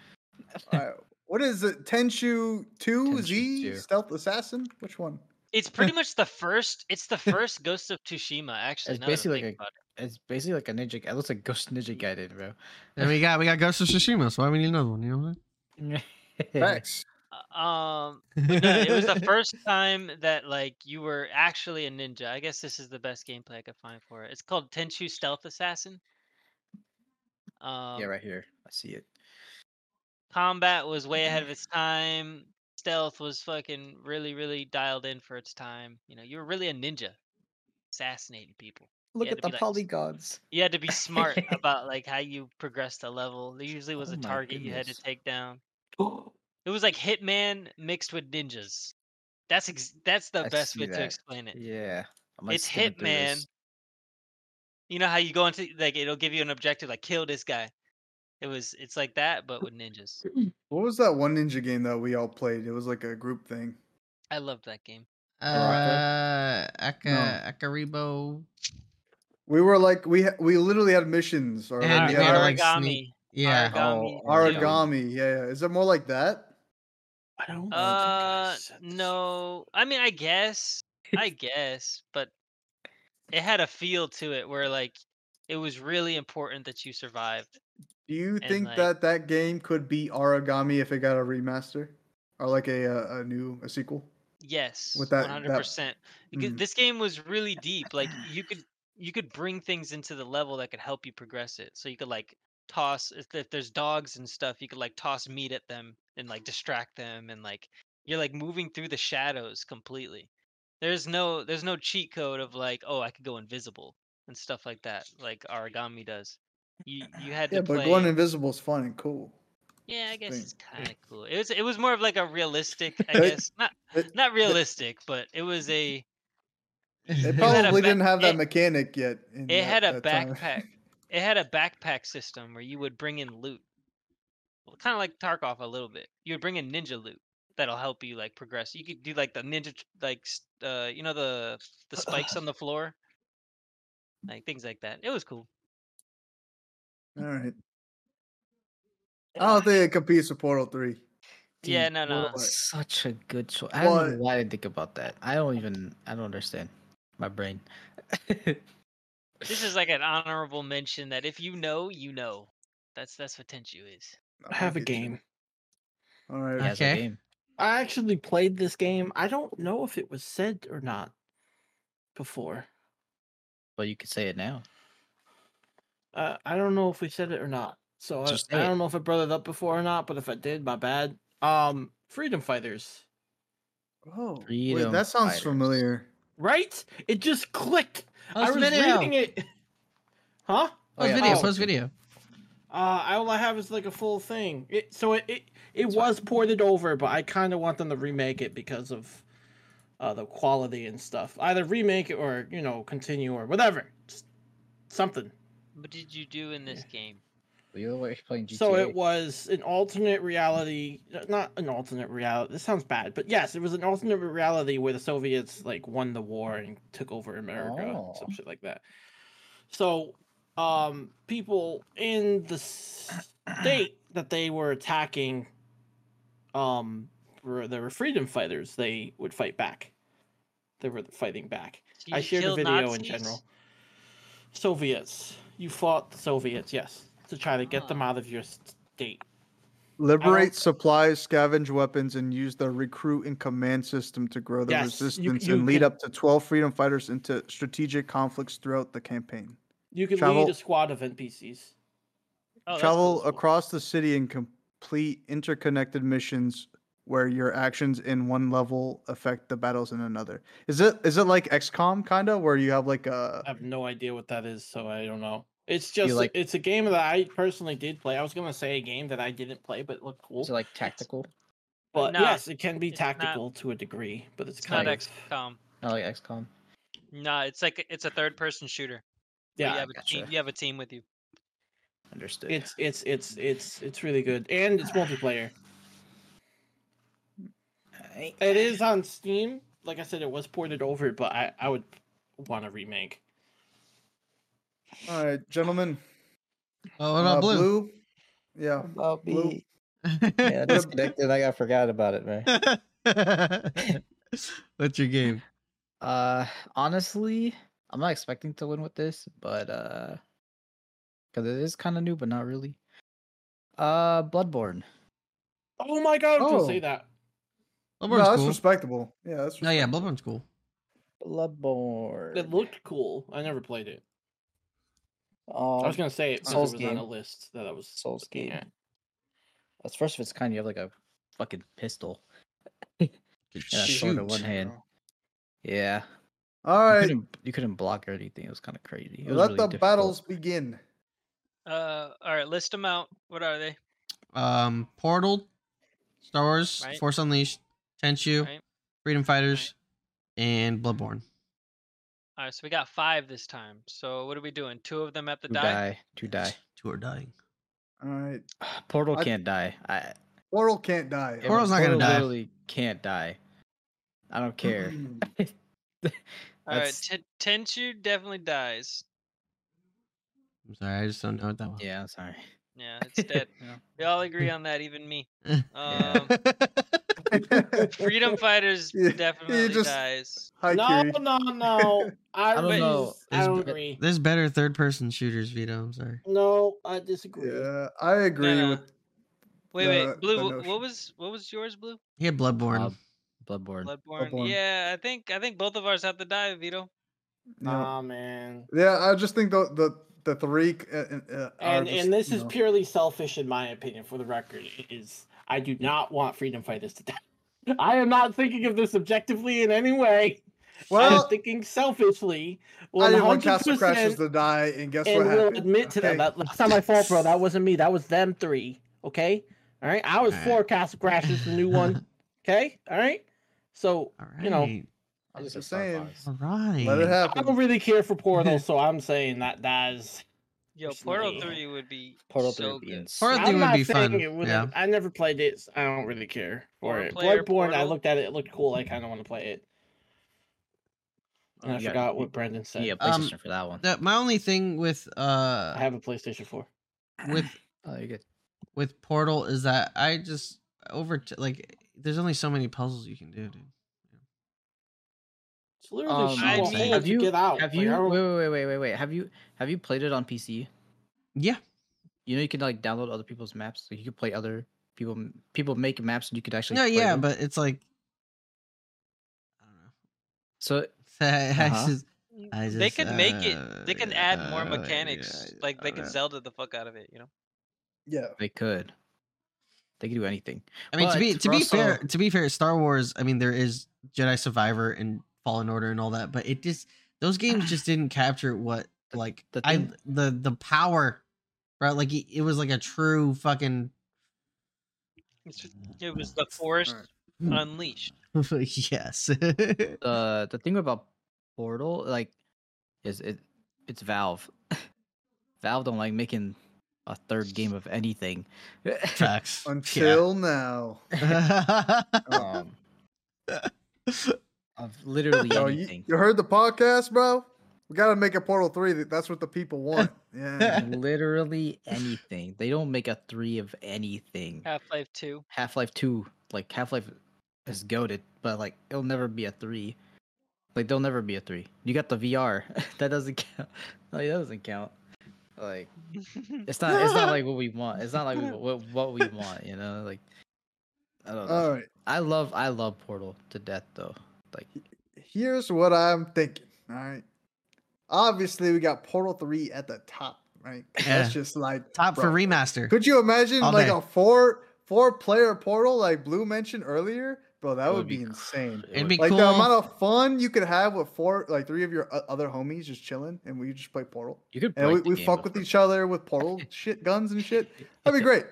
S2: Alright, What is it? Tenchu 2 Z?
S4: Tenchu 2.
S2: Stealth Assassin? Which one?
S5: It's pretty much the first. It's the first Ghost of Tsushima. Actually,
S4: It's
S5: now that I
S4: basically
S5: think
S4: like a-
S5: about it.
S4: It's basically like a ninja. It looks like Ghost Ninja Gaiden, bro.
S1: And we got we got Ghost of Tsushima, so why we need another one? You know what I'm
S4: (laughs)
S2: Facts.
S5: Uh, Um,
S1: saying?
S5: no, it was the first time that like you were actually a ninja. I guess this is the best gameplay I could find for it. It's called Tenchu Stealth Assassin. Um,
S4: yeah, right here. I see it.
S5: combat was way
S4: Mm-hmm.
S5: ahead of its time. Stealth was fucking really, really dialed in for its time. You know, you were really a ninja, assassinating people.
S4: Look
S5: Yeah,
S4: at
S5: it'd be
S4: the
S5: like-
S4: polygons.
S5: You had to be
S4: (laughs)
S5: smart about like how you progressed the level. There usually was
S4: Oh
S5: a
S4: my
S5: target you had to
S4: goodness.
S5: take down. It was like Hitman mixed with ninjas. That's ex- that's the
S4: I
S5: best
S4: see
S5: way to
S4: that.
S5: explain it.
S4: Yeah. I'm
S5: It's Hitman. You know how you go into like it'll give you an objective like kill this guy. It was it's like that but with
S4: (clears throat)
S5: ninjas.
S2: What was that one ninja game that we all played? It was like a group thing.
S5: I loved that game.
S1: (laughs) uh,
S2: No.
S1: Aka, Akaribo.
S2: We were like, we ha- we literally had missions. Or
S1: And
S2: we
S1: we had
S2: had,
S1: to,
S2: like,
S1: like,
S5: origami.
S1: sneak- Yeah.
S5: Origami.
S2: oh,
S5: Origami.
S2: origami. Yeah, yeah. Is it more like that?
S6: (gasps) I don't. think I
S5: Uh,
S6: said this.
S5: no. I mean, I guess, I guess, but it had a feel to it where like it was really important that you survived.
S2: Do you think
S5: like-
S2: that that game could be origami if it got a remaster or like a a, a new a sequel?
S5: Yes,
S2: that- that-
S5: one hundred percent. Because
S2: Mm.
S5: this game was really deep. Like you could you could bring things into the level that could help you progress it. So you could like toss if, if there's dogs and stuff, you could like toss meat at them and like distract them and like you're like moving through the shadows completely. There's no there's no cheat code of like oh I could go invisible and stuff like that like origami does. You you had
S2: Yeah,
S5: to
S2: but
S5: play.
S2: going invisible is fun and cool.
S5: Yeah, I guess
S2: thing.
S5: it's kind of cool. It was it was more of like a realistic, I
S2: They-
S5: guess not
S2: they-
S5: not realistic, but it was a
S1: (laughs)
S2: They
S5: had a
S2: probably
S5: ba-
S2: didn't have that
S5: it-
S2: mechanic yet. in
S5: it
S2: that-
S5: had a
S2: that time.
S5: backpack. it had a backpack system where you would bring in loot, kind of like Tarkov a little bit. You would bring in ninja loot that'll help you like progress. You could do like the ninja tr- like s- uh you know the the spikes on the floor, like things like that. It was cool.
S2: (laughs) All right. I don't think it competes with Portal Three.
S5: Yeah,
S4: Dude,
S5: no, no.
S4: Portal is Such a good choice. I don't know
S2: What?
S4: why I didn't think about that. I don't even. I don't understand. My brain. (laughs)
S5: This is like an honorable mention that if you know, you know. That's that's what Tenchu is.
S6: I have a game.
S2: All right.
S4: Yeah, it's a
S1: Okay.
S4: game.
S6: I actually played this game. I don't know if it was said or not before.
S4: Well, you could say it now.
S6: Uh, I don't know if we said it or not. So I,
S4: Just say
S6: I
S4: it.
S6: don't know if I brought it up before or not. But if I did, my bad. Um, Freedom Fighters.
S2: Oh, wait,
S4: Freedom
S2: that sounds
S4: Fighters.
S2: familiar.
S6: Right? It just clicked. I
S1: Post
S6: was
S1: video.
S6: reading it. (laughs) Huh?
S1: Post
S4: yeah,
S1: video.
S6: oh.
S1: Post video.
S6: Uh, I- all I have is like a full thing. It, so it it, it was ported over, but I kind of want them to remake it because of uh, the quality and stuff. Either remake it or you know continue or whatever, just something.
S5: What did you do in this game?
S4: You're always playing GTA.
S6: So it was an alternate reality, not an alternate reality. This sounds bad, but yes, it was an alternate reality where the Soviets like won the war and took over America, and
S4: Oh.
S6: some shit like that. So, um, people in the state that they were attacking, um, were there were freedom fighters. They would fight back. They were fighting back.
S5: So
S6: I
S5: you
S6: shared a
S5: killed
S6: video in
S5: Nazis? Oh,
S6: general. Soviets. You fought the Soviets, yes, to try to get them out of your state.
S2: Liberate supplies, scavenge weapons, and use the recruit and command system to grow the
S6: Yes, you-
S2: resistance
S6: you
S2: and lead
S6: can-
S2: up to 12 freedom fighters into strategic conflicts throughout the campaign.
S6: You could
S2: Travel-
S6: lead a squad of NPCs.
S5: Oh, that's
S2: Travel
S5: cool, cool.
S2: across the city and complete interconnected missions where your actions in one level affect the battles in another. Is it is it like XCOM kind of where you have like a
S6: I have no idea what that is, so I don't know. It's just
S4: like-
S6: it's a game that I personally did play. I was gonna say a game that I didn't play, but it looked cool.
S4: Is it like tactical?
S6: but
S5: No,
S6: yes, it can be
S5: it's not-
S6: tactical to a degree, but it's,
S5: It's
S6: kind
S5: not
S6: of
S5: XCOM.
S4: Oh, like XCOM.
S5: No, it's like a- it's a third-person shooter. but
S6: yeah.
S5: you have a team.
S4: gotcha.
S5: You have a team with you.
S4: Understood.
S6: It's it's it's it's it's really good, and it's multiplayer.
S4: Alright.
S6: It is on Steam. Like I said, it was ported over, but I I would want a remake.
S2: All right, gentlemen.
S1: Oh, what about
S2: uh,
S1: blue?
S2: Yeah.
S8: About
S2: Blue.
S8: me. (laughs) Yeah,
S1: (laughs)
S8: I disconnected. I got forgot about it, man.
S1: What's your game?
S4: Uh, honestly, I'm not expecting to win with this, but uh, because it is kind of new, but not really. Uh, Bloodborne.
S6: Oh my god! Don't say
S2: Oh.
S6: that.
S2: No,
S1: Bloodborne's
S2: that's
S1: cool.
S2: respectable. Yeah, that's
S1: No, yeah, Bloodborne's cool.
S8: Bloodborne.
S6: It looked cool. I never played it. I was
S8: um,
S6: gonna say it because
S8: Souls
S6: it was on
S8: game.
S6: a list that I was
S8: Souls
S6: looking
S8: game.
S6: at.
S4: That's first of its kind. You have like a fucking pistol. and a sword in one
S1: Shoot.
S4: hand. Yeah.
S2: All
S4: You
S2: right.
S4: couldn't, you couldn't block or anything. It was kind of crazy. It was
S2: Let
S4: really
S2: the
S4: difficult.
S2: battles begin.
S5: Uh, all right, list them out. What are they?
S1: Um, Portal, Star Wars,
S5: Right.
S1: Force Unleashed, Tenchu,
S5: Right.
S1: Freedom Fighters, and Bloodborne.
S5: All right, so we got five this time. So what are we doing? Two of them at the
S4: to
S5: die.
S4: die. To die.
S1: Two are dying.
S2: All right.
S4: (sighs) Portal
S2: I-
S4: can't die. I
S2: Oral can't die. (laughs)
S1: Yeah, Portal's not gonna
S4: Portal
S1: die.
S4: Literally can't die. I don't care.
S5: All right,
S4: That's-
S5: Ten- Tenchu definitely dies.
S1: I'm sorry, I just don't know what that was.
S4: Yeah, I'm sorry.
S5: Yeah,
S4: (laughs)
S5: it's dead.
S4: Yeah.
S5: We all agree on that, even me.
S1: Yeah.
S5: Um, (laughs)
S2: (laughs)
S5: Freedom Fighters
S2: Yeah, you
S5: definitely
S2: just-
S5: dies.
S2: Hi,
S6: No,
S2: Kiri.
S6: no, (laughs) no. I,
S4: I don't
S6: was-
S4: know.
S6: I
S1: It's
S6: don't
S1: been-
S6: agree.
S1: There's better third-person shooters, Vito. I'm sorry.
S6: No, I disagree.
S2: Yeah, I
S5: No,
S2: agree
S5: no.
S2: with.
S5: Wait,
S2: the-
S5: wait, Blue.
S2: the
S5: wh-
S2: notion.
S5: what was what was yours, Blue?
S1: He had Bloodborne.
S4: Uh, Bloodborne.
S5: Bloodborne.
S2: Bloodborne.
S5: Yeah, I think I think both of ours have to die, Vito.
S2: Yeah.
S6: Aw, man.
S2: yeah, I just think the the the three. c- Uh, uh, uh, are
S6: And
S2: just,
S6: and this
S2: you
S6: is
S2: know-
S6: purely selfish in my opinion. For the record, it is I do not want freedom fighters to die. (laughs) I am not thinking of this objectively in any way. I'm
S2: Well,
S6: thinking selfishly.
S2: I
S6: One
S2: didn't want
S6: hundred
S2: Castle Crashes
S6: percent.
S2: to die, and guess
S6: And
S2: what
S6: we'll
S2: happened?
S6: admit to that.
S2: Okay.
S6: That That's not my fault, bro. That wasn't me. That was them three. Okay. All right. I was
S1: All right.
S6: for Castle Crashes, the new one. Okay. All right. So
S1: All right.
S6: you know,
S2: I was
S8: These are
S2: just
S8: far
S2: saying.
S8: fives.
S1: All right.
S2: Let it
S6: I don't
S2: happen.
S6: really care for Portal, so I'm saying that that is
S5: Yo,
S6: Personally,
S5: Portal
S6: yeah.
S5: Three would be
S8: Portal
S5: so
S8: 3 would be
S5: good.
S8: insane.
S1: Portal
S6: I'm
S1: 3 would
S6: not
S1: be
S6: saying
S1: fun.
S6: It wouldn't-
S1: yeah.
S6: I never played it. so I don't really care for
S5: Or
S6: it.
S5: player
S6: Bloodborne, I
S5: Portal.
S6: looked at it. It looked cool. I kind of want to play it. And
S4: Oh,
S6: I
S4: you got-
S6: forgot
S4: you-
S6: what Brendan said.
S4: Yeah,
S1: Um,
S4: PlayStation for that one.
S1: That my only thing with
S6: I
S1: uh
S6: have a PlayStation 4.
S1: with
S4: Oh, you're good.
S1: with Portal is that I just over t- like there's only so many puzzles you can do, dude.
S6: It's literally
S4: Um,
S6: um,
S5: I
S6: a
S5: mean-
S6: hole
S4: have
S6: to
S4: you-
S6: get
S1: oh,
S6: out.
S4: Have
S6: Like,
S4: you?
S6: I don't-
S4: Wait, wait, wait, wait, wait, wait. Have you? Have you played it on PC?
S1: Yeah.
S4: You know, you can like download other people's maps. Like, you could play other people. People make maps, and you could actually.
S1: No,
S4: play
S1: yeah,
S4: them.
S1: but it's like I don't know.
S4: so
S1: (laughs) I
S4: Uh-huh.
S1: just-
S5: Mm,
S1: I
S5: they
S1: just,
S5: could make it.
S1: uh,
S5: They can
S1: yeah,
S5: add more
S1: uh, yeah,
S5: mechanics.
S1: yeah,
S5: like they
S1: I
S5: can
S1: know.
S5: Zelda the fuck out of it. You know.
S2: Yeah.
S4: they could. They could do anything.
S1: I mean, to be
S4: But
S1: to be fair,
S4: Russell-
S1: to be fair, Star Wars. I mean, there is Jedi Survivor and Fallen Order and all that, but it just those games just didn't capture what
S4: The-
S1: like
S4: the
S1: I
S4: thing-
S1: the the power, right? Like it, it was like a true fucking (laughs)
S5: It's, it was the Forest (clears throat) Unleashed.
S1: yes.
S4: The the thing about Portal, like, is it? It's Valve. (laughs) Valve don't like making a third game of anything.
S1: Facts. Yeah. (laughs)
S2: Until now.
S4: um, (laughs) of literally
S2: Yo, you,
S4: anything.
S2: you heard the podcast, bro? We gotta make a Portal Three. that- That's what the
S1: (laughs)
S2: people want. Yeah. (laughs)
S4: literally anything. They don't make a three of anything.
S5: Half Life Two.
S4: Half Life Two, like Half Life, is goaded, but like it'll never be a three. Like there'll never be a three. You got the VR. (laughs) that doesn't count. (laughs) Like that doesn't count. Like it's not. It's not like what we want.
S2: (laughs)
S4: It's not like we, what what we want. You know. Like I don't know.
S2: All right.
S4: I love I love Portal to death though.
S2: Here's what I'm thinking. All right. Obviously, we got Portal Three at the top, right?
S1: Yeah.
S2: That's just like
S1: Top for
S2: bro.
S1: remaster.
S2: Could you imagine
S1: All
S2: like
S1: day.
S2: a four four player Portal like Blue mentioned earlier? Bro, that
S5: It
S2: would,
S5: would
S2: be,
S5: be
S2: insane.
S5: It
S1: It'd
S5: would-
S1: be
S2: Like
S1: cool.
S2: the amount of fun you could have with four, like three of your o- other homies just chilling, and we just play Portal.
S9: You could
S2: And
S9: break
S2: we,
S9: the
S2: we
S9: game
S2: fuck
S9: with
S2: with each other
S9: (laughs)
S2: with Portal shit, guns and shit. That'd be great.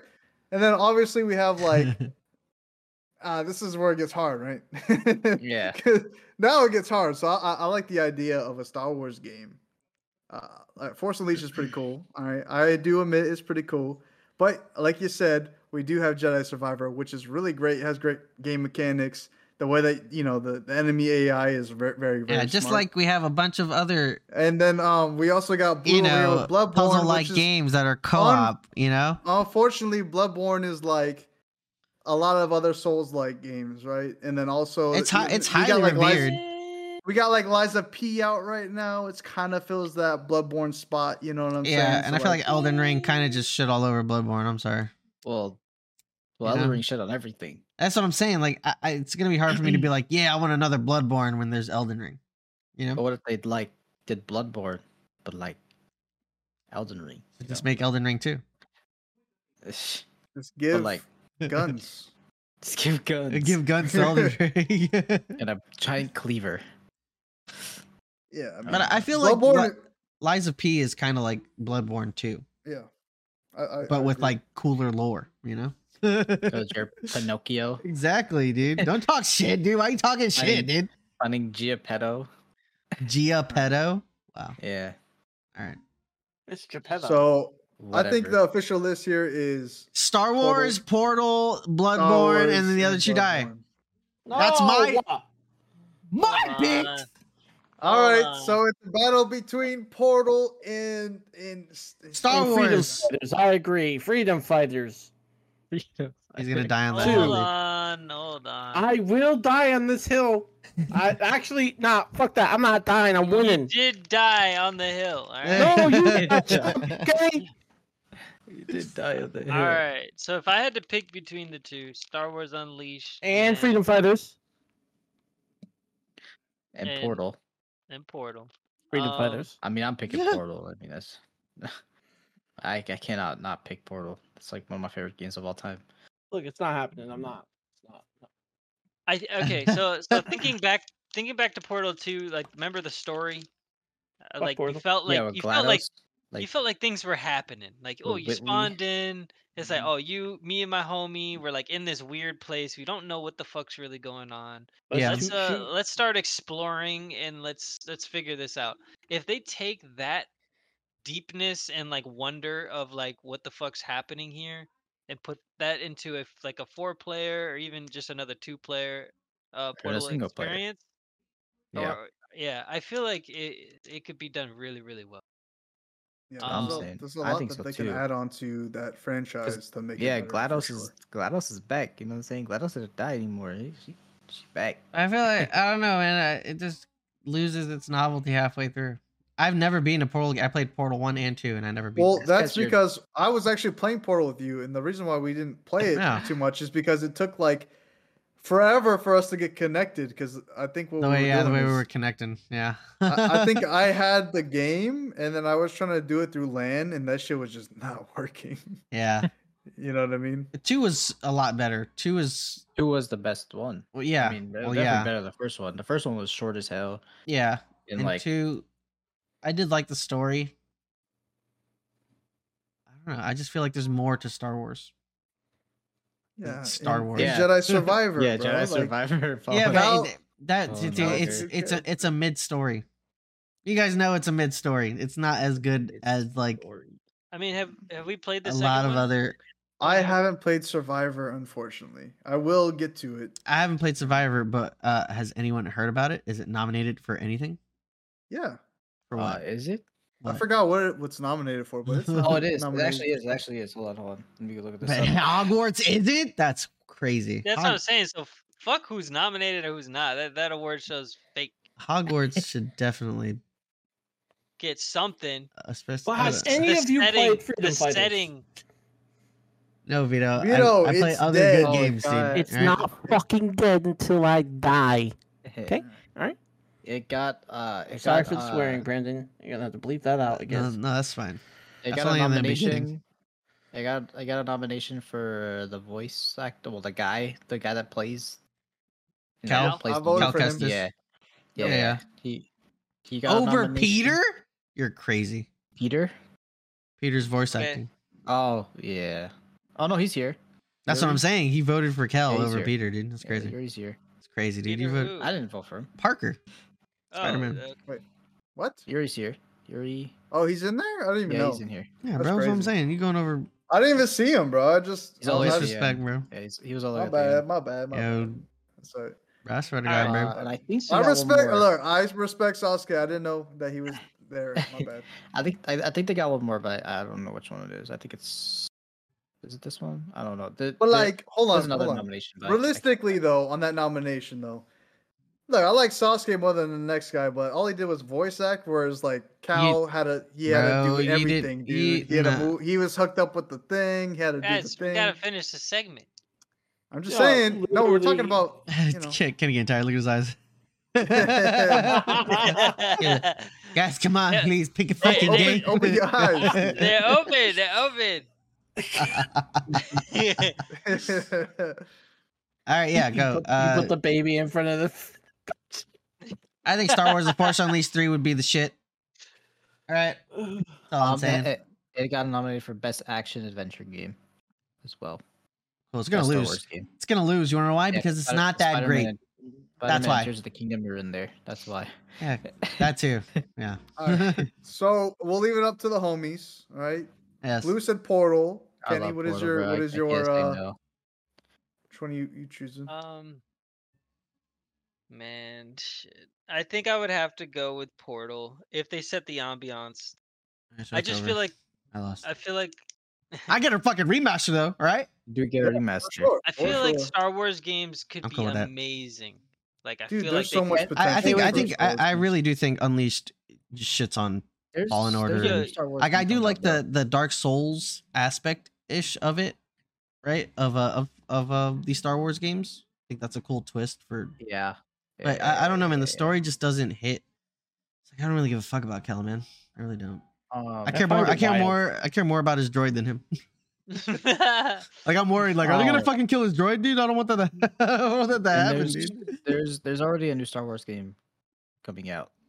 S2: And then obviously we
S9: (laughs)
S2: have like, uh, this is where it gets hard, right? (laughs)
S9: Yeah.
S2: 'Cause now it gets hard. So I, I, I like the idea of a Star Wars game. Uh, like Force Unleashed
S1: (clears throat)
S2: is pretty cool. All right, I do admit it's pretty cool. But like you said, we do have Jedi Survivor, which is really great. It has great game mechanics. The way that you know the, the enemy AI is very very very
S1: yeah, just
S2: smart.
S1: like we have a bunch of other
S2: and then um we also got Blue
S1: you know
S2: Bloodborne
S1: puzzle like
S2: which is-
S1: games that are co-op. you know,
S2: Unfortunately, Bloodborne is like a lot of other Souls like games, right? And then also
S1: It's hi- it's
S2: we got,
S1: highly
S2: Lies-
S1: revered.
S2: we got like Liza P out right now. It's kind of fills that Bloodborne spot. You know what I'm saying?
S1: yeah, and
S2: So,
S1: I feel like Elden Ring kind of just shit all over Bloodborne. I'm sorry.
S9: Well, well,
S1: You
S9: Elden
S1: know?
S9: Ring shit on everything.
S1: That's what I'm saying. Like, I, I, it's gonna be hard for me to
S6: (clears throat)
S1: be like, yeah, I want another Bloodborne when there's Elden Ring. You
S6: Oh,
S1: know,
S9: But what if they like did Bloodborne, but like Elden Ring? (laughs) you
S1: just
S9: know?
S1: make Elden Ring too.
S9: Just
S2: just
S9: but
S2: give
S9: like (laughs)
S1: (laughs)
S2: guns.
S9: just give guns
S1: Give guns to
S2: (laughs)
S1: Elden Ring. (laughs)
S9: and a giant cleaver.
S2: Yeah, I mean,
S1: But I feel like
S2: Bloodborne.
S1: Blo- Liza P is kind of like Bloodborne too,
S2: yeah, I, I, I
S1: but with
S2: agree.
S1: like cooler lore. You know.
S9: Goes
S2: (laughs)
S9: your Pinocchio
S1: (laughs) exactly,
S6: (laughs)
S1: dude. Don't talk shit, dude. Why you talking shit, dude?
S9: finding Geppetto.
S1: Gia Pedo. Wow.
S9: Yeah.
S1: All right.
S6: It's Geppetto.
S2: so. I think
S9: whatever. (laughs)
S2: the official list here is
S1: Star
S2: Portal. Oh,
S1: Wars, Portal, Bloodborne,
S2: Star
S1: and then
S2: Wars
S1: the other
S2: and
S1: two die.
S2: Bloodborne.
S1: that's my-
S6: what?
S1: My pick.
S5: Uh,
S2: All right,
S5: Hold on.
S2: so it's a battle between Portal and and S-
S1: Star
S2: and
S1: Wars.
S6: Freedom fighters. I agree. Freedom fighters.
S1: He's
S2: (laughs)
S1: gonna die on that.
S6: Two.
S5: Hold
S1: hill.
S5: on, hold on.
S6: I will die on this hill. I actually, nah, fuck that. I'm not dying. I'm
S5: You (laughs)
S6: winning.
S5: did die on the hill. All right.
S6: (laughs) No, you
S1: (laughs)
S6: Okay.
S9: You did die of the hill.
S5: All right. So if I had to pick between the two, Star Wars Unleashed
S6: And freedom fighters.
S9: And
S5: And-
S9: Portal.
S5: and Portal,
S6: Freedom
S5: Um,
S6: fighters.
S9: I mean, I'm picking
S1: Yeah.
S9: Portal. I mean, that's. (laughs) I, I cannot not pick Portal. It's like one of my favorite games of all time.
S6: Look, it's not happening. I'm not. It's not.
S5: I th-
S9: (laughs)
S5: okay. So so thinking back, thinking back to Portal Two, like remember the story? Uh,
S6: Fuck
S5: like you
S6: Portal.
S5: felt like
S9: yeah, with
S5: you
S9: GLaDOS.
S5: felt like you
S9: like-
S5: felt like things were happening. Like,
S9: Or
S5: oh, you
S9: Whitley.
S5: spawned in. It's like,
S9: Mhm.
S5: oh, you, me, and my homie, we're like in this weird place. We don't know what the fuck's really going on.
S1: Yeah.
S5: Let's
S6: shoot-
S5: uh,
S6: shoot.
S5: let's start exploring and let's let's figure this out. If they take that deepness and like wonder of like what the fuck's happening here and put that into a f- like a four player or even just another two player uh
S9: a
S5: portal
S9: single player.
S5: experience.
S9: Yeah.
S5: Or, yeah, I feel like it it could be done really really well.
S2: Yeah,
S5: I'm
S2: there's, a,
S9: saying.
S2: there's a
S9: I
S2: lot
S9: think
S2: that
S9: so
S2: they
S9: too.
S2: can add on to that franchise to make.
S9: yeah,
S2: it better,
S9: GLaDOS
S2: for
S9: is
S2: sure.
S9: GLaDOS is back. You know what I'm saying? GLaDOS didn't die anymore. eh? She, she's back.
S1: I
S9: (laughs)
S1: feel like I don't know, man. I, it just loses its novelty halfway through. I've never been to Portal. I played Portal one and two, and I never beat.
S2: Well,
S1: it.
S2: that's
S9: 'cause you're-
S2: because I was actually playing Portal with you, and the reason why we didn't play it
S1: Yeah.
S2: too much is because it took like forever for us to get connected. Because I think what
S1: the
S2: we
S1: way,
S2: were
S1: yeah, the
S2: doing
S1: way we
S2: is-
S1: were connecting, yeah.
S2: I,
S9: (laughs)
S1: (laughs)
S2: I think I had the game, and then I was trying to do it through LAN, and that shit was just (laughs) not working.
S1: yeah,
S2: you know what I mean?
S1: two was a lot better. Two is,
S9: Who was the best one?
S1: well, yeah,
S9: I mean, that-
S1: well,
S9: definitely
S1: yeah,
S9: better than the first one. The first one was short as hell.
S1: yeah.
S9: And,
S1: and
S9: like,
S1: two, I did like the story. I don't know. I just feel like there's more to Star Wars.
S2: Yeah,
S1: Star
S2: and-
S1: Wars.
S2: and
S9: Yeah. (laughs)
S2: Jedi Survivor.
S9: yeah,
S2: bro,
S9: Jedi
S2: like-
S9: Survivor. (laughs)
S1: yeah,
S9: Fallout.
S1: but
S2: Now-
S1: it- that
S9: Oh,
S1: it's,
S9: no,
S1: it's
S2: dude.
S1: it's a it's a mid story. You guys know it's a mid story. It's not as good
S9: It's
S1: as like
S5: I mean, have have we played the
S1: a
S5: second
S1: lot of
S5: one?
S1: other.
S2: I
S5: Yeah.
S2: haven't played Survivor, unfortunately. I will get to it.
S1: I haven't played Survivor, but uh, has anyone heard about it? Is it nominated for anything?
S2: Yeah,
S1: For
S9: Uh,
S1: (laughs) what?
S9: is it?
S2: I
S1: What?
S2: forgot what it, what's nominated for, but it's not
S9: (laughs) Oh, it is. It
S2: nominated
S9: actually is. It
S2: for-
S9: actually is. Hold on, hold on. Let me go look at this.
S1: But
S9: up.
S1: (laughs) Hogwarts is it? That's crazy.
S5: That's what I'm
S1: Hog-
S5: (laughs) saying. So f- fuck who's nominated or who's not. That that award shows fake.
S1: Hogwarts should definitely, uh,
S5: Get something.
S1: especially.
S6: Well, has
S1: I don't-
S6: any
S5: The
S6: of you
S5: setting,
S6: played Freedom
S5: the
S6: Fighters?
S5: setting.
S1: no, Vito. I-
S2: Vito,
S1: I, play
S2: it's
S1: other
S2: dead.
S1: good
S9: Oh,
S1: games. dude,
S9: God.
S6: It's
S1: alright?
S6: not fucking dead until I die. Okay,
S9: (laughs)
S6: alright.
S9: It got. uh it
S6: Sorry
S9: got,
S6: for the swearing,
S9: uh,
S6: Brandon. You're gonna have to bleep that out
S1: No,
S6: again.
S1: no, that's fine.
S9: It
S1: That's
S9: got a
S1: only in the beginning.
S9: nomination. I got I got a nomination for the voice actor. Well, the guy, the guy that plays and
S1: Cal-
S9: that plays
S2: I voted
S9: Cal
S2: for him.
S9: Kestis. Yeah.
S1: Yeah.
S9: yeah,
S1: yeah.
S9: He he got a
S1: Over
S9: nomination.
S1: Peter? You're crazy.
S9: Peter.
S1: Peter's voice
S5: Okay.
S1: acting.
S9: Oh yeah. Oh no, he's here.
S1: That's what I'm saying. He voted for Kel
S9: Yeah, he's
S1: over
S9: here.
S1: Peter, dude. That's
S9: Yeah,
S1: crazy.
S9: he's here.
S1: It's crazy, dude. You
S5: Peter
S1: vote
S5: who?
S9: I didn't vote for him.
S1: Parker.
S5: Oh,
S1: Spider-Man.
S5: uh,
S2: What?
S9: Yuri's here. Yuri.
S2: Oh, he's in there? I didn't even
S9: Yeah,
S2: know.
S9: he's in here.
S1: Yeah,
S2: That's
S1: bro. That's what I'm
S2: crazy.
S1: saying. You going over
S2: I didn't even see him, bro. I just
S9: He's
S2: I
S9: always
S2: was
S9: yeah.
S2: actually-
S1: disrespect, bro.
S9: Yeah, he's, he was all
S2: my
S9: over.
S2: bad, my bad, my
S1: Yo,
S2: bad. That's all right.
S1: bro, I swear to
S5: Alright.
S1: God, bro.
S9: Uh, and I think she
S2: I
S9: got one
S2: respect.
S9: more.
S2: Look, I respect Sasuke. I didn't know that he was there. My bad.
S9: I think I, I think they got one more, but I, I don't know which one it is. I think it's is it this one? I don't know. The-
S2: But
S9: the-
S2: like, hold
S9: there's
S2: on,
S9: another
S2: hold on.
S9: nomination. but I- I-
S2: Realistically, though, on that nomination, though, look, I like Sasuke more than the next guy, but all he did was voice act. Whereas, like, Cal had a he had
S1: Bro,
S2: to
S1: you
S2: do
S1: did-
S2: everything, dude.
S1: you-
S2: he had
S1: nah.
S2: to move, He was hooked up with the thing. He had to
S5: guys,
S2: do the
S5: we
S2: thing.
S5: gotta finish
S1: (laughs)
S5: the segment. (laughs)
S2: I'm just
S6: Yeah,
S2: saying. No, we're talking
S6: literally.
S2: about. (laughs) You know.
S1: Can't can't get tired. Look at his eyes. Yeah. Guys, come on,
S5: Yeah.
S1: please pick a
S5: Hey,
S1: fucking
S5: open-
S1: game.
S2: open
S1: (laughs)
S2: your eyes.
S5: They're open. They're open. (laughs)
S1: All right, yeah,
S6: You
S1: go.
S6: put- you
S1: Uh,
S6: put the baby in front of the.
S1: I think Star Wars: The Force Unleashed three would be the shit. All right, that's all I'm
S9: um,
S1: saying.
S9: it, it- it got nominated for best action adventure game as well.
S1: Well, it's gonna
S9: Best Star
S1: lose.
S9: Wars game.
S1: It's gonna lose. You wanna know why?
S9: Yeah,
S1: because it's
S9: Spider-
S1: not that great.
S9: Spider-Man- Spider-Man
S1: why.
S9: Tears of the Kingdom are in there. That's why. (laughs)
S1: Yeah, that too. Yeah.
S2: All right. So we'll leave it up to the homies. All right.
S1: (laughs) yes.
S2: Blue said Portal.
S9: I
S2: Kenny,
S9: love
S2: what is
S9: Portal,
S2: your
S9: bro.
S2: what
S9: I-
S2: is
S9: I can't
S2: your
S9: say
S2: uh,
S9: no.
S2: which one are you you choosing?
S5: Um, man, shit. I think I would have to go with Portal if they set the ambiance. I just feel like
S1: I lost.
S5: I feel like
S1: I get a fucking remaster though. All right.
S9: Do get a remaster.
S5: I
S2: for
S5: feel like
S2: sure.
S5: Star Wars games could
S1: I'm
S5: be
S1: cool with that.
S5: amazing. Like I
S2: dude,
S5: feel
S2: there's
S5: like
S2: so
S5: they
S2: much
S5: could-
S2: potential.
S1: I, I think. I
S2: for
S1: think.
S2: Star
S1: I,
S2: Wars
S1: I
S2: games.
S1: really do think Unleashed shits on.
S9: There's,
S1: Fallen
S9: there's
S1: Order
S9: a new
S5: and-
S9: Star Wars
S1: Like I
S9: game
S1: do
S9: comes
S1: like
S9: out, bro.
S1: the the Dark Souls aspect ish of it, right? Of uh of of uh, the Star Wars games. I think that's a cool twist for.
S9: Yeah.
S1: But
S9: Yeah,
S1: I, I don't know, man. The
S9: yeah, yeah.
S1: story just doesn't hit. It's like I don't really give a fuck about Kel, man. I really don't.
S9: Um,
S1: I care
S6: probably
S1: more. I care
S6: wild.
S1: more. I care more about his droid than him. (laughs) Like I'm worried. Like, are they gonna
S9: Oh.
S1: fucking kill his droid, dude? I don't want that. To, (laughs) I don't want that to
S9: And
S1: happen,
S9: there's-
S1: dude.
S9: there's there's already a new Star Wars game coming out.
S5: (laughs)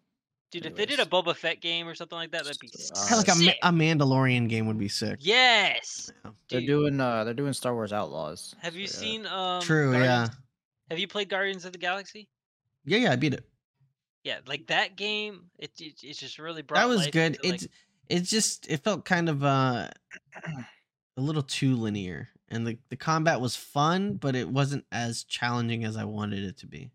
S5: Dude, if they did a Boba Fett game or something like that, that'd be
S9: Uh,
S1: Hell, like a, Ma-
S5: sick.
S1: a Mandalorian game would be sick.
S5: yes.
S9: They're
S5: Dude,
S9: doing uh they're doing Star Wars Outlaws.
S5: have you
S9: so, uh,
S5: seen um?
S1: True. Yeah.
S5: Guardians- Have you played Guardians of the Galaxy?
S1: Yeah. Yeah. I beat it.
S5: Yeah, like that game. It it, it's just really brought.
S1: That was
S5: life
S1: good.
S5: into, like-
S1: It's it's just it felt kind of uh (clears throat) a little too linear, and the the combat was fun, but it wasn't as challenging as I wanted it to be.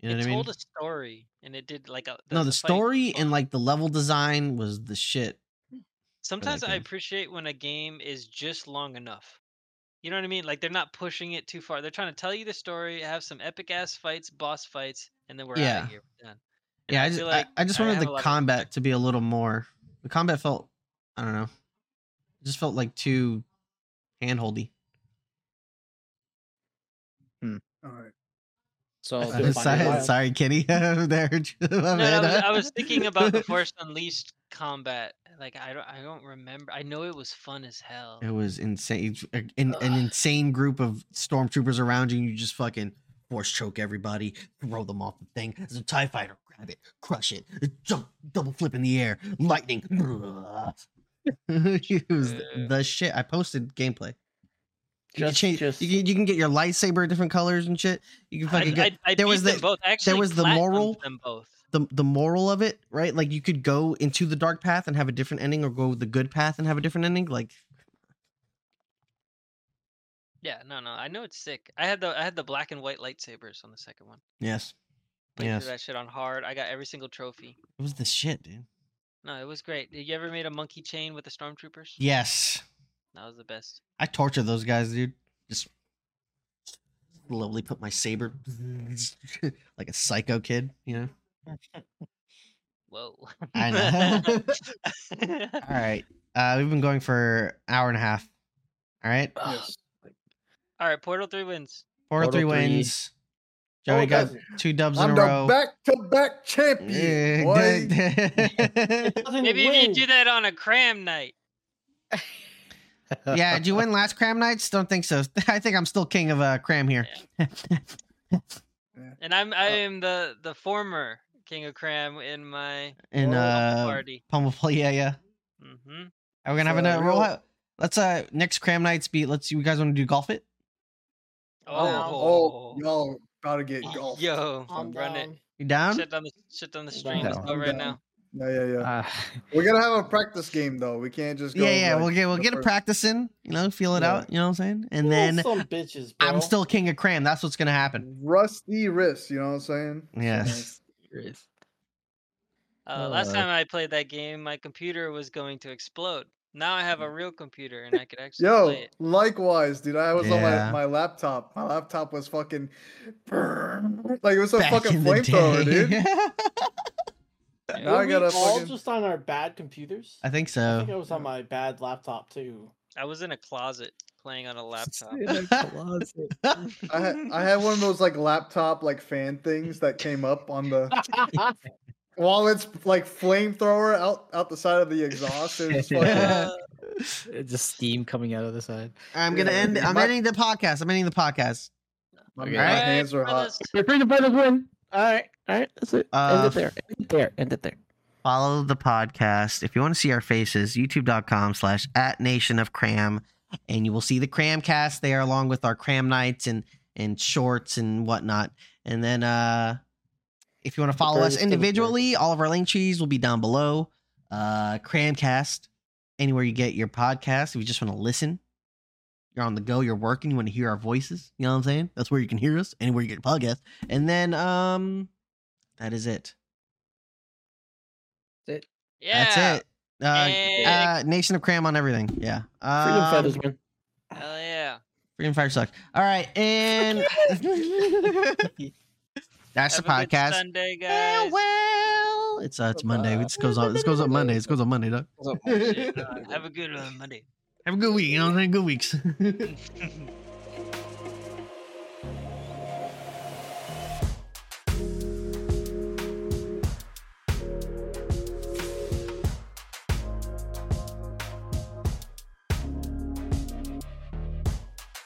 S1: You know
S5: it
S1: what I mean?
S5: told a story, and it did like a
S1: no, the
S5: fight
S1: story
S5: fun.
S1: and like the level design was the shit.
S5: Sometimes I
S1: game.
S5: appreciate when a game is just long enough. You know what I mean? Like they're not pushing it too far. They're trying to tell you the story, have some epic ass fights, boss fights, and then we're out
S1: Yeah.
S5: of here. We're done. And
S1: Yeah, I just
S5: feel
S1: I,
S5: like
S1: I just
S5: I
S1: wanted
S5: have a
S1: the
S5: lot of-
S1: combat to be a little more. The combat felt I don't know, it just felt like too handholdy.
S2: All right.
S1: (laughs)
S9: So
S1: Uh,
S6: That's Still
S9: they're
S6: fine.
S1: sorry,
S9: finding- (laughs)
S6: Wild.
S1: sorry, Kenny. (laughs) there, Oh,
S5: No, no, I, was,
S1: (laughs)
S5: I was thinking about the Force Unleashed combat. Like I don't, I don't remember. I know it was fun as hell.
S1: It was insane. It's a- An, an insane group of stormtroopers around you. And you just fucking force choke everybody, throw them off the thing. As a TIE fighter, grab it, crush it, uh, jump, double flip in the air, lightning. (laughs) it was the shit. I posted gameplay. You can,
S6: Just-
S1: change,
S6: just-
S1: you, can, you can get your lightsaber different colors and shit. You can fucking
S5: I,
S1: get
S5: I, I
S1: there
S5: beat
S1: was
S5: them
S1: the-
S5: both. I Actually,
S1: was the
S5: platinumed
S1: moral-
S5: Them both.
S1: the the moral of it, right? Like you could go into the dark path and have a different ending, or go the good path and have a different ending. Like
S5: Yeah, no, no. I know it's sick. I had the, I had the black and white lightsabers on the second one.
S1: yes,
S5: Played through
S1: Yes.
S5: that shit on hard. I got every single trophy.
S1: it was the shit, dude.
S5: No, it was great. You ever made a monkey chain with the stormtroopers?
S1: Yes,
S5: That was the best.
S1: I torture those guys, dude. Just slowly put my saber (laughs) like a psycho kid, you know.
S5: Whoa.
S1: I
S5: (laughs)
S1: know. (laughs)
S5: know.
S1: All right, uh, we've been going for hour and a half. All right,
S2: Yes.
S5: All right, Portal 3 wins.
S1: four or
S9: Total
S1: three
S9: three.
S1: wins. Joey
S2: Oh,
S1: got
S2: guys,
S1: two dubs
S2: I'm
S1: in a
S2: the
S1: row. Eh,
S2: back to back champion. boy.
S1: Yeah,
S6: Doesn't
S5: Maybe if you
S6: win.
S5: do that on a cram night.
S1: (laughs) yeah, did you (laughs) win last cram nights? Don't think so. I think I'm still king of uh, cram here.
S2: Yeah.
S5: And I'm I am the the former King of Cram in my
S1: (laughs) And
S5: roll-up
S1: uh,
S5: party.
S1: Pummel, yeah, yeah.
S5: Mm-hmm.
S1: Are we gonna have
S2: So,
S1: another roll
S2: real-
S1: out? Let's uh next cram nights be. Let's you guys want to do golf it?
S2: Oh,
S5: Oh,
S2: y'all about to
S5: (laughs)
S2: get golf.
S5: yo,
S6: I'm
S5: run it.
S6: down.
S1: You down?
S5: Shit on the shit on the
S9: down.
S5: stream. Let's go
S2: I'm
S5: right
S2: down.
S5: now.
S2: Yeah, yeah, yeah.
S9: Uh,
S4: (laughs)
S2: We're gonna have a practice game though. We can't just go.
S1: yeah, yeah.
S2: like,
S1: we'll get we'll
S2: the
S1: get a
S2: first-
S1: practice in. You know, feel it
S2: Yeah.
S1: out. You know what I'm saying? And
S6: Well,
S1: then
S6: some bitches, bro.
S1: I'm still king of cram. That's what's gonna happen.
S2: Rusty wrist. You know what I'm saying?
S1: Yes.
S5: Uh, last
S9: Uh,
S5: time I played that game, my computer was going to explode. Now I have a real computer and I could actually
S2: Mm. Yo,
S5: play it.
S2: likewise, dude. I was
S1: Yeah.
S2: on my, my laptop. My laptop was fucking like it was a
S1: Back
S2: fucking
S1: in the
S2: flamethrower,
S1: day.
S2: dude. (laughs) Now
S6: Were
S2: I
S6: we
S2: gotta
S6: all
S2: fucking.
S6: just on our bad computers?
S1: (laughs) I think
S6: I think I
S1: so.
S6: was on my bad laptop
S1: (laughs)
S6: too.
S5: I was in a closet playing on a laptop.
S4: (laughs)
S2: I had I had one of those like laptop like fan things that came up on the while it's like flamethrower out out the side of the exhaust. It
S6: (laughs)
S2: was (laughs) fucking,
S5: Uh,
S9: (laughs) just steam coming out of the side.
S1: I'm gonna
S2: Yeah.
S1: end. I'm
S2: My-
S1: ending the podcast. I'm ending the podcast.
S2: my,
S9: Okay.
S2: my
S1: Alright,
S2: hands were hot.
S5: brothers.
S9: Your freedom brothers win. All right, all right, that's it.
S1: Uh,
S9: end it there. End it there. End it there.
S1: follow the podcast if you want to see our faces youtube.com slash at nation of cram and you will see the cramcast there along with our cram nights and and shorts and whatnot and then uh if you want to follow
S9: bird
S1: us
S9: is still a bird.
S1: individually all of our link trees will be down below uh cramcast anywhere you get your podcast if you just want to listen you're on the go you're working you want to hear our voices you know what i'm saying that's where you can hear us anywhere you get your podcast and then um that is it
S5: yeah.
S1: that's it. Uh,
S5: Hey,
S1: uh, Nation of Cram on everything. Yeah.
S9: Freedom
S1: Um,
S9: fighters win.
S5: Hell yeah.
S1: Freedom Fighters suck. All right, and (laughs) that's the
S5: Have a good
S1: podcast.
S5: Sunday, guys.
S1: Farewell. It's uh, it's Monday. This goes on. This goes up Monday. This goes on Monday. Doc. (laughs)
S5: Shit, uh, have a good uh, Monday.
S1: Have a good week. You know, what I'm saying? good weeks.